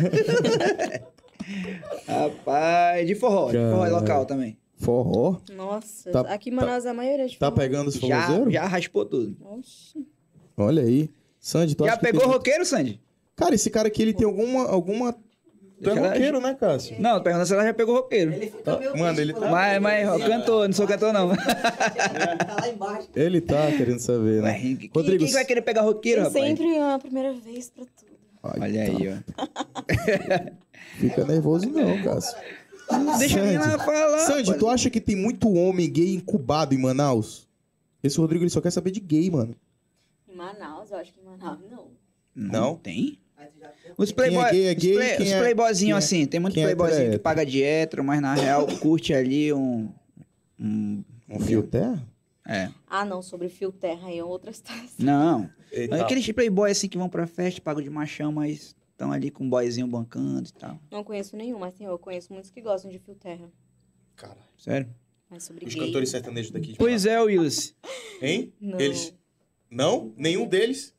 cabeça. rapaz, de forró, de forró Caralho. local também. Forró? Nossa, Tá- aqui em Manaus a maioria é de Tá forró. pegando os Já, forrozeiros? já raspou tudo. Oxi. Olha aí. Sandy, tu Já acha Então que pegou tem- roqueiro, Sandy? Cara, esse cara aqui, ele tem alguma... alguma... Tu é Deixa ela- roqueiro, né, Cássio? Não, perguntando se ela já pegou roqueiro. Ele fica meio Mano, triste ele por tá- lá, Mas, né? mas, ó, Ele- cantor, não sou cantor, não. né? Tá lá embaixo. Ele tá querendo saber, Ué, né? quem, quem- Rodrigo, quem que vai querer pegar roqueiro, Tem rapaz? sempre a primeira vez pra tudo. Ai, Olha tá. aí, ó. Fica nervoso não, Cássio. Deixa a Sandy. menina falar. Sandy, tu acha que tem muito homem gay incubado em Manaus? Esse Rodrigo, ele só quer saber de gay, mano. Em Manaus, eu acho que em Manaus não. Não tem? Aí tu já fica- Os Quem é playboy, gay é gay, os, play, quem os é- playboyzinho quem é- assim, tem muito quem é playboyzinho que hétero? paga de hétero, mas na real curte ali um, um- Um fio terra? é, Ah, não, sobre o fio terra aí é outra história. não, Eita. aqueles playboy assim que vão pra festa, pagam de machão, mas estão ali com um boyzinho bancando e tal, Não conheço nenhum, mas tem, eu conheço muitos que gostam de fio terra. Cara, sério? Mas sobre os gay, cantores sertanejos daqui. de Pois é, Willis. Manaus. Hein? Não. Eles. Não? Nenhum deles?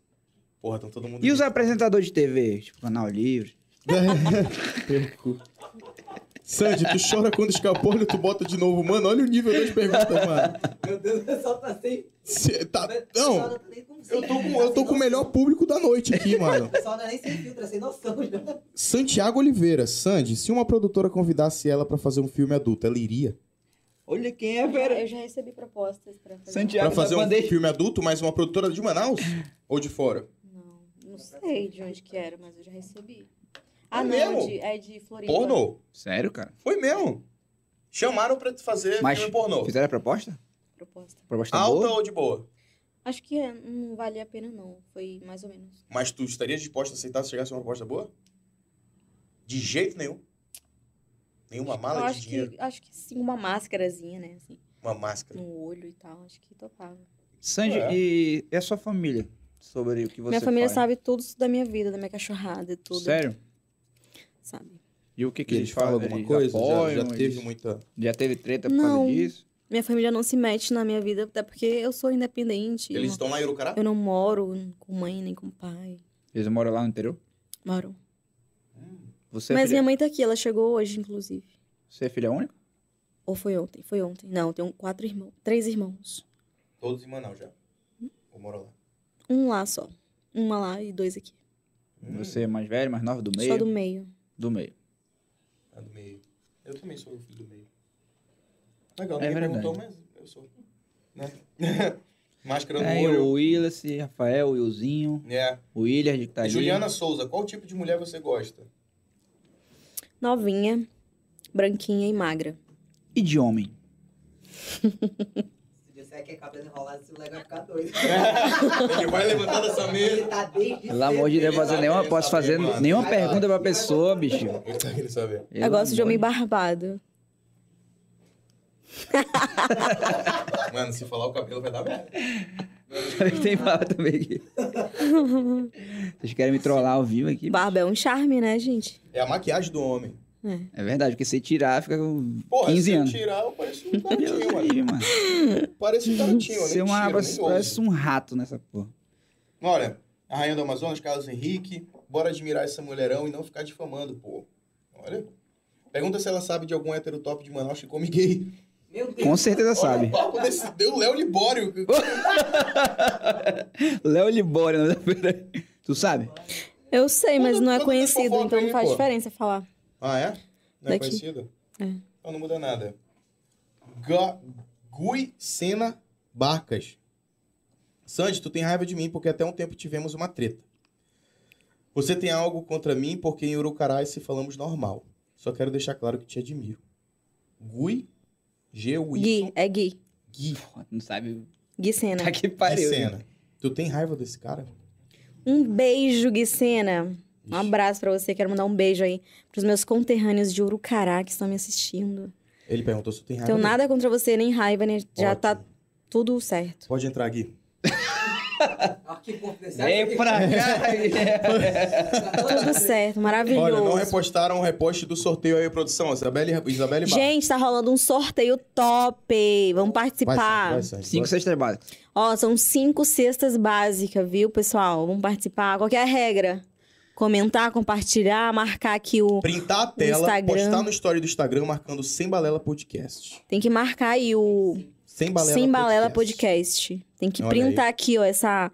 Porra, estão todo mundo. E os apresentadores de TV, tipo Canal Livre? Sandy, tu chora quando escapolho, tu bota de novo. Mano, olha o nível das perguntas, mano. Meu Deus, o pessoal tá sem. Cê tá- o pessoal Não, não tá nem com- eu tô, com, eu tô com o melhor público da noite aqui, mano. O pessoal não é nem sem filtro, é sem noção já. Santiago Oliveira. Sandy, se uma produtora convidasse ela pra fazer um filme adulto, ela iria? Olha quem é, Eu velho. já recebi propostas pra fazer. Santiago Pra fazer da um Bandeira. filme adulto, mas uma produtora de Manaus? Ou de fora? um- Não, não sei de onde que era, mas eu já recebi. É Ah, mesmo? não, de- é de Floripa. Pornô? Sério, cara? Foi mesmo. Chamaram pra tu fazer Mas filme pornô. Fizeram a proposta? Proposta. Proposta Alta boa? ou de boa? Acho que é, não valia a pena, não. Foi mais ou menos. Mas tu estaria disposto a aceitar se chegasse uma proposta boa? De jeito nenhum. Nenhuma eu mala de acho dinheiro. que, acho que sim, uma máscarazinha, né? Assim, Uma máscara. no olho e tal. Acho que topava. Sandy, É. e e a sua família? Sobre o que você minha família faz? sabe tudo da minha vida, da minha cachorrada e tudo. Sério? Sabe? E o que que Que eles falam alguma eles coisa? Já, apoiam, já teve eles- muita. Já teve treta por Não. causa disso? Minha família não se mete na minha vida, até porque eu sou independente. Eles eu, estão lá em Urucará? eu não moro com mãe nem com pai. Eles moram lá no interior? Moro. Você, é, Mas filha... minha mãe tá aqui, ela chegou hoje, inclusive. você é filha única? Ou foi ontem? Foi ontem. Não, eu tenho quatro irmãos. Três irmãos. Todos em Manaus já. Eu moro lá. Um lá só. Uma lá e dois aqui. Hum. Você é mais velha, mais nova, do meio? Só do meio. Do meio. É do meio. Eu também sou filho do meio. Legal, É ninguém verdade. perguntou, mas eu sou. Né? Máscara no É, olho. o Willis, Rafael, o Wilzinho, É. o Williard que tá ali. Juliana Souza, qual tipo de mulher você gosta? Novinha, branquinha e magra. E de homem? Se disser que é cabelo enrolado, esse moleque vai ficar doido. Ele vai levantar dessa Ele mesa. tá desde Pelo amor de Deus, Ele fazer sabe, nenhuma, ele posso sabe, fazer mano. nenhuma Vai, pergunta vai. pra pessoa, bicho. Eu queria saber. Eu, gosto de homem barbado. Mano, se falar o cabelo vai dar merda. barbado. Tem barba também aqui. Vocês querem me trollar ao vivo aqui? Barba é um charme, né, gente? É a maquiagem do homem. É verdade, porque se tirar, fica com Porra, 15 se eu anos. tirar, eu pareço um Deus garotinho, mano. livre, mano. Parece um garotinho, Você é né? uma Mentira, aba, nem ouso. parece um rato nessa porra. Olha, a rainha do Amazonas, Carlos Henrique, bora admirar essa mulherão e não ficar difamando, pô. Olha. Pergunta se ela sabe de algum hétero top de Manaus que come gay. Meu Deus. Com certeza Olha o sabe. papo desse... Deu Léo Libório. Léo Libório, não é? Tu sabe? Eu sei, mas Quando- não é quando tem conhecido, fofoca então aí, não faz pô. diferença falar. Ah, é? Não é Daqui. conhecido? É. Então não muda nada. Ga- Gui Sena Barcas. Sandy, tu tem raiva de mim porque até um tempo tivemos uma treta. Você tem algo contra mim porque em Urucará se falamos normal. Só quero deixar claro que te admiro. Gui G Gui, Wilson é Gui. Gui Porra, não sabe. Gui Sena. Tá que Gui pariu. Sena. Tu tem raiva desse cara? Um beijo, Gui Sena. Um abraço pra você. Quero mandar um beijo aí pros meus conterrâneos de Urucará que estão me assistindo. Ele perguntou se tu tem raiva. Tenho dele. nada contra você, nem raiva, nem... já Ótimo. tá tudo certo. Pode entrar, Gui. Aqui, confidencial. Vem pra cá. é. Tá Tudo certo, Olha, não maravilhoso. repostaram o reposte do sorteio aí, produção. Isabelle, Isabelle Barros. Gente, tá rolando um sorteio top. Vamos Vai, participar. Sandy, vai, Sandy, Cinco vai. cestas básicas. Ó, são cinco cestas básicas, viu, pessoal? Vamos participar. Qual que é a regra? Comentar, compartilhar, marcar aqui o. Printar a tela, Instagram. postar no story do Instagram marcando Sem Balela Podcast. Tem que marcar aí o Sem Balela Sem Balela podcast. Tem que Olha printar aqui, ó, essa,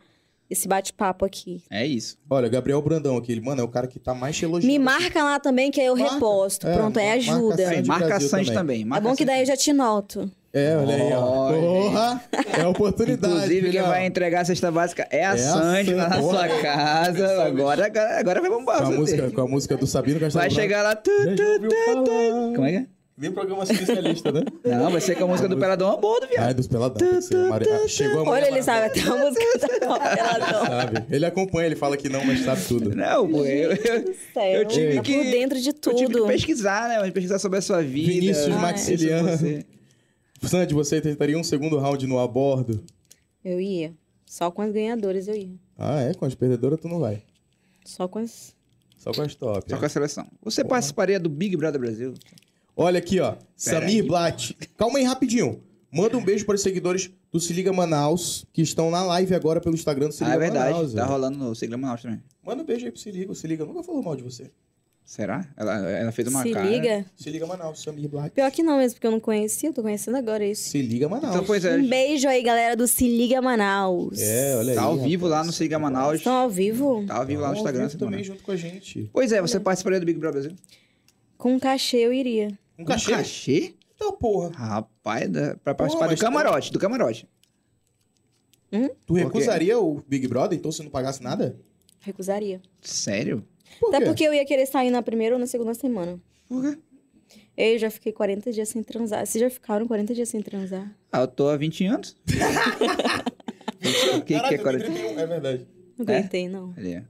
esse bate-papo aqui. É isso. Olha, Gabriel Brandão aqui, ele, mano, é o cara que tá mais elogiado. Me marca lá também, que aí eu Marca. reposto. É, Pronto, aí marca ajuda. Sandy Marca Brasil Sandy também. também. É marca bom que Sandy. daí eu já te noto. É, olha aí, ó. Olha. Porra! É a oportunidade. Inclusive, quem filhão. vai entregar a cesta básica é a É a Sandy lá na Sandy. sua Olha. casa. Sabe. Agora, agora, agora vai bombar. com a, você. música, é com a música do Sabino Castelo Vai Branco. chegar lá. Tu, Já tu, ouviu tu. falar. Como é que é? Vem programa especialista. Tá, né? Não, vai ser com a música do Peladão Abordo, viado. Ai, dos peladão. tem que ser a Mari- Ah, Chegou a Maria Olha, ele Maravilha, sabe até a música da Copeladão. Sabe? Ele acompanha, ele fala que não, mas sabe tudo. Não, pô. Eu, eu- Eu tive tá que- por dentro de eu tive que tudo. pesquisar, né? Pesquisar sobre a sua vida. Vinícius sobre Maxiliano. você. Sandy, você tentaria um segundo round no abordo? Eu ia. Só com as ganhadoras eu ia. Ah, é? Com as perdedoras tu não vai. Só com as. Só com as top. é. Só com a seleção. Você participaria do Big Brother Brasil? Olha aqui, ó. aí. Samir Blatt. Calma aí, rapidinho. Manda um beijo para os seguidores do Se Liga Manaus, que estão na live agora pelo Instagram do Se Ah, Liga é verdade. Manaus. tá ó. rolando no Sigla Manaus também. Manda um beijo aí pro Se Liga. O Se Liga nunca falou mal de você. Será? Ela, ela fez uma Se cara. liga. Se liga Manaus, Samir Black. Pior que não mesmo, porque eu não conhecia, eu tô conhecendo agora é isso. Se liga Manaus. Então, pois é. Um beijo aí, galera do Se Liga Manaus. É, olha aí. Tá ao vivo lá rapaz. no Se Liga Manaus. Estão ao vivo? Tá ao vivo lá no Ao Instagram. vivo essa também semana. junto com a gente. Pois é, você participaria do Big Brother Brasil? Com cachê eu iria. Um Um cachê? cachê? Então, porra. Rapaz, dá pra participar mas tá- do camarote, do camarote. Tu recusaria o Big Brother, então, se não pagasse nada? Recusaria. Sério? Por Até quê? porque eu ia querer sair na primeira ou na segunda semana. Por quê? Eu já fiquei 40 dias sem transar. Vocês já ficaram 40 dias sem transar? Ah, eu tô há 20 anos. O que, que Caraca, é eu 40? tenho 31, É verdade. Não É? aguentei, não. Ali, ó.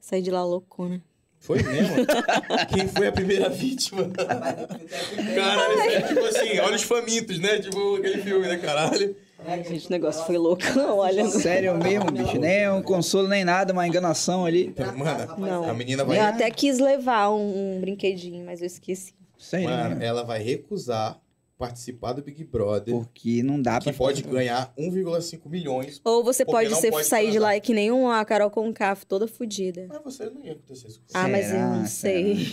Saí de lá loucona. Foi mesmo? Quem foi a primeira vítima? Caralho, isso é tipo assim, olha os famintos, né? Tipo aquele filme, né, caralho? Ai, Gente, o negócio foi louco, olha. Sério mesmo, bicho. Nem um consolo, nem nada, uma enganação ali. Mano, Não. a menina vai... Eu até quis levar um, um brinquedinho, mas eu esqueci. Sério né? Mano, é mesmo. ela vai recusar participar do Big Brother, Porque não dá pra... que pode ganhar 1,5 milhões. Ou você Porque pode, não ser, pode sair de transar. lá e que nem uma Carol Concaf, toda fodida. Mas você não ia acontecer isso. Ah, mas eu Será? não sei.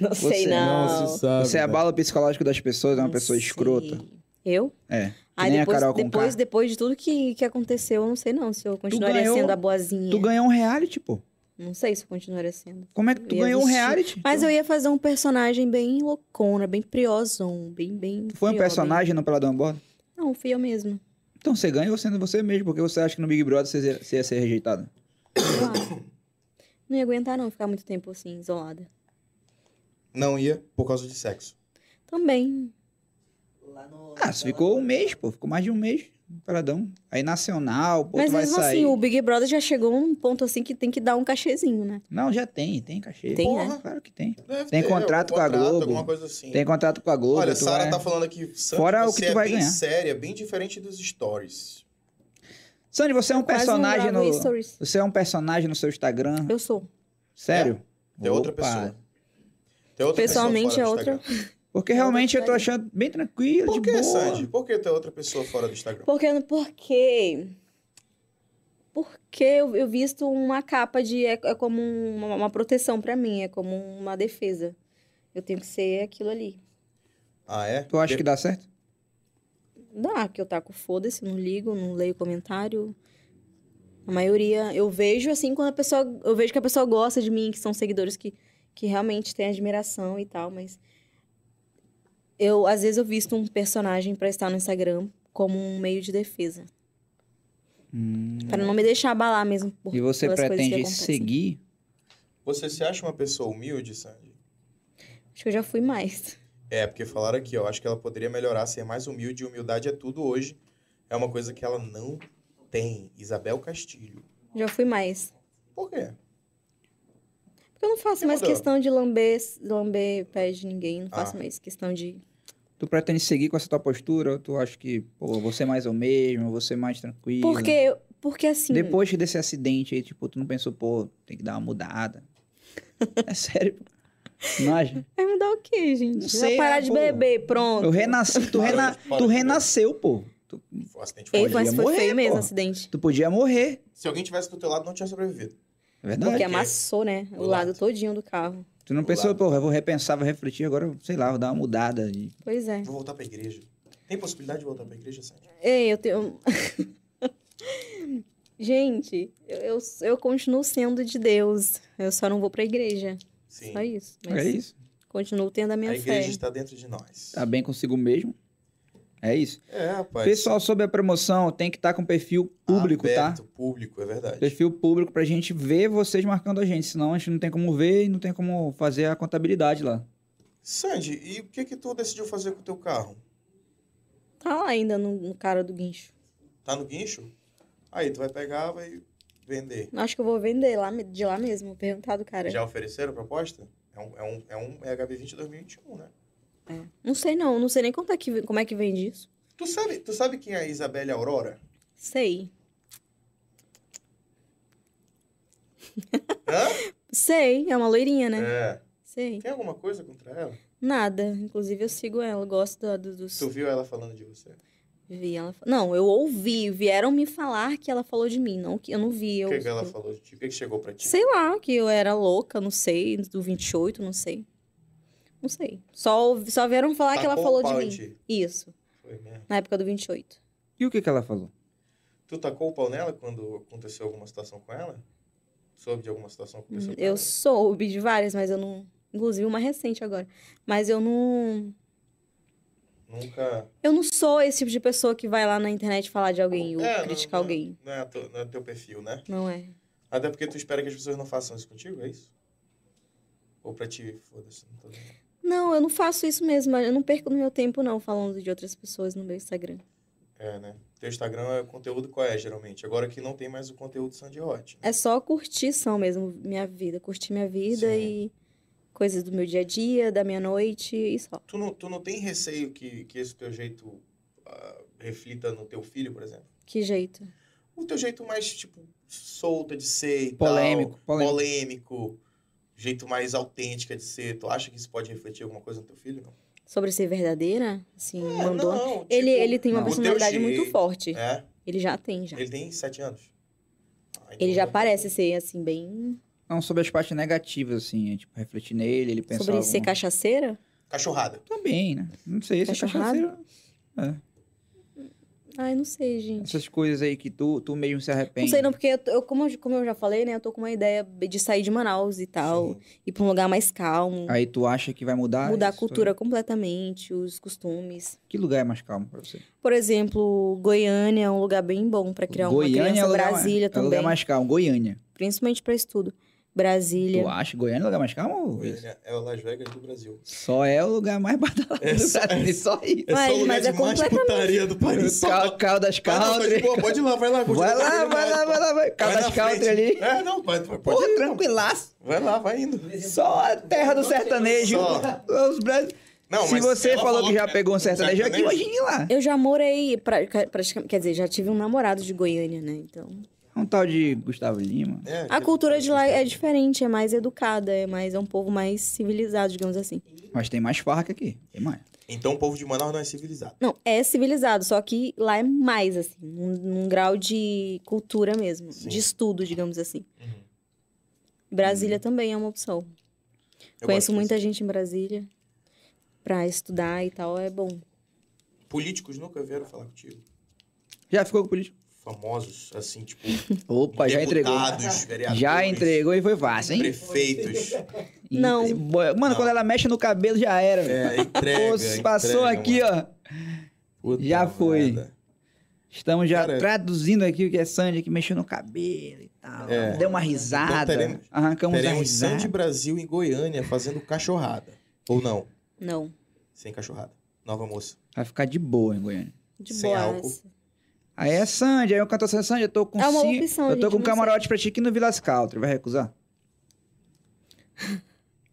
não sei, Você não. sabe. Você é abala o psicológico das pessoas, é uma Não pessoa sei. escrota. Eu? É. Aí nem a depois, Carol Conká. depois, depois de tudo que, que aconteceu, eu não sei não se eu continuaria ganhou- sendo a boazinha. Tu ganhou um reality, pô. Não sei se eu continuaria sendo. Como é que tu Eu ia ganhou um vestir. reality? Então. Mas tu... eu ia fazer um personagem bem loucona, bem priozão, bem, bem... tu Foi um prió, bem- personagem no Peladão Borda? Não, fui eu mesma. Então você ganhou sendo você mesmo, porque você acha que no Big Brother você ia- você ia ser rejeitado. Sei lá. não ia aguentar não ficar muito tempo assim, isolada. Não ia por causa de sexo. Também. Lá no- Ah, você ficou um mês, pô. Ficou mais de um mês no Peladão. Aí nacional, pô, Mas tu vai mesmo sair. assim, o Big Brother já chegou num ponto assim que tem que dar um cachezinho, né? Não, já tem, tem cachê. Tem, Porra, né? Claro que tem. Deve Tem ter contrato com algum a contrato, Globo. Alguma coisa assim. Tem contrato com a Globo. Olha, tu é. Sara vai- tá falando aqui, Sandy, Fora o você que tu é vai bem ganhar. séria, bem diferente dos stories. Sandy, você é um Quase personagem gravo no... stories. Você é um personagem no seu Instagram. Eu sou. Sério? Tem É. outra Opa. pessoa. Tem outra Pessoalmente pessoa é fora do outra. Instagram. Porque realmente eu tô achando bem tranquilo, Por Tá de que, boa. Sandy? Por que tem outra pessoa fora do Instagram? Porque, porque, porque eu, eu visto uma capa de. É, é como um- uma, uma proteção pra mim, é como uma defesa. Eu tenho que ser aquilo ali. Ah, é? Tu acha que dá certo? Dá, que é eu taco foda-se, não ligo, não leio comentário. A maioria. Eu vejo assim quando a pessoa. Eu vejo que a pessoa gosta de mim, que são seguidores que, que realmente têm admiração e tal, mas. Eu, às vezes eu visto um personagem pra estar no Instagram como um meio de defesa. Hum. Pra não me deixar abalar mesmo. por- E você pelas coisas que pretende acontecem. seguir? Você se acha uma pessoa humilde, Sandy? Acho que eu já fui mais. É, porque falaram aqui, ó. Acho que ela poderia melhorar, ser mais humilde. E humildade é tudo hoje. É uma coisa que ela não tem. Isabel Castilho. Já fui mais. Por quê? Porque eu não faço Você mais mudou. questão de lamber, lamber pé de ninguém. Não faço Ah. mais questão de. Tu pretende seguir com essa tua postura? Ou tu acha que, pô, você é mais ou mesmo, você é mais tranquilo? Porque, eu- porque assim. né? Depois desse acidente aí, tipo, tu não pensou, pô, tem que dar uma mudada. é sério, pô. Não acha? Vai mudar o quê, gente? Não Vai sei, parar né, de pô. beber, pronto. Eu renasci, tu, rena, Para, para tu de renasceu, pô. Tu, O acidente foi um Ei, Podia mas foi morrer, feio mesmo pô. o acidente. tu podia morrer. Se alguém tivesse do teu lado, não tinha sobrevivido. É verdade. Porque amassou, né? O O lado lado. todinho do carro. Tu não pensou, pô, eu vou repensar, vou refletir, agora, sei lá, vou dar uma mudada. de- Pois é. Vou voltar pra igreja. Tem possibilidade de voltar pra igreja, Sandy? Ei, eu tenho. gente, eu, eu, eu continuo sendo de Deus. Eu só não vou pra igreja. Sim. Só isso. Mas É isso. continuo tendo a minha A fé. igreja está dentro de nós. Tá bem consigo mesmo. É isso. É, rapaz. Pessoal, sobre a promoção, tem que estar com perfil público, tá? Aberto, público, é verdade. perfil público pra gente ver vocês marcando a gente, senão a gente não tem como ver e não tem como fazer a contabilidade lá. Sandy, e o que que tu decidiu fazer com o teu carro? Tá lá ainda no, no cara do guincho. Tá no guincho? Aí, tu vai pegar, vai vender. Acho que eu vou vender lá, me- de lá mesmo. Vou perguntar do cara. Já ofereceram a proposta? É um, é um, é um HB20 2021, né? Não sei não. Não sei nem quanto é que, como é que vende isso. Tu sabe, tu sabe quem é a Isabelle Aurora? Sei. Hã? Sei. É uma loirinha, né? É. Sei. Tem alguma coisa contra ela? Nada. Inclusive, eu sigo ela. eu Gosto do, do- dos... Tu viu ela falando de você? Vi ela. fa- Não, eu ouvi. Vieram me falar que ela falou de mim. Não, que eu não vi. Eu, O que, que ela falou de ti? O que, que chegou pra ti? Sei lá, que eu era louca, não sei. Do 28, não sei. Não sei. Só, ouvi- só vieram falar que ela Tacou Tá o falou de pau em mim. ti. Isso. Foi mesmo. Na época do 28. E o que, que ela falou? Tu tacou o pau nela quando aconteceu alguma situação com ela? Soube de alguma situação que aconteceu com Hum, Uhum. Eu ela? soube de várias, mas eu não. Inclusive uma recente agora. Mas eu não. Nunca. Eu não sou esse tipo de pessoa que vai lá na internet falar de alguém ou É, não- criticar não- alguém. Não é, teu- não é teu perfil, né? Não é. Até porque tu espera que as pessoas não façam isso contigo, é isso? Ou pra ti, foda-se, não tô vendo. Não, eu não faço isso mesmo. Eu não perco no meu tempo, não, falando de outras pessoas no meu Instagram. É, né? Teu Instagram é conteúdo qual é, geralmente? Agora que não tem mais o conteúdo Sandy Hot. né? É só curtir são mesmo minha vida. Curtir minha vida Sim. e coisas do meu dia a dia, da minha noite e só. Tu, não, tu não tem receio que, que esse teu jeito ah, reflita no teu filho, por exemplo? Que jeito. O teu jeito mais, tipo, solta de ser e Polêmico, tal, polêmico. polêmico, jeito mais autêntica de ser. Tu acha que isso pode refletir alguma coisa no teu filho? Não. Sobre ser verdadeira, assim, É, mandou. não, ele, tipo, ele tem uma o teu personalidade muito jeito, forte. É? Ele já tem, já. Ele tem sete anos? Ah, então Ele já não- parece ser, assim, bem. Não, sobre as partes negativas, assim, é, tipo, refletir nele, ele pensar. sobre ser alguma- cachaceira? Cachorrada. Também, né? Não sei, se é Cachorrada? cachaceiro. Ai, não sei, gente. Essas coisas aí que tu, tu mesmo se arrepende. Não sei, não, porque eu, tô- eu- como, eu- como eu já falei, né? Eu tô com uma ideia de sair de Manaus e tal, Sim. ir pra um lugar mais calmo. Aí tu acha que vai mudar? mudar a isso? é. cultura completamente, os costumes. Que lugar é mais calmo pra você? Por exemplo, Goiânia é um lugar bem bom para criar uma é criança, o lugar Brasília mais, É o também, lugar mais calmo. Goiânia. principalmente para estudo. Brasília. Tu acha? Goiânia é o lugar mais calmo? Luiz? É o Las Vegas do Brasil. Só é o lugar mais badalado É do só- Brasil. Só isso. É Mas- só o lugar mas de é mais putaria do país. Só- Cal, cal das Ah, não, tá de country. boa, pode ir lá, vai lá. continua Vai lá, tranquilo, vai lá, vai lá, vai. Cal Vai na das country frente. ali. É, não, pode, pode Pô, ir. tranquilaço. Vai lá, vai indo. Só a terra do sertanejo. Só. Os brasi- Não, Se mas você ela é falou, que já pegou um sertanejo aqui, sertanejo. imagine lá. Eu já morei, pra, praticamente, quer dizer, já tive um namorado de Goiânia, né? Então, Um tal de Gustavo Lima. É, a cultura de lá é diferente, é mais educada, é mais é um povo mais civilizado, digamos assim. Mas tem mais farra que aqui. Tem mais. Então o povo de Manaus não é civilizado. Não, é civilizado, só que lá é mais assim, num, num grau de cultura mesmo, Sim. de estudo, digamos assim. Uhum. Brasília Uhum. também é uma opção. Eu Conheço gosto muita disso. gente em Brasília pra estudar e tal, é bom. Políticos nunca vieram falar contigo. Já ficou com o político? Famosos, assim, tipo. Opa, já entregou. deputados, vereadores, Já entregou e foi fácil, hein? Prefeitos. Não. Ente- Boa- Mano, Não. quando ela mexe no cabelo já era. velho. É, entrega. Pô, passou entrega, aqui, mano. ó. Puta Já foi. merda. Estamos já Cara, traduzindo aqui o que é Sandy, que mexeu no cabelo e tal. É. Deu uma risada. Então teremos- arrancamos a Teremos risada. Sandy Brasil em Goiânia fazendo cachorrada. Ou não, Não, sem cachorrada. Nova moça. Vai ficar de boa em Goiânia. de Sem boa. álcool. essa. Aí é Sandy, aí o cantor assim, Sandy, eu tô com É uma ci- Eu opção, tô gente, com não camarote pra ti aqui no Vilas Country. Vai recusar?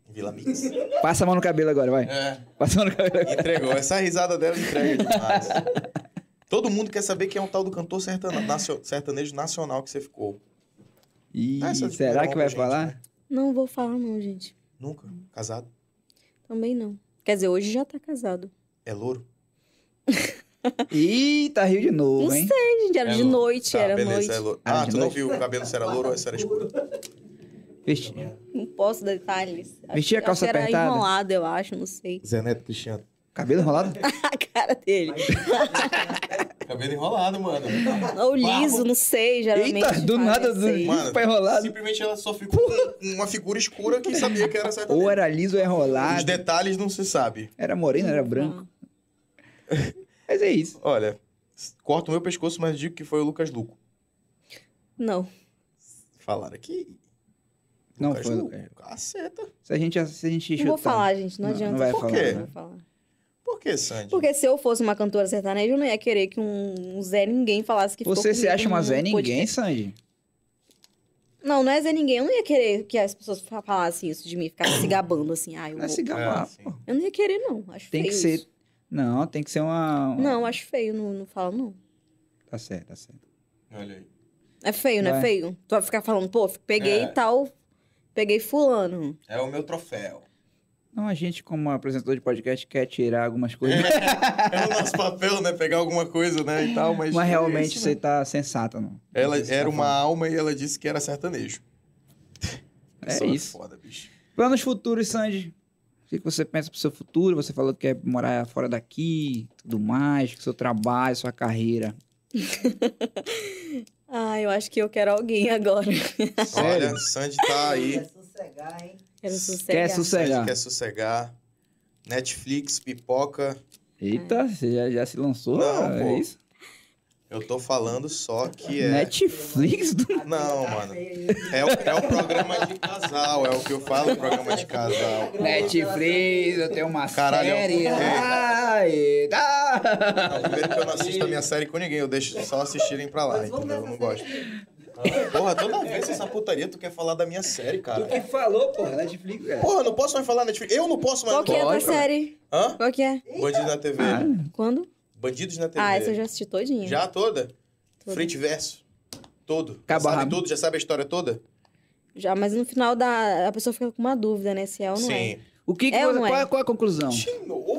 Vila Mix. Passa a mão no cabelo agora, vai. É. Passa a mão no cabelo agora. Entregou. Essa risada dela entrega demais. Todo mundo quer saber quem é um tal do cantor sertana- nacio- sertanejo nacional que você ficou. Ih, Ah, essa será desculpa que é vai bom pra falar? gente, né? Não vou falar não, gente. Nunca. Casado. Também não. Quer dizer, hoje já tá casado. É louro? Eita, riu de novo, Não hein? Ai, gente, era É de louro. noite, Tá, era beleza, noite. é louro. Ah, Ah, de tu não noite? viu o cabelo se era louro ou se era escuro? Vesti- Não posso dar detalhes. Acho- Vestia a acho calça que era apertada? enrolado, eu acho, não sei. Zé Neto Cristiano. Cabelo enrolado? A cara dele. Cabelo enrolado, mano. Ou liso, não sei, geralmente. assim. Eita, do faz, nada, não do sei. liso Mano, pra enrolado. Simplesmente ela só ficou com uma figura escura que sabia que era sertanejo. Ou era liso ou enrolado. Os detalhes não se sabe. Era moreno, era branco. Mas é isso. Olha, s- corto o meu pescoço, mas digo que foi o Lucas Luco. Não, Falaram aqui. Não Lucas foi, Luco. Lucas. Caceta. Se a gente, se a gente não vou chutar- falar, gente, tá. não, Não, adianta. não vai Por falar, quê? né? Não vou falar. Por que, Sandy? Porque se eu fosse uma cantora sertaneja, eu não ia querer que um, um Zé Ninguém falasse que ficou Você se comigo acha uma num Zé Ninguém, podcast. Sandy? Não, não é Zé Ninguém. Eu não ia querer que as pessoas fa- falassem isso de mim, ficassem se gabando assim. Ah, eu, Não é vou- se gabar, É, sim. pô. eu não ia querer, não. Acho Tem feio que ser. isso. Não, tem que ser uma. uma- Não, acho feio, não, não falo, não. Tá certo, tá certo. Olha aí. É feio, não é, Vai. feio? Tu vai ficar falando, pô, peguei É. tal, peguei fulano. É o meu troféu. Não, a gente, como apresentador de podcast, quer tirar algumas É, coisas, Era o nosso papel, né? Pegar alguma coisa, né? E tal, mas. mas realmente isso, né? você tá sensata, não. Ela Você tá era uma falando. alma e ela disse que era sertanejo. É Isso isso. Foda, bicho. Planos futuros, Sandy. O que que você pensa pro seu futuro? Você falou que quer morar fora daqui, tudo mais, que seu trabalho, sua carreira. Ah, eu acho que eu quero alguém agora. Olha, Sandy tá aí. Vai é sossegar, hein? Quero Quer sossegar. Quer Sandy sossegar. quer sossegar. Netflix, pipoca. Eita, você já, já se lançou? Não, é pô. isso? Eu tô falando só que é. Netflix? do- A Não, vida tá mano. feia, hein? É o, é o programa de casal, é o que eu falo, o programa de casal. Netflix, eu tenho uma Caralho, eu- série. é. Ai, tá. Não, primeiro que eu não assisto a minha série com ninguém, eu deixo só assistirem pra lá, Mas vamos entendeu? Eu não nessa gosto. Porra, toda vez essa putaria tu quer falar da minha série, Tu cara. que falou, porra, Netflix, cara. Porra, não posso mais falar Netflix. Eu não posso mais Qual que é a tua Pode. série? Hã? Qual que é? Bandidos na TV. Quando? Bandidos na TV. Ah, essa eu já assisti todinha. Já toda? Toda. Frente e verso. Todo. Já Cabo a sabe rabo. tudo? Já sabe a história toda? Já, mas no final da, a pessoa fica com uma dúvida, né? Se é ou não é. Sim. O que, que É ou você- não é? qual, é- qual é a conclusão?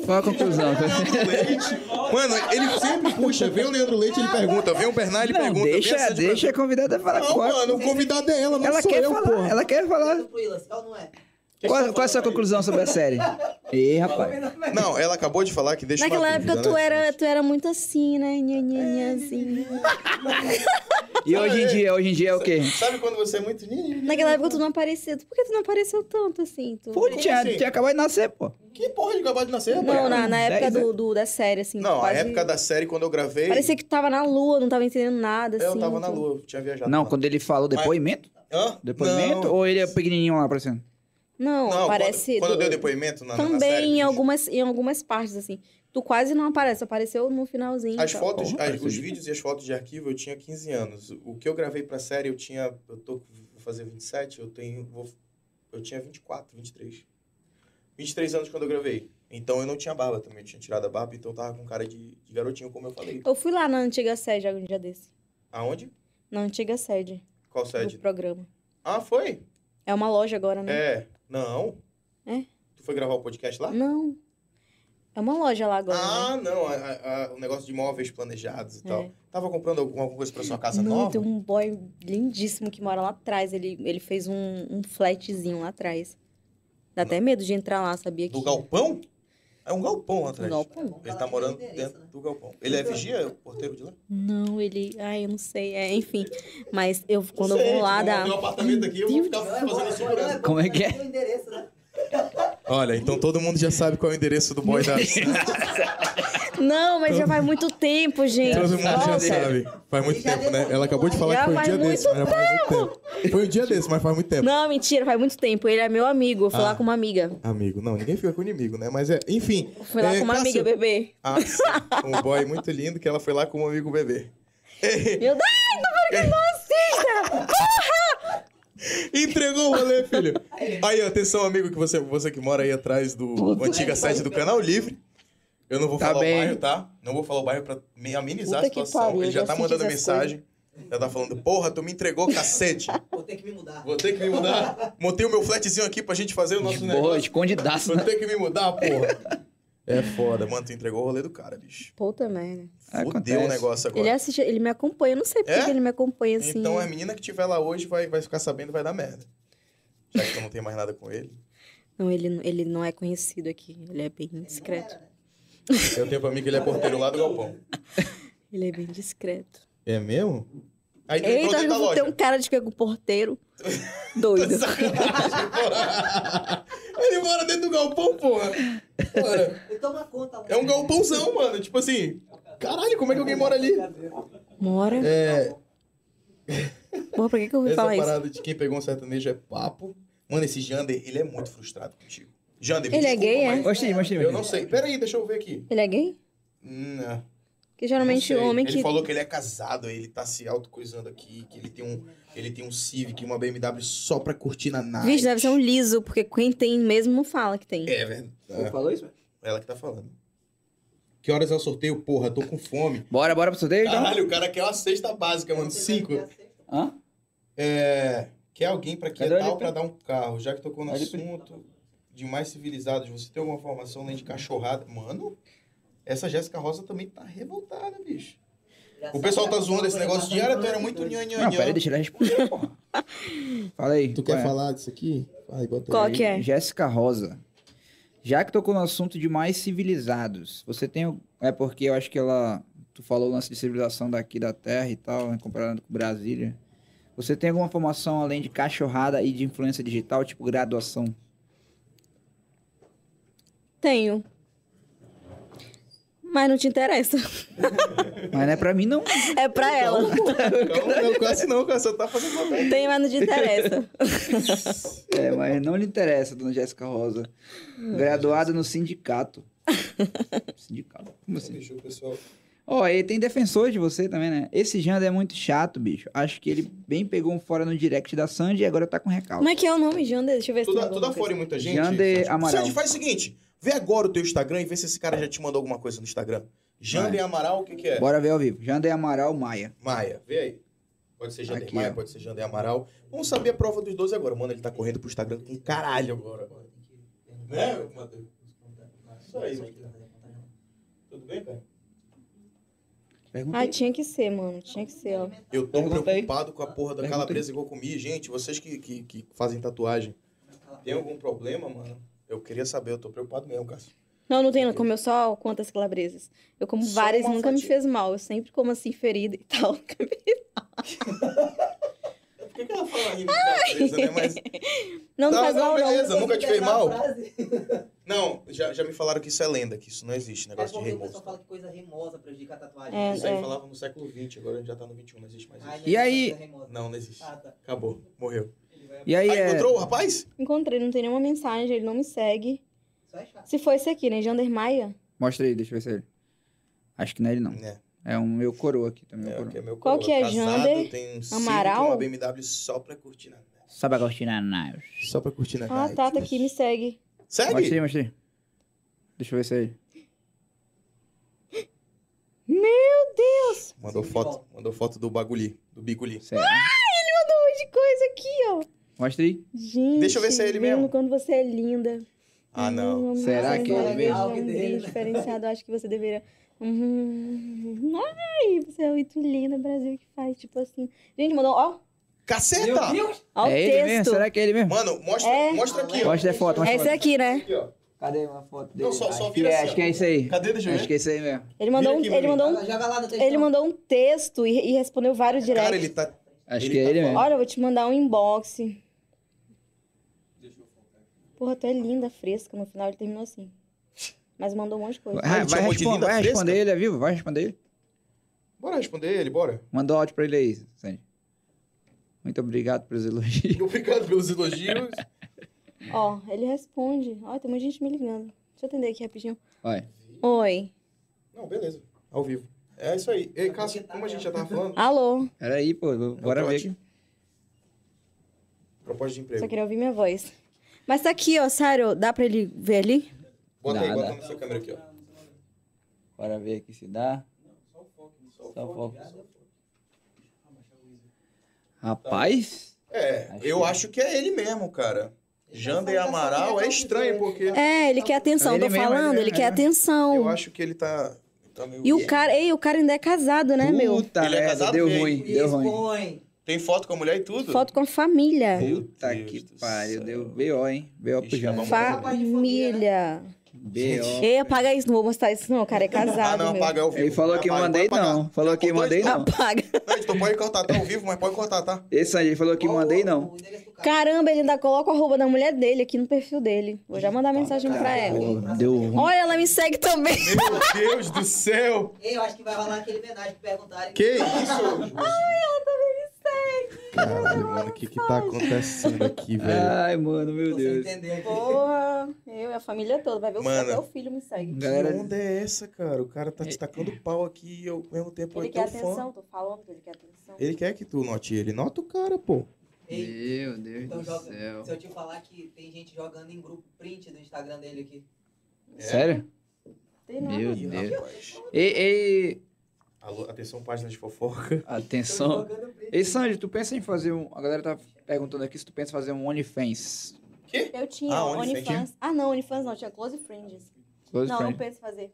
Qual é a conclusão? Mano, ele sempre puxa. Vem o Leandro Leite, ele pergunta. Vem o Bernard, ele Não, pergunta. vem a deixa, Sandy deixa a convidada falar. Não, qual, mano, o convidado é ela, não ela sou quer eu, falar, porra. ela quer falar. Pro Ilas, qual não é? Qual, qual é a sua conclusão sobre a série? Ei, rapaz. Não, ela acabou de falar que deixa uma Naquela época dúvida, tu né? É, era, tu era muito assim, né? Nha, nha, nha, assim. E hoje em dia, hoje em dia é o quê? Sabe quando você é muito... Naquela época tu não aparecia. Por que tu não apareceu tanto assim? Tu... Pô, ele tinha, assim? tinha acabado de nascer, pô. Que porra de acabar de nascer, rapaz? Não, na, na Dez, época né? do, do- da série, assim. Não, a quase- época da série, quando eu gravei, Parecia que tu tava na lua, não tava entendendo nada, assim. eu tava na tu- lua, eu tinha viajado. Não, pra lá. quando ele falou depoimento? Hã? Depoimento? tá. Não, Ou ele é pequenininho lá aparecendo? Não, não, parece... Quando, quando eu do- dei o depoimento na, na Também série... em, bicho, algumas, em algumas partes, assim. Tu quase não aparece, apareceu no finalzinho. As tá? fotos, Porra, as- parece os que- vídeos e as fotos de arquivo eu tinha 15 anos. O que eu gravei pra série eu tinha. Eu tô, vou fazer 27, eu tenho. Vou, eu tinha 24, 23. 23 anos quando eu gravei. Então eu não tinha barba também, eu tinha tirado a barba, então eu tava com cara de, de garotinho, como eu falei. Eu fui lá na antiga sede algum dia desse. Aonde? Na antiga sede Qual do sede? programa. Ah, foi? É uma loja agora, né? É. Não. É? né? Tu foi gravar o podcast lá? Não. É uma loja lá agora. né? Ah, não. a- a- a- o negócio de imóveis planejados e É. tal. Tava comprando alguma coisa pra sua casa Não, nova? tem um boy lindíssimo que mora lá atrás. Ele, ele fez um, um flatzinho lá atrás. Dá até medo de entrar lá, sabia? Do que... galpão? É um galpão lá atrás. Do galpão? Ele tá morando dentro do galpão. Ele é vigia, o porteiro de lá? Não, ele... Ai, eu não sei. É, enfim. Mas eu, quando eu vou lá, dá... Meu um apartamento aqui, eu vou ficar fazendo segurança. Como é que é? Olha, então todo mundo já sabe qual é o endereço do boy da... Não, mas já vai muito tempo, gente. Todo mundo já Volta. sabe. Faz muito Já tempo, né? demorou. Ela acabou de falar Já que foi um faz dia muito desse, né? mas faz muito tempo. Foi um dia desse, mas faz muito tempo. Não, mentira, faz muito tempo. Ele é meu amigo. Eu fui Ah. lá com uma amiga. Amigo, não, ninguém fica com inimigo, né? Mas é, enfim. Eu Fui lá É, com uma Cássio. amiga, bebê. Ah, sim. um boy muito lindo que ela foi lá com um amigo bebê. Meu Deus, Entregou o rolê, filho. Aí, atenção, amigo, que você, você que mora aí atrás do antiga sede do Canal Livre. Eu não vou Tá falar bem. o bairro, tá? Não vou falar o bairro pra me- amenizar Puta a que situação. pariu, Ele já, já tá se mandando diz as mensagem. Já tá falando, porra, tu me entregou, cacete. Vou ter que me mudar. Vou ter que me mudar. Montei o meu flatzinho aqui pra gente fazer o nosso Porra, negócio. escondidaço, Vou né? ter que me mudar, porra. É foda, mano. Tu entregou o rolê do cara, bicho. Puta merda. Fudeu o Acontece. negócio agora. Ele assiste, ele me acompanha. Eu não sei por É? que ele me acompanha assim. Então a menina que tiver lá hoje vai, vai ficar sabendo e vai dar merda. Já que tu não tem mais nada com ele. Não, ele, ele não é conhecido aqui. Ele é bem discreto. né? Eu tenho pra mim que ele é porteiro lá do galpão. Ele é bem discreto. É mesmo? Aí tu entrou Eita, dentro é da eu vou ter loja. um cara de que é com porteiro. Doido. um ele mora dentro do galpão, porra. Porra, E toma Então conta lá. né? É um galpãozão, mano. Tipo assim, caralho, como é que alguém mora ali? Mora. É, Porra, pra que, que eu ouvi Essa falar isso? parada de quem pegou um sertanejo é papo. Mano, esse Jander, ele é muito frustrado contigo. Jander, me Ele é desculpa, gay, é? mas Gostei, gostei. Eu não sei. Peraí, deixa eu ver aqui. Ele é gay? Hum, não, Porque geralmente o não sei. homem ele que. falou que ele é casado, aí ele tá se autocoisando aqui, que ele tem um, ele tem um Civic, uma BMW só pra curtir na night. Vixe, deve ser um liso, porque quem tem mesmo não fala que tem. É, verdade. Falou isso? Ela que tá falando. Que horas é o sorteio? Porra, tô com fome. Bora, bora pro sorteio, então? Caralho, o cara quer uma cesta básica, mano. Cinco. Hã? É, quer alguém pra Cadê o quietar ou LP? pra dar um carro, já que tocou no LP? assunto. de mais civilizados, você tem uma formação além de cachorrada. Mano, essa Jéssica Rosa também tá revoltada, bicho. O pessoal tá zoando esse negócio de ah, tu era muito nhan, nhan, Não, peraí, nhan. deixa ele responder, porra. Fala aí. Tu qual quer é? falar disso aqui? Vai, bota Qual aí. que é? Jéssica Rosa. Já que tocou no assunto de mais civilizados, você tem. o- É porque eu acho que ela. Tu falou o lance de civilização daqui da Terra e tal, né, comparando com Brasília. Você tem alguma formação além de cachorrada e de influência digital, tipo graduação? Tenho. Mas não te interessa. Mas não é pra mim, não. É pra ela. Não, não, quase não, cara, só tá fazendo uma merda. Tem, mas não te interessa. É, mas não lhe interessa, dona Jéssica Rosa. Graduada no sindicato. Sindicato? Como assim? Deixa o pessoal. Ó, e tem defensor de você também, né? Esse Jander é muito chato, bicho. Acho que ele bem pegou um fora no direct da Sandy e agora tá com recalco. Como é que é o nome, Jander? Deixa eu ver se tem Toda, alguma toda coisa. fora e muita gente. Jander Sandy, Amaral. Sandy, faz o seguinte: vê agora o teu Instagram e vê se esse cara já te mandou alguma coisa no Instagram. Jander Amaral, o que, que é? Bora ver ao vivo. Jander Amaral Maia. Maia, vê aí. Pode ser Jander Aqui, Maia, ó. pode ser Jander Amaral. Vamos saber a prova dos 12 agora. Mano, ele tá correndo pro Instagram com caralho agora. Né, Matheus? Isso aí, Tudo bem, cara? Pergunta Ah, aí. tinha que ser, mano. Tinha que ser, ó. Eu tô Pergunta aí. preocupado com a porra da Pergunta calabresa que eu comi. Gente, vocês que, que, que fazem tatuagem, tem algum problema, mano? Eu queria saber, eu tô preocupado mesmo, Cássio. Não, não tem, não. Comeu só quantas calabresas? Eu como Só várias e uma nunca me fatia. fez mal. Eu sempre como assim, ferida e tal. Por que, que ela fala rindo de calabresa, né? Mas, Não, não Tá, faz não, mal, não. beleza. nunca te fez mal? É não, já, já me falaram que isso é lenda, que isso não existe, negócio de porque o pessoal remoço. fala que coisa rimosa prejudica a tatuagem. É, Isso aí é. falava no século XX, agora a gente já tá no XXI, não existe mais Ai, isso. não E é aí? coisa rimosa. Não, não existe. Ah, tá. Acabou, morreu. Ele vai- E aí, Aí é... Ah, encontrou o rapaz? Encontrei, não tem nenhuma mensagem, ele não me segue. Só é chato. Se foi esse aqui, né? Jander Maia? Mostra aí, deixa eu ver se é ele. Acho que não é ele, não. É, É um meu coroa aqui também. meu é, coroa. que é meu Qual coroa. que é, Casado, Jander? tem um cinto, Amaral? uma BMW só pra curtir na Sabe a Agostina Niles? Só pra curtir na Ah, tá, tá aqui, me segue. Segue? Mostrei, mostrei. Deixa eu ver se é ele. Mandou Sim, foto, igual. mandou foto do bagulhi, do biguli. Sério. Ah, Que um coisa aqui, ó. Mostra aí. Gente, Deixa eu ver se é ele vendo mesmo. quando você é linda. Ah, não. Hum, Será você que é é ele um mesmo? brilho Dele, né? diferenciado, acho que você deveria. Hum, Ai, você é muito linda, Brasil, que faz, tipo assim. Gente, mandou, ó, Caceta! ó o é ele mesmo? texto. Será que é ele mesmo? Mano, mostra, É. mostra aqui, ó. Mostra a foto, É mostra a esse foto. aqui, né? Aqui, ó. Cadê uma foto dele? Não, só- só acho, vira que é, assim, ó. acho que é isso aí. Cadê? Deixa eu Acho ver. que é isso aí mesmo. Ele mandou, Vira um, aqui, ele mandou, um, Joga lá no textão. ele mandou um texto e, e respondeu vários Então. Cara, directs. ele tá... Acho Ele que é tá ele falando. mesmo. Olha, eu vou te mandar um inbox. Porra, tu é linda, fresca. No final ele terminou assim. Mas mandou um monte de coisa. Ah, Ele vai, chamou de responder, linda vai fresca? responder ele, é vivo? Vai responder ele. Bora responder ele, bora. Manda um áudio pra ele aí, Sandy. Muito obrigado pelos elogios. Obrigado pelos elogios. Ó, ele responde. Ó, tem muita gente me ligando. Deixa eu atender aqui rapidinho. Vai. Oi. Não, beleza. Ao vivo. É isso aí. Ei, Cássio, como a gente já tava falando, Alô. Pera aí, pô. Bora ver aqui. proposta de Só emprego. queria ouvir minha voz. Mas tá aqui, ó, sério. Dá pra ele ver ali? Bota aí, Dá, bota dá. na sua câmera aqui, ó. Bora ver aqui se dá. Só foco. Rapaz, É, Acho eu que- acho que é ele mesmo, cara. Ele tá Jander falando, tá Amaral falando, é tá estranho, falando. porque É, ele quer atenção. Ele Tô mesmo, falando, ele é. ele mesmo, quer eu atenção. acho que ele tá... tá meio- É um E o cara, ei, o cara ainda é casado, né, meu? puta Ele é merda, casado, deu veio. ruim, E deu ruim. expõe. Tem foto com a mulher e tudo? Foto com a família. Meu Puta Deus que do pariu, céu. deu BO, hein? BO pro Ixi, Jânio. acabou. Família. BO. Ei, apaga isso, não vou mostrar isso não, cara, é Ah, casado, não, meu. apaga ao vivo. Ele falou que eu Apaga, mandei pode apagar. não. Falou que eu Botou mandei isso? não. Apaga. Não, editor, pode cortar, tá ao vivo, mas pode cortar, tá? Esse Sandy, ele falou que mandei não. O endereço do cara. Caramba, ele ainda coloca o arroba da mulher dele aqui no perfil dele. Vou já mandar mensagem pra ela. Porra, Deu ruim. Olha, ela me segue também. Meu Deus do céu! Ei, Eu acho que vai rolar aquele homenagem que perguntarem. Que isso? Caralho, mano, o que que tá acontecendo aqui, Ai, mano, meu Você Deus. entender aqui. Porra, eu e a família toda. Vai ver o Mano. até o filho me segue. Galera, Que onda é essa, cara? O cara tá te tacando pau aqui e ao mesmo tempo Ele é quer teu fã. atenção, tô falando que ele quer atenção. Ele quer que tu note ele. Nota o cara, pô. Ei, meu Deus então do joga. céu. Se eu te falar que tem gente jogando em grupo print do Instagram dele aqui. Sério? Tem nada. Meu Ih, Deus. rapaz. Ei, ei, Alô, atenção, página de fofoca. atenção. Jogando print. Ei, Sandy, tu pensa em fazer um. A galera tá perguntando aqui se tu pensa em fazer um OnlyFans. Quê? Eu tinha Ah, OnlyFans. OnlyFans. Ah, não, OnlyFans não, tinha Close Friends. Close não, friend. não penso em fazer. Só é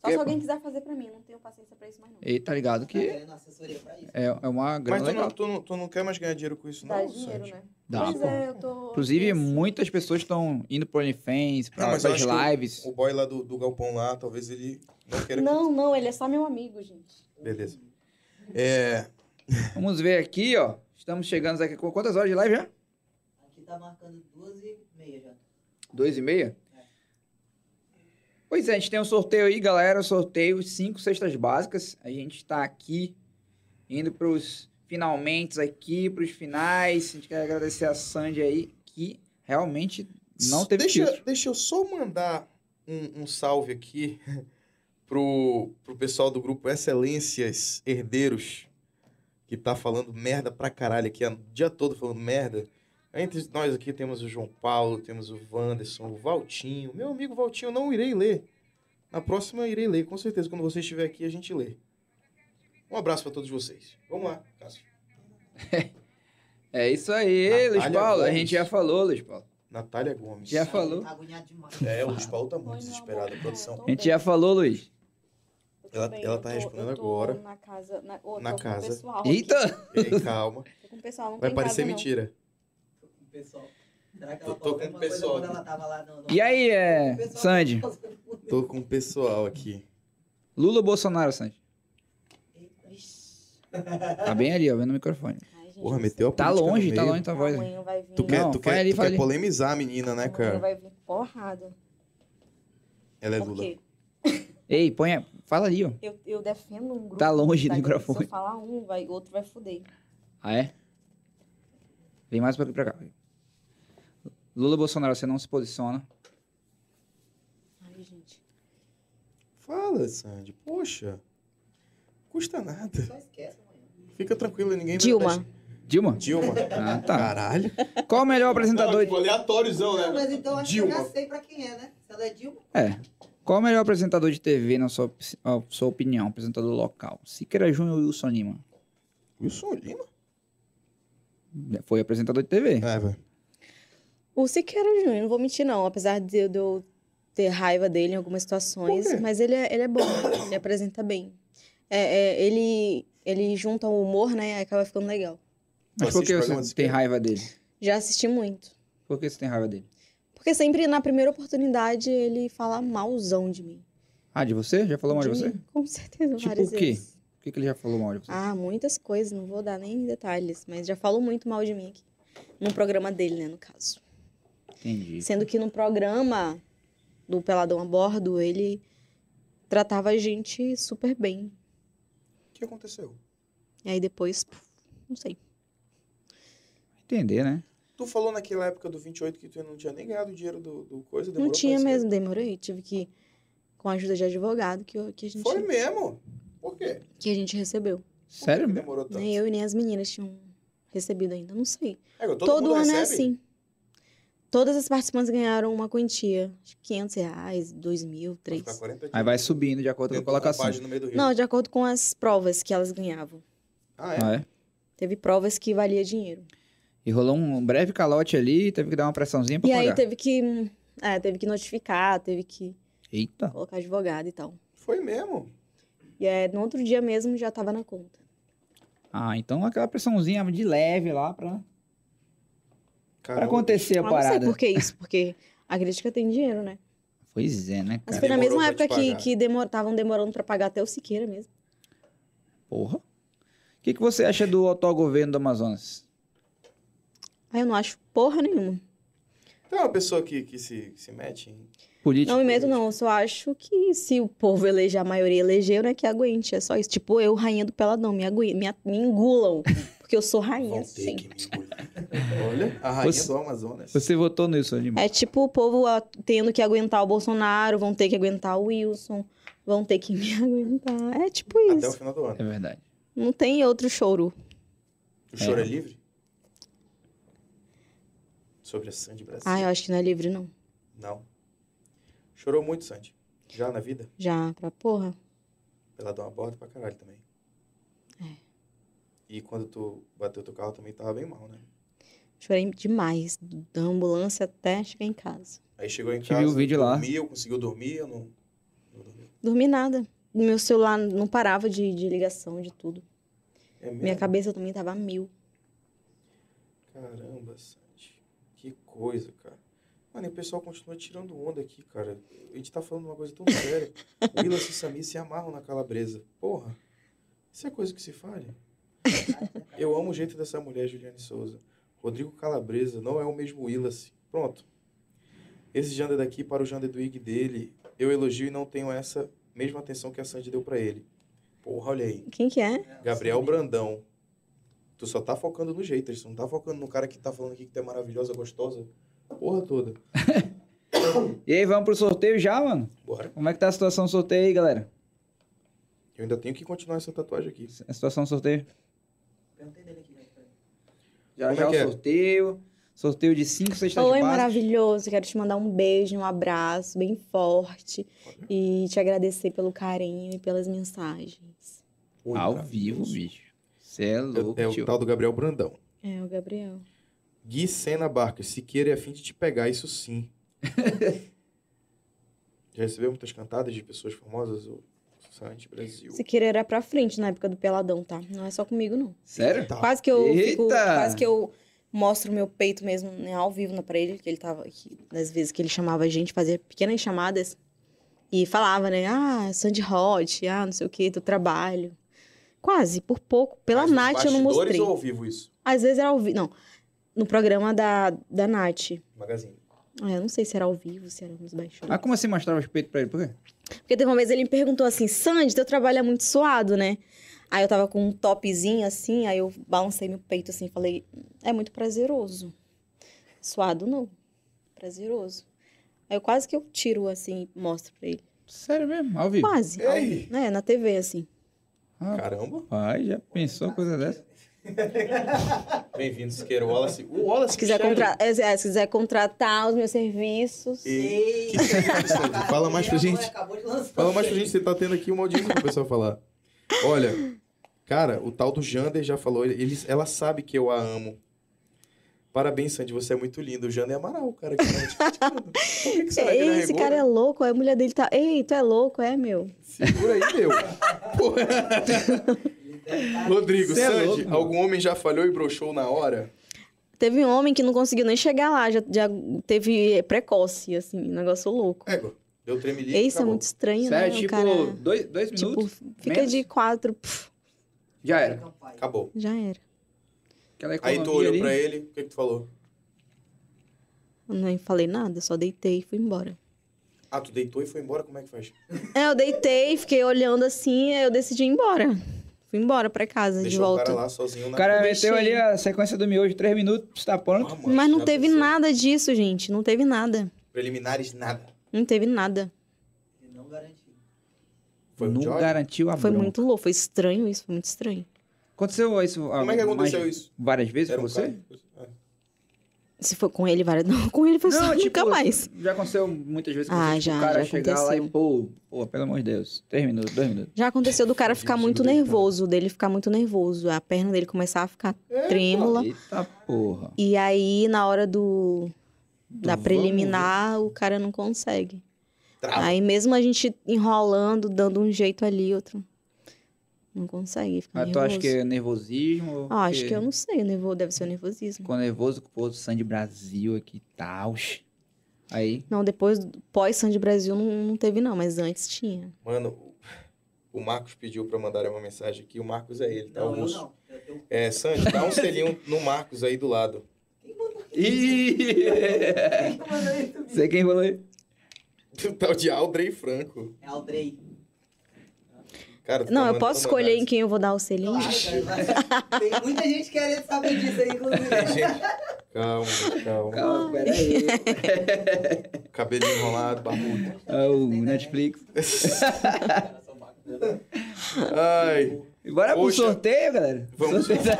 Porque- se alguém quiser fazer pra mim, não tenho paciência pra isso mais não. E tá ligado Tá que querendo assessoria pra isso. é, é uma Mas grana tu não, legal. tu, não, tu não quer mais ganhar dinheiro com isso, Dá não, dinheiro, Sandy? né? Dá, pois pô. é, eu tô... Inclusive, Isso. muitas pessoas estão indo pro OnlyFans, Não, pra, mas eu pras acho que lives. O boy lá do, do galpão lá, talvez ele não queira... que- Não, não, ele é só meu amigo, gente. Beleza. É... Vamos ver aqui, ó. Estamos chegando aqui. com Quantas horas de live já? Aqui tá marcando duas e meia já. Dois e meia? Pois é, a gente tem um sorteio aí, galera. Sorteio, cinco cestas básicas. A gente tá aqui, indo pros finalmente aqui, pros finais. A gente quer agradecer a Sandy aí, que realmente não teve deixa, filtro. deixa eu só mandar um, um salve aqui pro, pro pessoal do grupo Excelências Herdeiros, que tá falando merda pra caralho aqui, o dia todo falando merda. Entre nós aqui temos o João Paulo, temos o Wanderson, o Valtinho. Meu amigo Valtinho, eu não irei ler. Na próxima eu irei ler, com certeza. Quando você estiver aqui, a gente lê. Um abraço pra todos vocês. Vamos lá, Cássio. É isso aí, Natália Luiz Paulo. A Gomes. gente já falou, Luiz Paulo. Natália Gomes. Já falou. Tá agoniado demais. É, o Luiz Paulo tá Oi, muito meu desesperado, amor. a produção. Tô A gente bem. já falou, Luiz. Eu tô Ela- bem, ela eu tá tô- respondendo eu tô agora. Na casa. Na, ô, Na tô Com casa. o pessoal aqui. Eita! Ei, calma. Tô com o pessoal, não Vai tem parecer casa, não. mentira. Tô com o pessoal. Será que Tô- ela tô falou com o alguma coisa pessoal quando aqui. ela tava lá? no- no- E aí, O é, pessoal- tá Sandy? Tô com o pessoal aqui. Lula ou Bolsonaro, Sandy? Eita, vixi. Tá bem ali, ó, vendo o microfone. Ai, gente, Porra, não meteu a Tá política no longe, tá meio. longe tua sei. voz. Amanhã vai vir. Tu quer, Não, tu fala quer, ali, tu fala quer ali. polemizar a menina, né, amanhã cara? vai vir porrada. Ela é Por Lula. quê? Ei, põe. a- Fala ali, ó. Eu, eu defendo um grupo. Tá longe do tá? Se microfone. eu falar um, vai, outro vai fuder. Ah, é? Vem mais pra, pra cá. Lula Bolsonaro, você não se posiciona. Ai, gente. Fala, Sandy. Poxa. Custa nada. Só esquece amanhã. Fica tranquilo, ninguém vai Dilma. dar- Dilma? Dilma. Ah, tá. Caralho. Qual o melhor apresentador de... aleatóriozão, né? Não, mas então acho que eu já né? Dilma. sei pra quem é, né? Se ela é Dilma, É. Qual o melhor apresentador de TV, na sua, op- a sua opinião? Apresentador local. Siqueira Júnior ou Wilson Lima? Wilson Lima? Foi apresentador de TV. É, velho. O Siqueira Júnior, não vou mentir, não. Apesar de, de eu ter raiva dele em algumas situações, Por quê? mas ele é, ele é bom, ele apresenta bem. É, é, ele, ele junta o humor, né? Aí acaba ficando legal. Mas por Assiste que programa de você tem Siqueira. raiva dele? Já assisti muito. Por que você tem raiva dele? Porque sempre, na primeira oportunidade, ele fala malzão de mim. Ah, de você? Já falou mal de você? mim, Com certeza, Tipo várias o quê? vezes. O que, que ele já falou mal de você? Ah, muitas coisas, não vou dar nem detalhes, mas já falam muito mal de mim aqui. No programa dele, né, no caso. Entendi. Sendo que no programa do Peladão a Bordo, ele tratava a gente super bem. O que aconteceu? E aí depois, puf, não sei. Entender, né? Tu falou naquela época do 28 que tu não tinha nem ganhado o dinheiro do, do coisa? Não demorou pra tinha receber? mesmo, demorei. Tive que, com a ajuda de advogado, que, eu- que, a, gente, Foi mesmo? Por quê? Por que a gente recebeu. que Sério que mesmo? demorou tanto? Nem eu e nem as meninas tinham recebido ainda, não sei. É, todo Todo, mundo ano é recebe? assim. Todas as participantes ganharam uma quantia. Acho que 500 reais, 2 mil, Vai 3. ficar 40 Aí dias. vai assim. subindo de acordo com a Tentou colocação. compadre no meio do rio. Não, de acordo com as provas que elas ganhavam. Ah, é? Ah, é? Teve provas que valia dinheiro. E rolou um breve calote ali, teve que dar uma pressãozinha pra E pagar. aí teve que. É, teve que notificar, teve que Eita. colocar advogado e tal. Foi mesmo? E aí, no outro dia mesmo já tava na conta. Ah, então aquela pressãozinha de leve lá pra, pra Caramba. acontecer a Eu não sei parada. por que isso, porque a crítica tem dinheiro, né? Pois é, né, Mas cara? foi na Demorou mesma pra te época que pagar. estavam demor tavam demorando pra pagar até o Siqueira mesmo. Porra. O que, que você acha do atual governo do Amazonas? Aí eu não acho porra nenhuma. Tem Então, é uma pessoa que, que se, que se mete em Político? Não me meto, não. Eu só acho que se o povo eleger, a maioria elegeu, né? Que aguente. É só isso. Tipo, eu, rainha do Peladão, me, agui... me, a- me engulam. Porque eu sou rainha, assim. Vão ter É sim. que me engolir. Olha, a rainha Você- do Amazonas. Você votou nisso, Lima? É tipo o povo ah, tendo que aguentar o Bolsonaro, vão ter que aguentar o Wilson, vão ter que me aguentar. É tipo Até o isso. final do ano. É verdade. Não tem outro choro. O choro é, livre? Sobre a Sandy Brasil. Ah, eu acho que não é livre, não. Não. Chorou muito, Sandy. Já na vida? Já, pra porra. Ela deu uma borda pra caralho também. É. E quando tu bateu teu carro também tava bem mal, né? Chorei demais, da ambulância até chegar em casa. Aí chegou em Te casa. vi o vídeo lá. Dormiu, conseguiu dormir, eu não. não dormi. Dormi nada. Meu celular não parava de, de ligação, de tudo. É mesmo? Minha cabeça também tava a mil. Caramba, Sandy. Que coisa, cara. Mano, e o pessoal continua tirando onda aqui, cara. A gente tá falando uma coisa tão séria. Willas e Samir se amarram na calabresa. Porra. Isso é coisa que se falha. Eu amo o jeito dessa mulher, Juliane Souza. Rodrigo Calabresa não é o mesmo Willas. Pronto. Esse Jander daqui para o Jander do IG dele, eu elogio e não tenho essa mesma atenção que a Sandy deu pra ele. Porra, olha aí. Quem que é? Gabriel Brandão. Tu só tá focando no jeito, tu não tá focando no cara que tá falando aqui que tu é maravilhosa, gostosa. Porra toda. E aí, vamos pro sorteio já, mano? Bora. Como é que tá a situação do sorteio aí, galera? Eu ainda tenho que continuar essa tatuagem aqui. A situação do sorteio? Perguntei dele aqui, né? pra ele. Já Como é já que o é? sorteio. Sorteio de cinco cestas Oi, de passes. maravilhoso. Quero te mandar um beijo, um abraço bem forte e te agradecer pelo carinho e pelas mensagens. Oi, Ao vivo, maravilhoso. bicho. Você é louco, É, é o tio. tal do Gabriel Brandão. É, o Gabriel. Gui Sena Barca, Siqueira é a fim de te pegar, isso sim. Já recebeu muitas cantadas de pessoas famosas, o Sandy Brasil. Siqueira era pra frente na época do Peladão, tá? Não é só comigo, não. Sério? Tá. Quase que eu fico- Eita! quase que eu mostro o meu peito mesmo, né, ao vivo né, pra ele, que ele tava aqui, nas vezes que ele chamava a gente, fazia pequenas chamadas e falava, né, ah, Sandy Hot, ah, não sei o que, do trabalho. Quase, por pouco. Pela Mas nos Nath eu não bastidores mostrei. ou ao vivo isso? Às vezes era ao vivo, não, no programa da, da Nath. Magazine. Ah, eu não sei se era ao vivo, se era Mas nos bastidores. como assim mostrava os peitos pra ele? Por quê? Ah. Porque teve uma vez ele me perguntou assim, Sandy, teu trabalho é muito suado, né? Aí eu tava com um topzinho assim, aí eu balancei meu peito assim, falei, é muito prazeroso. Suado não, prazeroso. Aí eu quase que eu tiro assim e mostro pra ele. Sério mesmo, ao vivo. Quase. Ei! Né? Na TV, assim. Ah, Caramba. Pai, já pensou uma coisa dessa? Bem-vindo, Siqueira Wallace. O Wallace Se quiser, Michele. contra... é, é, se quiser contratar os meus serviços. E- que serviço, Sandy? Fala mais pra gente. né? Acabou de lançar. Fala mais pra gente, você tá tendo aqui uma audiência pro pessoal falar. Olha, cara, o tal do Jander já falou, ele, ele- ela sabe que eu a amo. Parabéns, Sandy, você é muito lindo. O Jander Amaral, o cara que tá te criticando. Por que, que será que ele Ei, arregou, esse cara né? é louco, a mulher dele tá. Ei, tu é louco, é meu. Segura aí, meu. Porra. Rodrigo, Cê é Sandy, louco, mano. algum homem já falhou e broxou na hora? Teve um homem que não conseguiu nem chegar lá, já, já teve precoce, assim, negócio louco. Ego. Deu tremelique, Ei, isso é acabou. muito estranho, Sério, né? O tipo, cara, dois, dois tipo, minutos, fica menos? de quatro, pff, já é era. Acabou. já era. Aquela Aí economia tu olhou ali. pra ele, o que que tu falou? Eu nem falei nada, só deitei e fui embora. Ah, tu deitou e foi embora, como é que faz? É, eu deitei, fiquei olhando assim, aí eu decidi ir embora. Fui embora pra casa, de Deixou o volta. cara lá sozinho na O cara Deixei. meteu ali a sequência do miojo, três minutos, está pronto. Ah, mano, Mas não já teve pensou? nada disso, gente. Não teve nada. Preliminares, nada. Não teve nada. Ele não garantiu. Foi um não o Jorge? garantiu a Foi bronca. muito louco, foi estranho isso, foi muito estranho. Aconteceu isso Como é que aconteceu isso? várias vezes com você? um cara- É. Se for com ele, várias. Não, com ele foi só tipo, nunca mais. Já aconteceu muitas vezes com Ah, você, tipo, já, o cara já chegar lá e, aconteceu. pô, pô, pelo amor de Deus, três minutos, dois minutos. Já aconteceu do cara Gente, ficar muito não tem nervoso, dele ficar muito nervoso, a perna dele começar a ficar trêmula. Eita porra. E aí, na hora do, da vamos preliminar, o cara não consegue. Trava. Aí, mesmo a gente enrolando, dando um jeito ali, outro. Não consegue, fica Mas tu nervoso. acha que é nervosismo? ou Ah, acho porque que eu não sei, nervo, deve ser o nervosismo. Ficou nervoso com o povo do Sandy Brasil aqui e tal. Aí, Não, depois, pós-Sandy Brasil, não, não teve, não, mas antes tinha. Mano, o- o Marcos pediu pra mandar uma mensagem aqui. O Marcos é ele, tá? Não, eu Augusto. não. Eu tenho... É, Sandy, dá um selinho no Marcos aí do lado. Quem mandou Ih! Quem mandou isso? bicho? Sei quem falou aí. Tá O tal de Aldrey Franco. É Aldrei. Cara, tu tá Não, eu mandando posso uma escolher em quem eu vou dar o selinho? Claro, cara. Tem muita gente querendo saber disso aí, Tem inclusive. gente- Calma, calma. Calma, Ah. peraí. Cabelinho enrolado, barbudo. É o Netflix. Ai, E Bora pro Poxa. sorteio, galera. Vamos. Sorteio.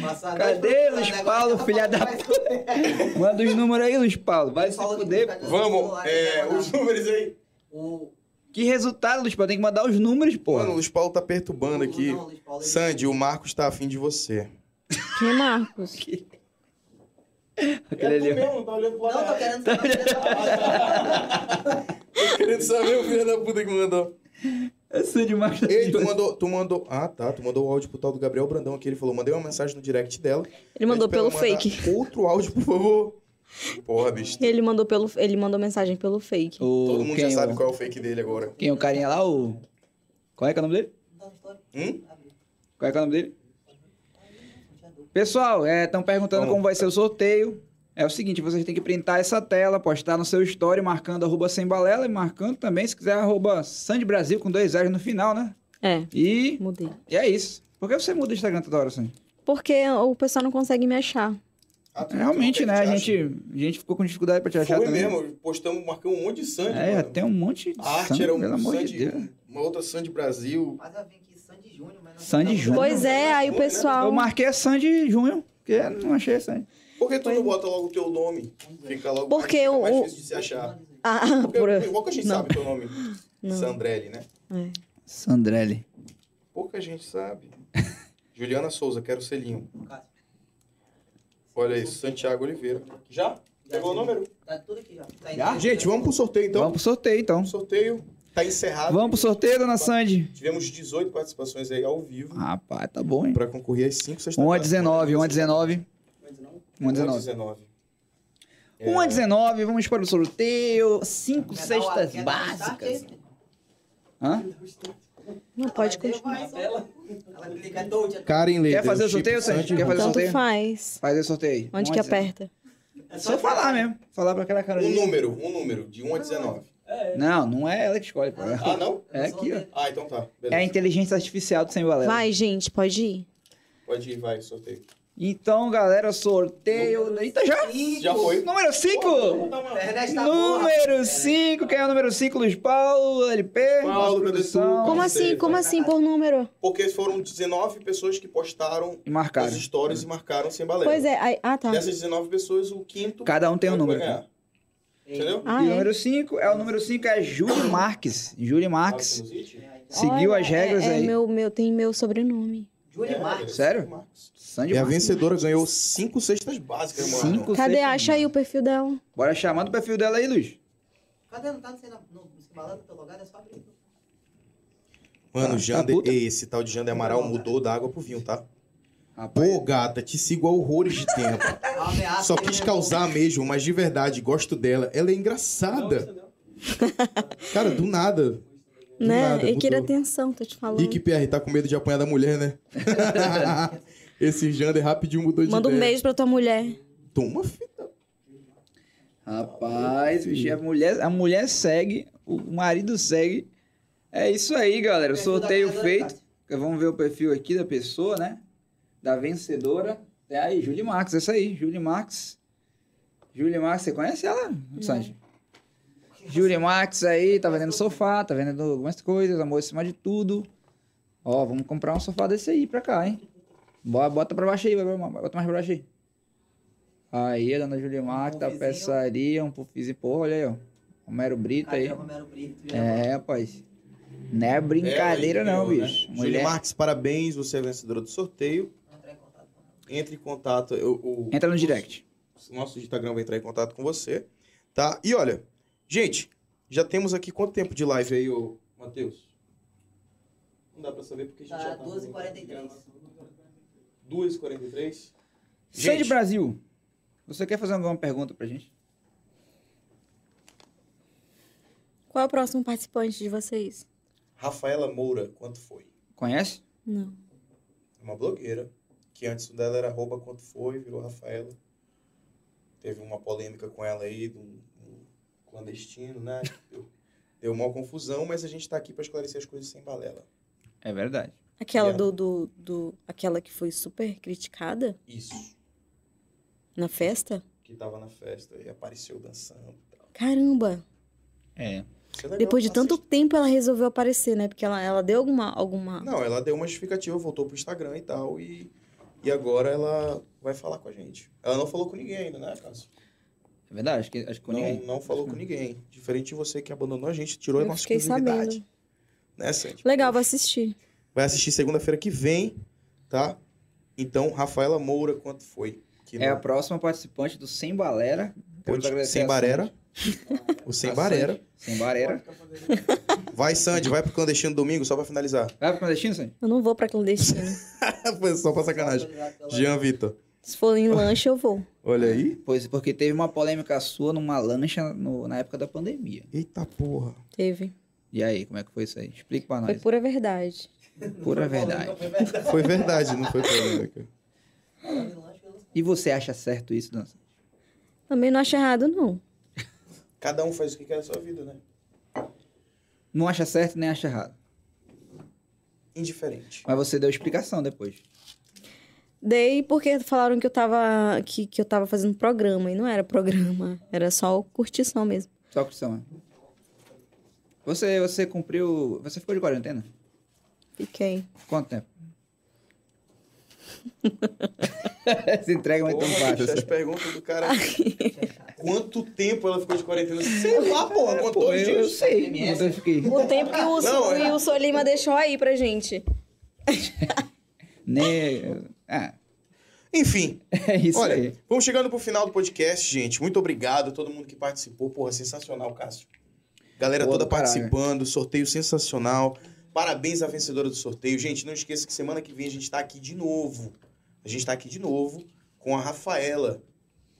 Passa a Cadê, noite Luiz procurando, Paulo, agora tá filha da vai escolher. Manda os números aí, Luiz Paulo. Vai se Paulo, fuder. fica de vamos. celular, é, então, vai os mandar. números aí. O- Que resultado, Luiz Paulo? Tem que mandar os números, Mano, o porra. Luiz Paulo tá perturbando o- aqui. não, Luiz Paulo, ele- Sandy, o Marcos tá afim de você. Que Marcos? É tu Aquele ali, ó. mesmo, tá olhando pro Não, tô lado. querendo saber. Querendo saber o filho da puta que mandou. É Cid Marcos. Ei, tu mandou, tu mandou. Ah, tá. Tu mandou o áudio pro tal do Gabriel Brandão aqui. Ele falou: mandei uma mensagem no direct dela. Ele mandou Pede pra ela pelo mandar fake. Outro áudio, por favor. Porra, bicho. Ele mandou pelo ele mandou mensagem pelo fake. O, Todo mundo quem, já sabe o, qual é o fake dele agora. quem é o carinha lá? O... Qual é que é o nome dele? Hum? Qual é que é o nome dele? Pessoal, estão perguntando Vamos. como vai ser o sorteio. É o seguinte, vocês têm que printar essa tela, postar no seu story, marcando arroba sem balela e marcando também, se quiser, arroba Sandy Brasil com dois R's no final, né? É, E, mudei. e é isso. Por que você muda o Instagram toda hora, Sandy? Porque o pessoal não consegue me achar. Ah, tu- tu Realmente, quer né? A que te gente, a gente ficou com dificuldade pra te ache? achar Foi também. mesmo. Postamos, marcamos um monte de Sandy. É, mano. tem um monte de A arte sangue, era um pelo amor de Sandy. Deus. uma outra Sandy Brasil. Mas eu vim aqui, Sandy Júnior, mas não Sandy não- Júnior. Pois é, aí o Eu pessoal. marquei a Sandy Junho, porque eu não achei a Sandy. Por que tu não bota logo o teu nome? Fica logo Porque fica mais o- difícil de se achar. Ah, Porque por... pouca gente não. sabe o teu nome. Não. Sandrelli, né? É. Sandrelli. Pouca gente sabe. Juliana Souza, quero selinho. Cássio. Olha isso, Santiago Oliveira. Já? Pegou o número? Tá tudo aqui já. Tá Já? indo- Gente, vamos pro sorteio então. Ah, Vamos pro sorteio, então. O sorteio tá encerrado. Vamos pro sorteio, dona Sandy. Tivemos 18 participações aí ao vivo Rapaz, tá bom, hein? pra concorrer às 5 1 a 19, 1 a 19. 1 a 19. 19. 1 É. a 19, vamos para o sorteio. 5 Quer dar o- cestas quer dar tá, o start aí? básicas. Hã? Não pode Ela continuar. vai, ela- Ela é clica doide. Karen Leite. Quer fazer o sorteio, Sandy? Quer fazer o Tanto sorteio? faz. Faz o sorteio. Onde 1 a que 19. aperta? É só falar mesmo. Falar pra aquela cara Um ali. número, um número, de 1 a 19. Não, não é ela que escolhe, pô. Ah, não? É aqui, ó. Ah, então tá. É a Beleza. inteligência artificial do Sem Valela. Vai, gente, pode ir. Pode ir, vai, sorteio. Então, galera, sorteio. Eita, já? Já foi. Número 5! Ernesto tá boa. Número 5, quem é o número 5? Luiz Paulo, LP, Paulo, produção. Não Como sei, assim? Como vai. assim por número? Porque foram 19 pessoas que postaram E marcaram. as stories e marcaram sem balela. Pois é. aí- Ah, tá. Dessas 19 pessoas, o quinto. Cada um tem um vai número. ganhar. Entendeu? Ah, e o é. número 5 é o número 5 é Júlio Marques. Júlio Marques É, tá. seguiu Olha, as regras é, é aí. meu, meu, tem meu sobrenome. É, Júlio Marques. Sério? Sandy E a Marques. vencedora ganhou 5 cestas básicas, mano. Cinco Cadê? cestas. Acha aí o perfil dela. Bora chamar do perfil dela aí, Luiz. Cadê? Não tá no Sena- no- no Simbalando, teu lugar, é só abrir. Mano, o Tá Jander, puta? Ei, esse tal de Jander Amaral mudou da água pro vinho, tá? Rapaz, Pô, gata, te sigo há horrores de tempo. Ah, É uma ameaça, Só quis né? causar mesmo, mas de verdade, gosto dela. Ela é engraçada. Cara, do nada. Do Né? nada, Ele queria mudou. atenção, tô te falando. Ih, que PR, tá com medo de apanhar da mulher, né? Esse Jander rapidinho mudou de Manda um ideia. beijo pra tua mulher. Toma fita. rapaz, bicho, a mulher, a mulher segue, o marido segue. É isso aí, galera. O Perfil da sorteio ganhadora, feito. Cássio. Vamos ver o perfil aqui da pessoa, né? Da vencedora. É aí, Julie Marx, essa aí, Julie Marx. Julie Marx, você conhece ela, Sanji? Julie Marx aí, tá vendendo sofá, tá vendendo algumas coisas, amor acima de tudo. Ó, vamos comprar um sofá desse aí pra cá, hein? Bora, bota pra baixo aí, vai, vai, bota mais pra baixo aí. Aí, a dona Julie Marx, da Um puffzinho. peçaria, um puffzinho, porra, olha aí, ó. Homero Brito aí. Cadê o Romero Brito? É, rapaz. Não é brincadeira, É, não, ganhou, né? bicho. Júlia Mulher. Marques, parabéns, você é vencedora do sorteio. Vou entrar em contato Tá, com ela. Entre em contato. eu- o- Entra no o- direct. O nosso Instagram vai entrar em contato com você. Tá? E olha, gente, já temos aqui quanto tempo de live aí, ô Matheus? Não dá pra saber porque a gente Tá, já tá. 12h43. 2h43. Sandy Gente. Brasil, você quer fazer alguma pergunta pra gente? Qual é o próximo participante de vocês? Rafaela Moura, quanto foi? Conhece? Não. É Uma blogueira. Que antes o dela era arroba quanto foi, virou Rafaela. Teve uma polêmica com ela aí, de um, um clandestino, né? Deu, deu uma confusão, mas a gente tá aqui pra esclarecer as coisas sem balela. É verdade. Aquela do, Dela. do, do. Aquela que foi super criticada Isso. na festa? Que tava na festa e apareceu dançando e tal. Caramba! É. Isso é legal, Depois de tanto assiste. tempo ela resolveu aparecer, né? Porque ela, ela deu alguma. alguma... Não, ela deu uma justificativa, voltou pro Instagram e tal, e, e agora ela vai falar com a gente. Ela não falou com ninguém ainda, né, Cássio? É verdade, acho que, acho que com Não, ninguém. não falou Acho com que- ninguém. Diferente de você que abandonou a gente, tirou a Eu nossa fiquei exclusividade. sabendo. Né, Sandy? Legal, vou assistir. Vai assistir segunda-feira que vem, tá? Então, Rafaela Moura, quanto foi? Que É a não- próxima participante do Sem Balera. Temos que agradecer Sem a Barera. Sandy. O Sem A Barera. Sandy. Sem Barera. Vai, Sandy, vai pro clandestino domingo, só pra finalizar. Vai pro clandestino, Sandy? Eu não vou pra clandestino. Foi só pra sacanagem. Jean Vitor. Se for em lanche, eu vou. Olha aí. Pois, porque teve uma polêmica sua numa lancha no- na época da pandemia. Eita porra. Teve. E aí, como é que foi isso aí? Explica pra Foi nós. pura verdade. Pura verdade. Foi verdade, não foi né, polêmica. E você acha certo isso, Dan? Também não acho errado, não. Cada um faz o que quer da sua vida, né? Não acha certo nem acha errado. Indiferente. Mas você deu explicação depois. Dei porque falaram que eu tava. que, que eu tava fazendo programa. E não era programa. Era só curtição mesmo. Só questão, né? Você, você cumpriu. Você ficou de quarentena? Fiquei. Quanto tempo? Se entrega é muito assim. Porra, baixo. bicho, as perguntas do cara. Quanto tempo ela ficou de quarentena? Sei lá, porra, É, Pô, contou né? os eu, eu dias. sei. mas eu fiquei. O tempo que o, Não, o Wilson Lima deixou aí pra gente. Né? Ah, Enfim, é isso olha, aí. vamos chegando pro final do podcast, gente. Muito obrigado a todo mundo que participou. Porra, sensacional, Cássio. Galera Boa toda do caralho. participando, sorteio sensacional. Parabéns à vencedora do sorteio. Gente, não esqueça que semana que vem a gente tá aqui de novo. A gente tá aqui de novo com a Rafaela,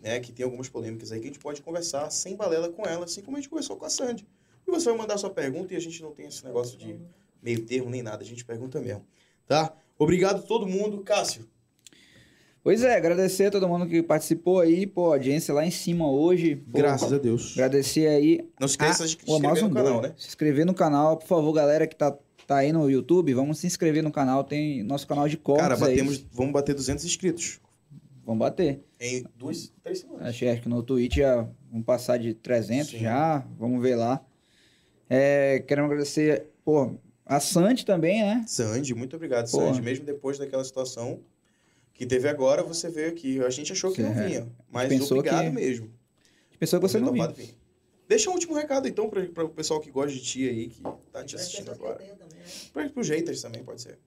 né? Que tem algumas polêmicas aí que a gente pode conversar sem balela com ela, assim como a gente conversou com a Sandy. E você vai mandar sua pergunta e a gente não tem esse negócio de meio termo nem nada, a gente pergunta mesmo. Tá? Obrigado a todo mundo, Cássio. Pois é, agradecer a todo mundo que participou aí, pô, audiência lá em cima hoje. Pô, Graças a Deus. Agradecer aí Não se esqueça de se Ah, O inscrever Amazon no canal, né? Se inscrever no canal, por favor, galera que tá, tá aí no YouTube, vamos se inscrever no canal. Tem nosso canal de cortes. Cara, aí. batemos, vamos bater 200 inscritos. Vamos bater. Em duas, três semanas. Acho, acho que no Twitch já vamos passar de 300 Sim. já. Vamos ver lá. É, quero agradecer, pô, a Santi também, né? Sandy, muito obrigado, Porra. Sandy. Mesmo depois daquela situação que teve agora, você veio aqui. A gente achou que não Sim, é. vinha, mas Pensou obrigado que mesmo. Pensou que você não viu. Topado vir. Deixa um último recado, então, pra, pra o pessoal que gosta de ti aí, que tá te é assistindo agora. Pra, pros haters também, pode ser.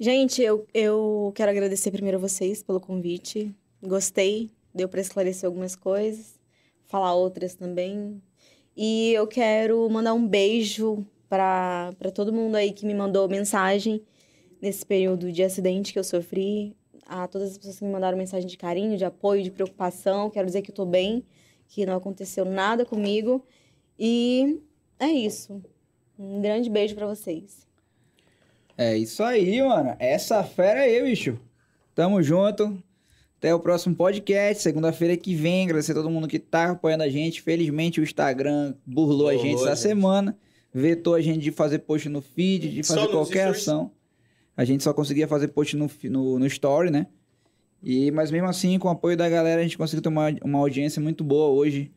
Gente, eu, eu quero agradecer primeiro a vocês pelo convite. Gostei, deu para esclarecer algumas coisas, falar outras também. E eu quero mandar um beijo para todo mundo aí que me mandou mensagem nesse período de acidente que eu sofri. A todas as pessoas que me mandaram mensagem de carinho, de apoio, de preocupação. Quero dizer que eu tô bem, que não aconteceu nada comigo. E é isso. Um grande beijo para vocês. É isso aí, mano. Essa fera aí, bicho. Tamo junto. Até o próximo podcast, segunda-feira que vem. Agradecer a todo mundo que tá apoiando a gente. Felizmente o Instagram burlou, a Burlou gente a essa gente. semana. Vetou a gente de fazer post no feed, de Só fazer nos qualquer stories. ação. A gente só conseguia fazer post no, fi- no, no story, né? E, mas mesmo assim, com o apoio da galera, a gente conseguiu tomar uma audiência muito boa hoje.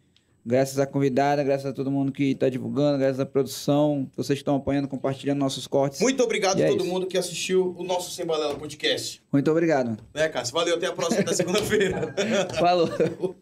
Graças à convidada, graças a todo mundo que tá divulgando, graças à produção. Vocês estão apoiando, compartilhando nossos cortes. Muito obrigado E a é todo isso. mundo que assistiu o nosso Sem Balela Podcast. Muito obrigado, mano. Né, Cássio? Valeu, até a próxima, até segunda-feira. Falou.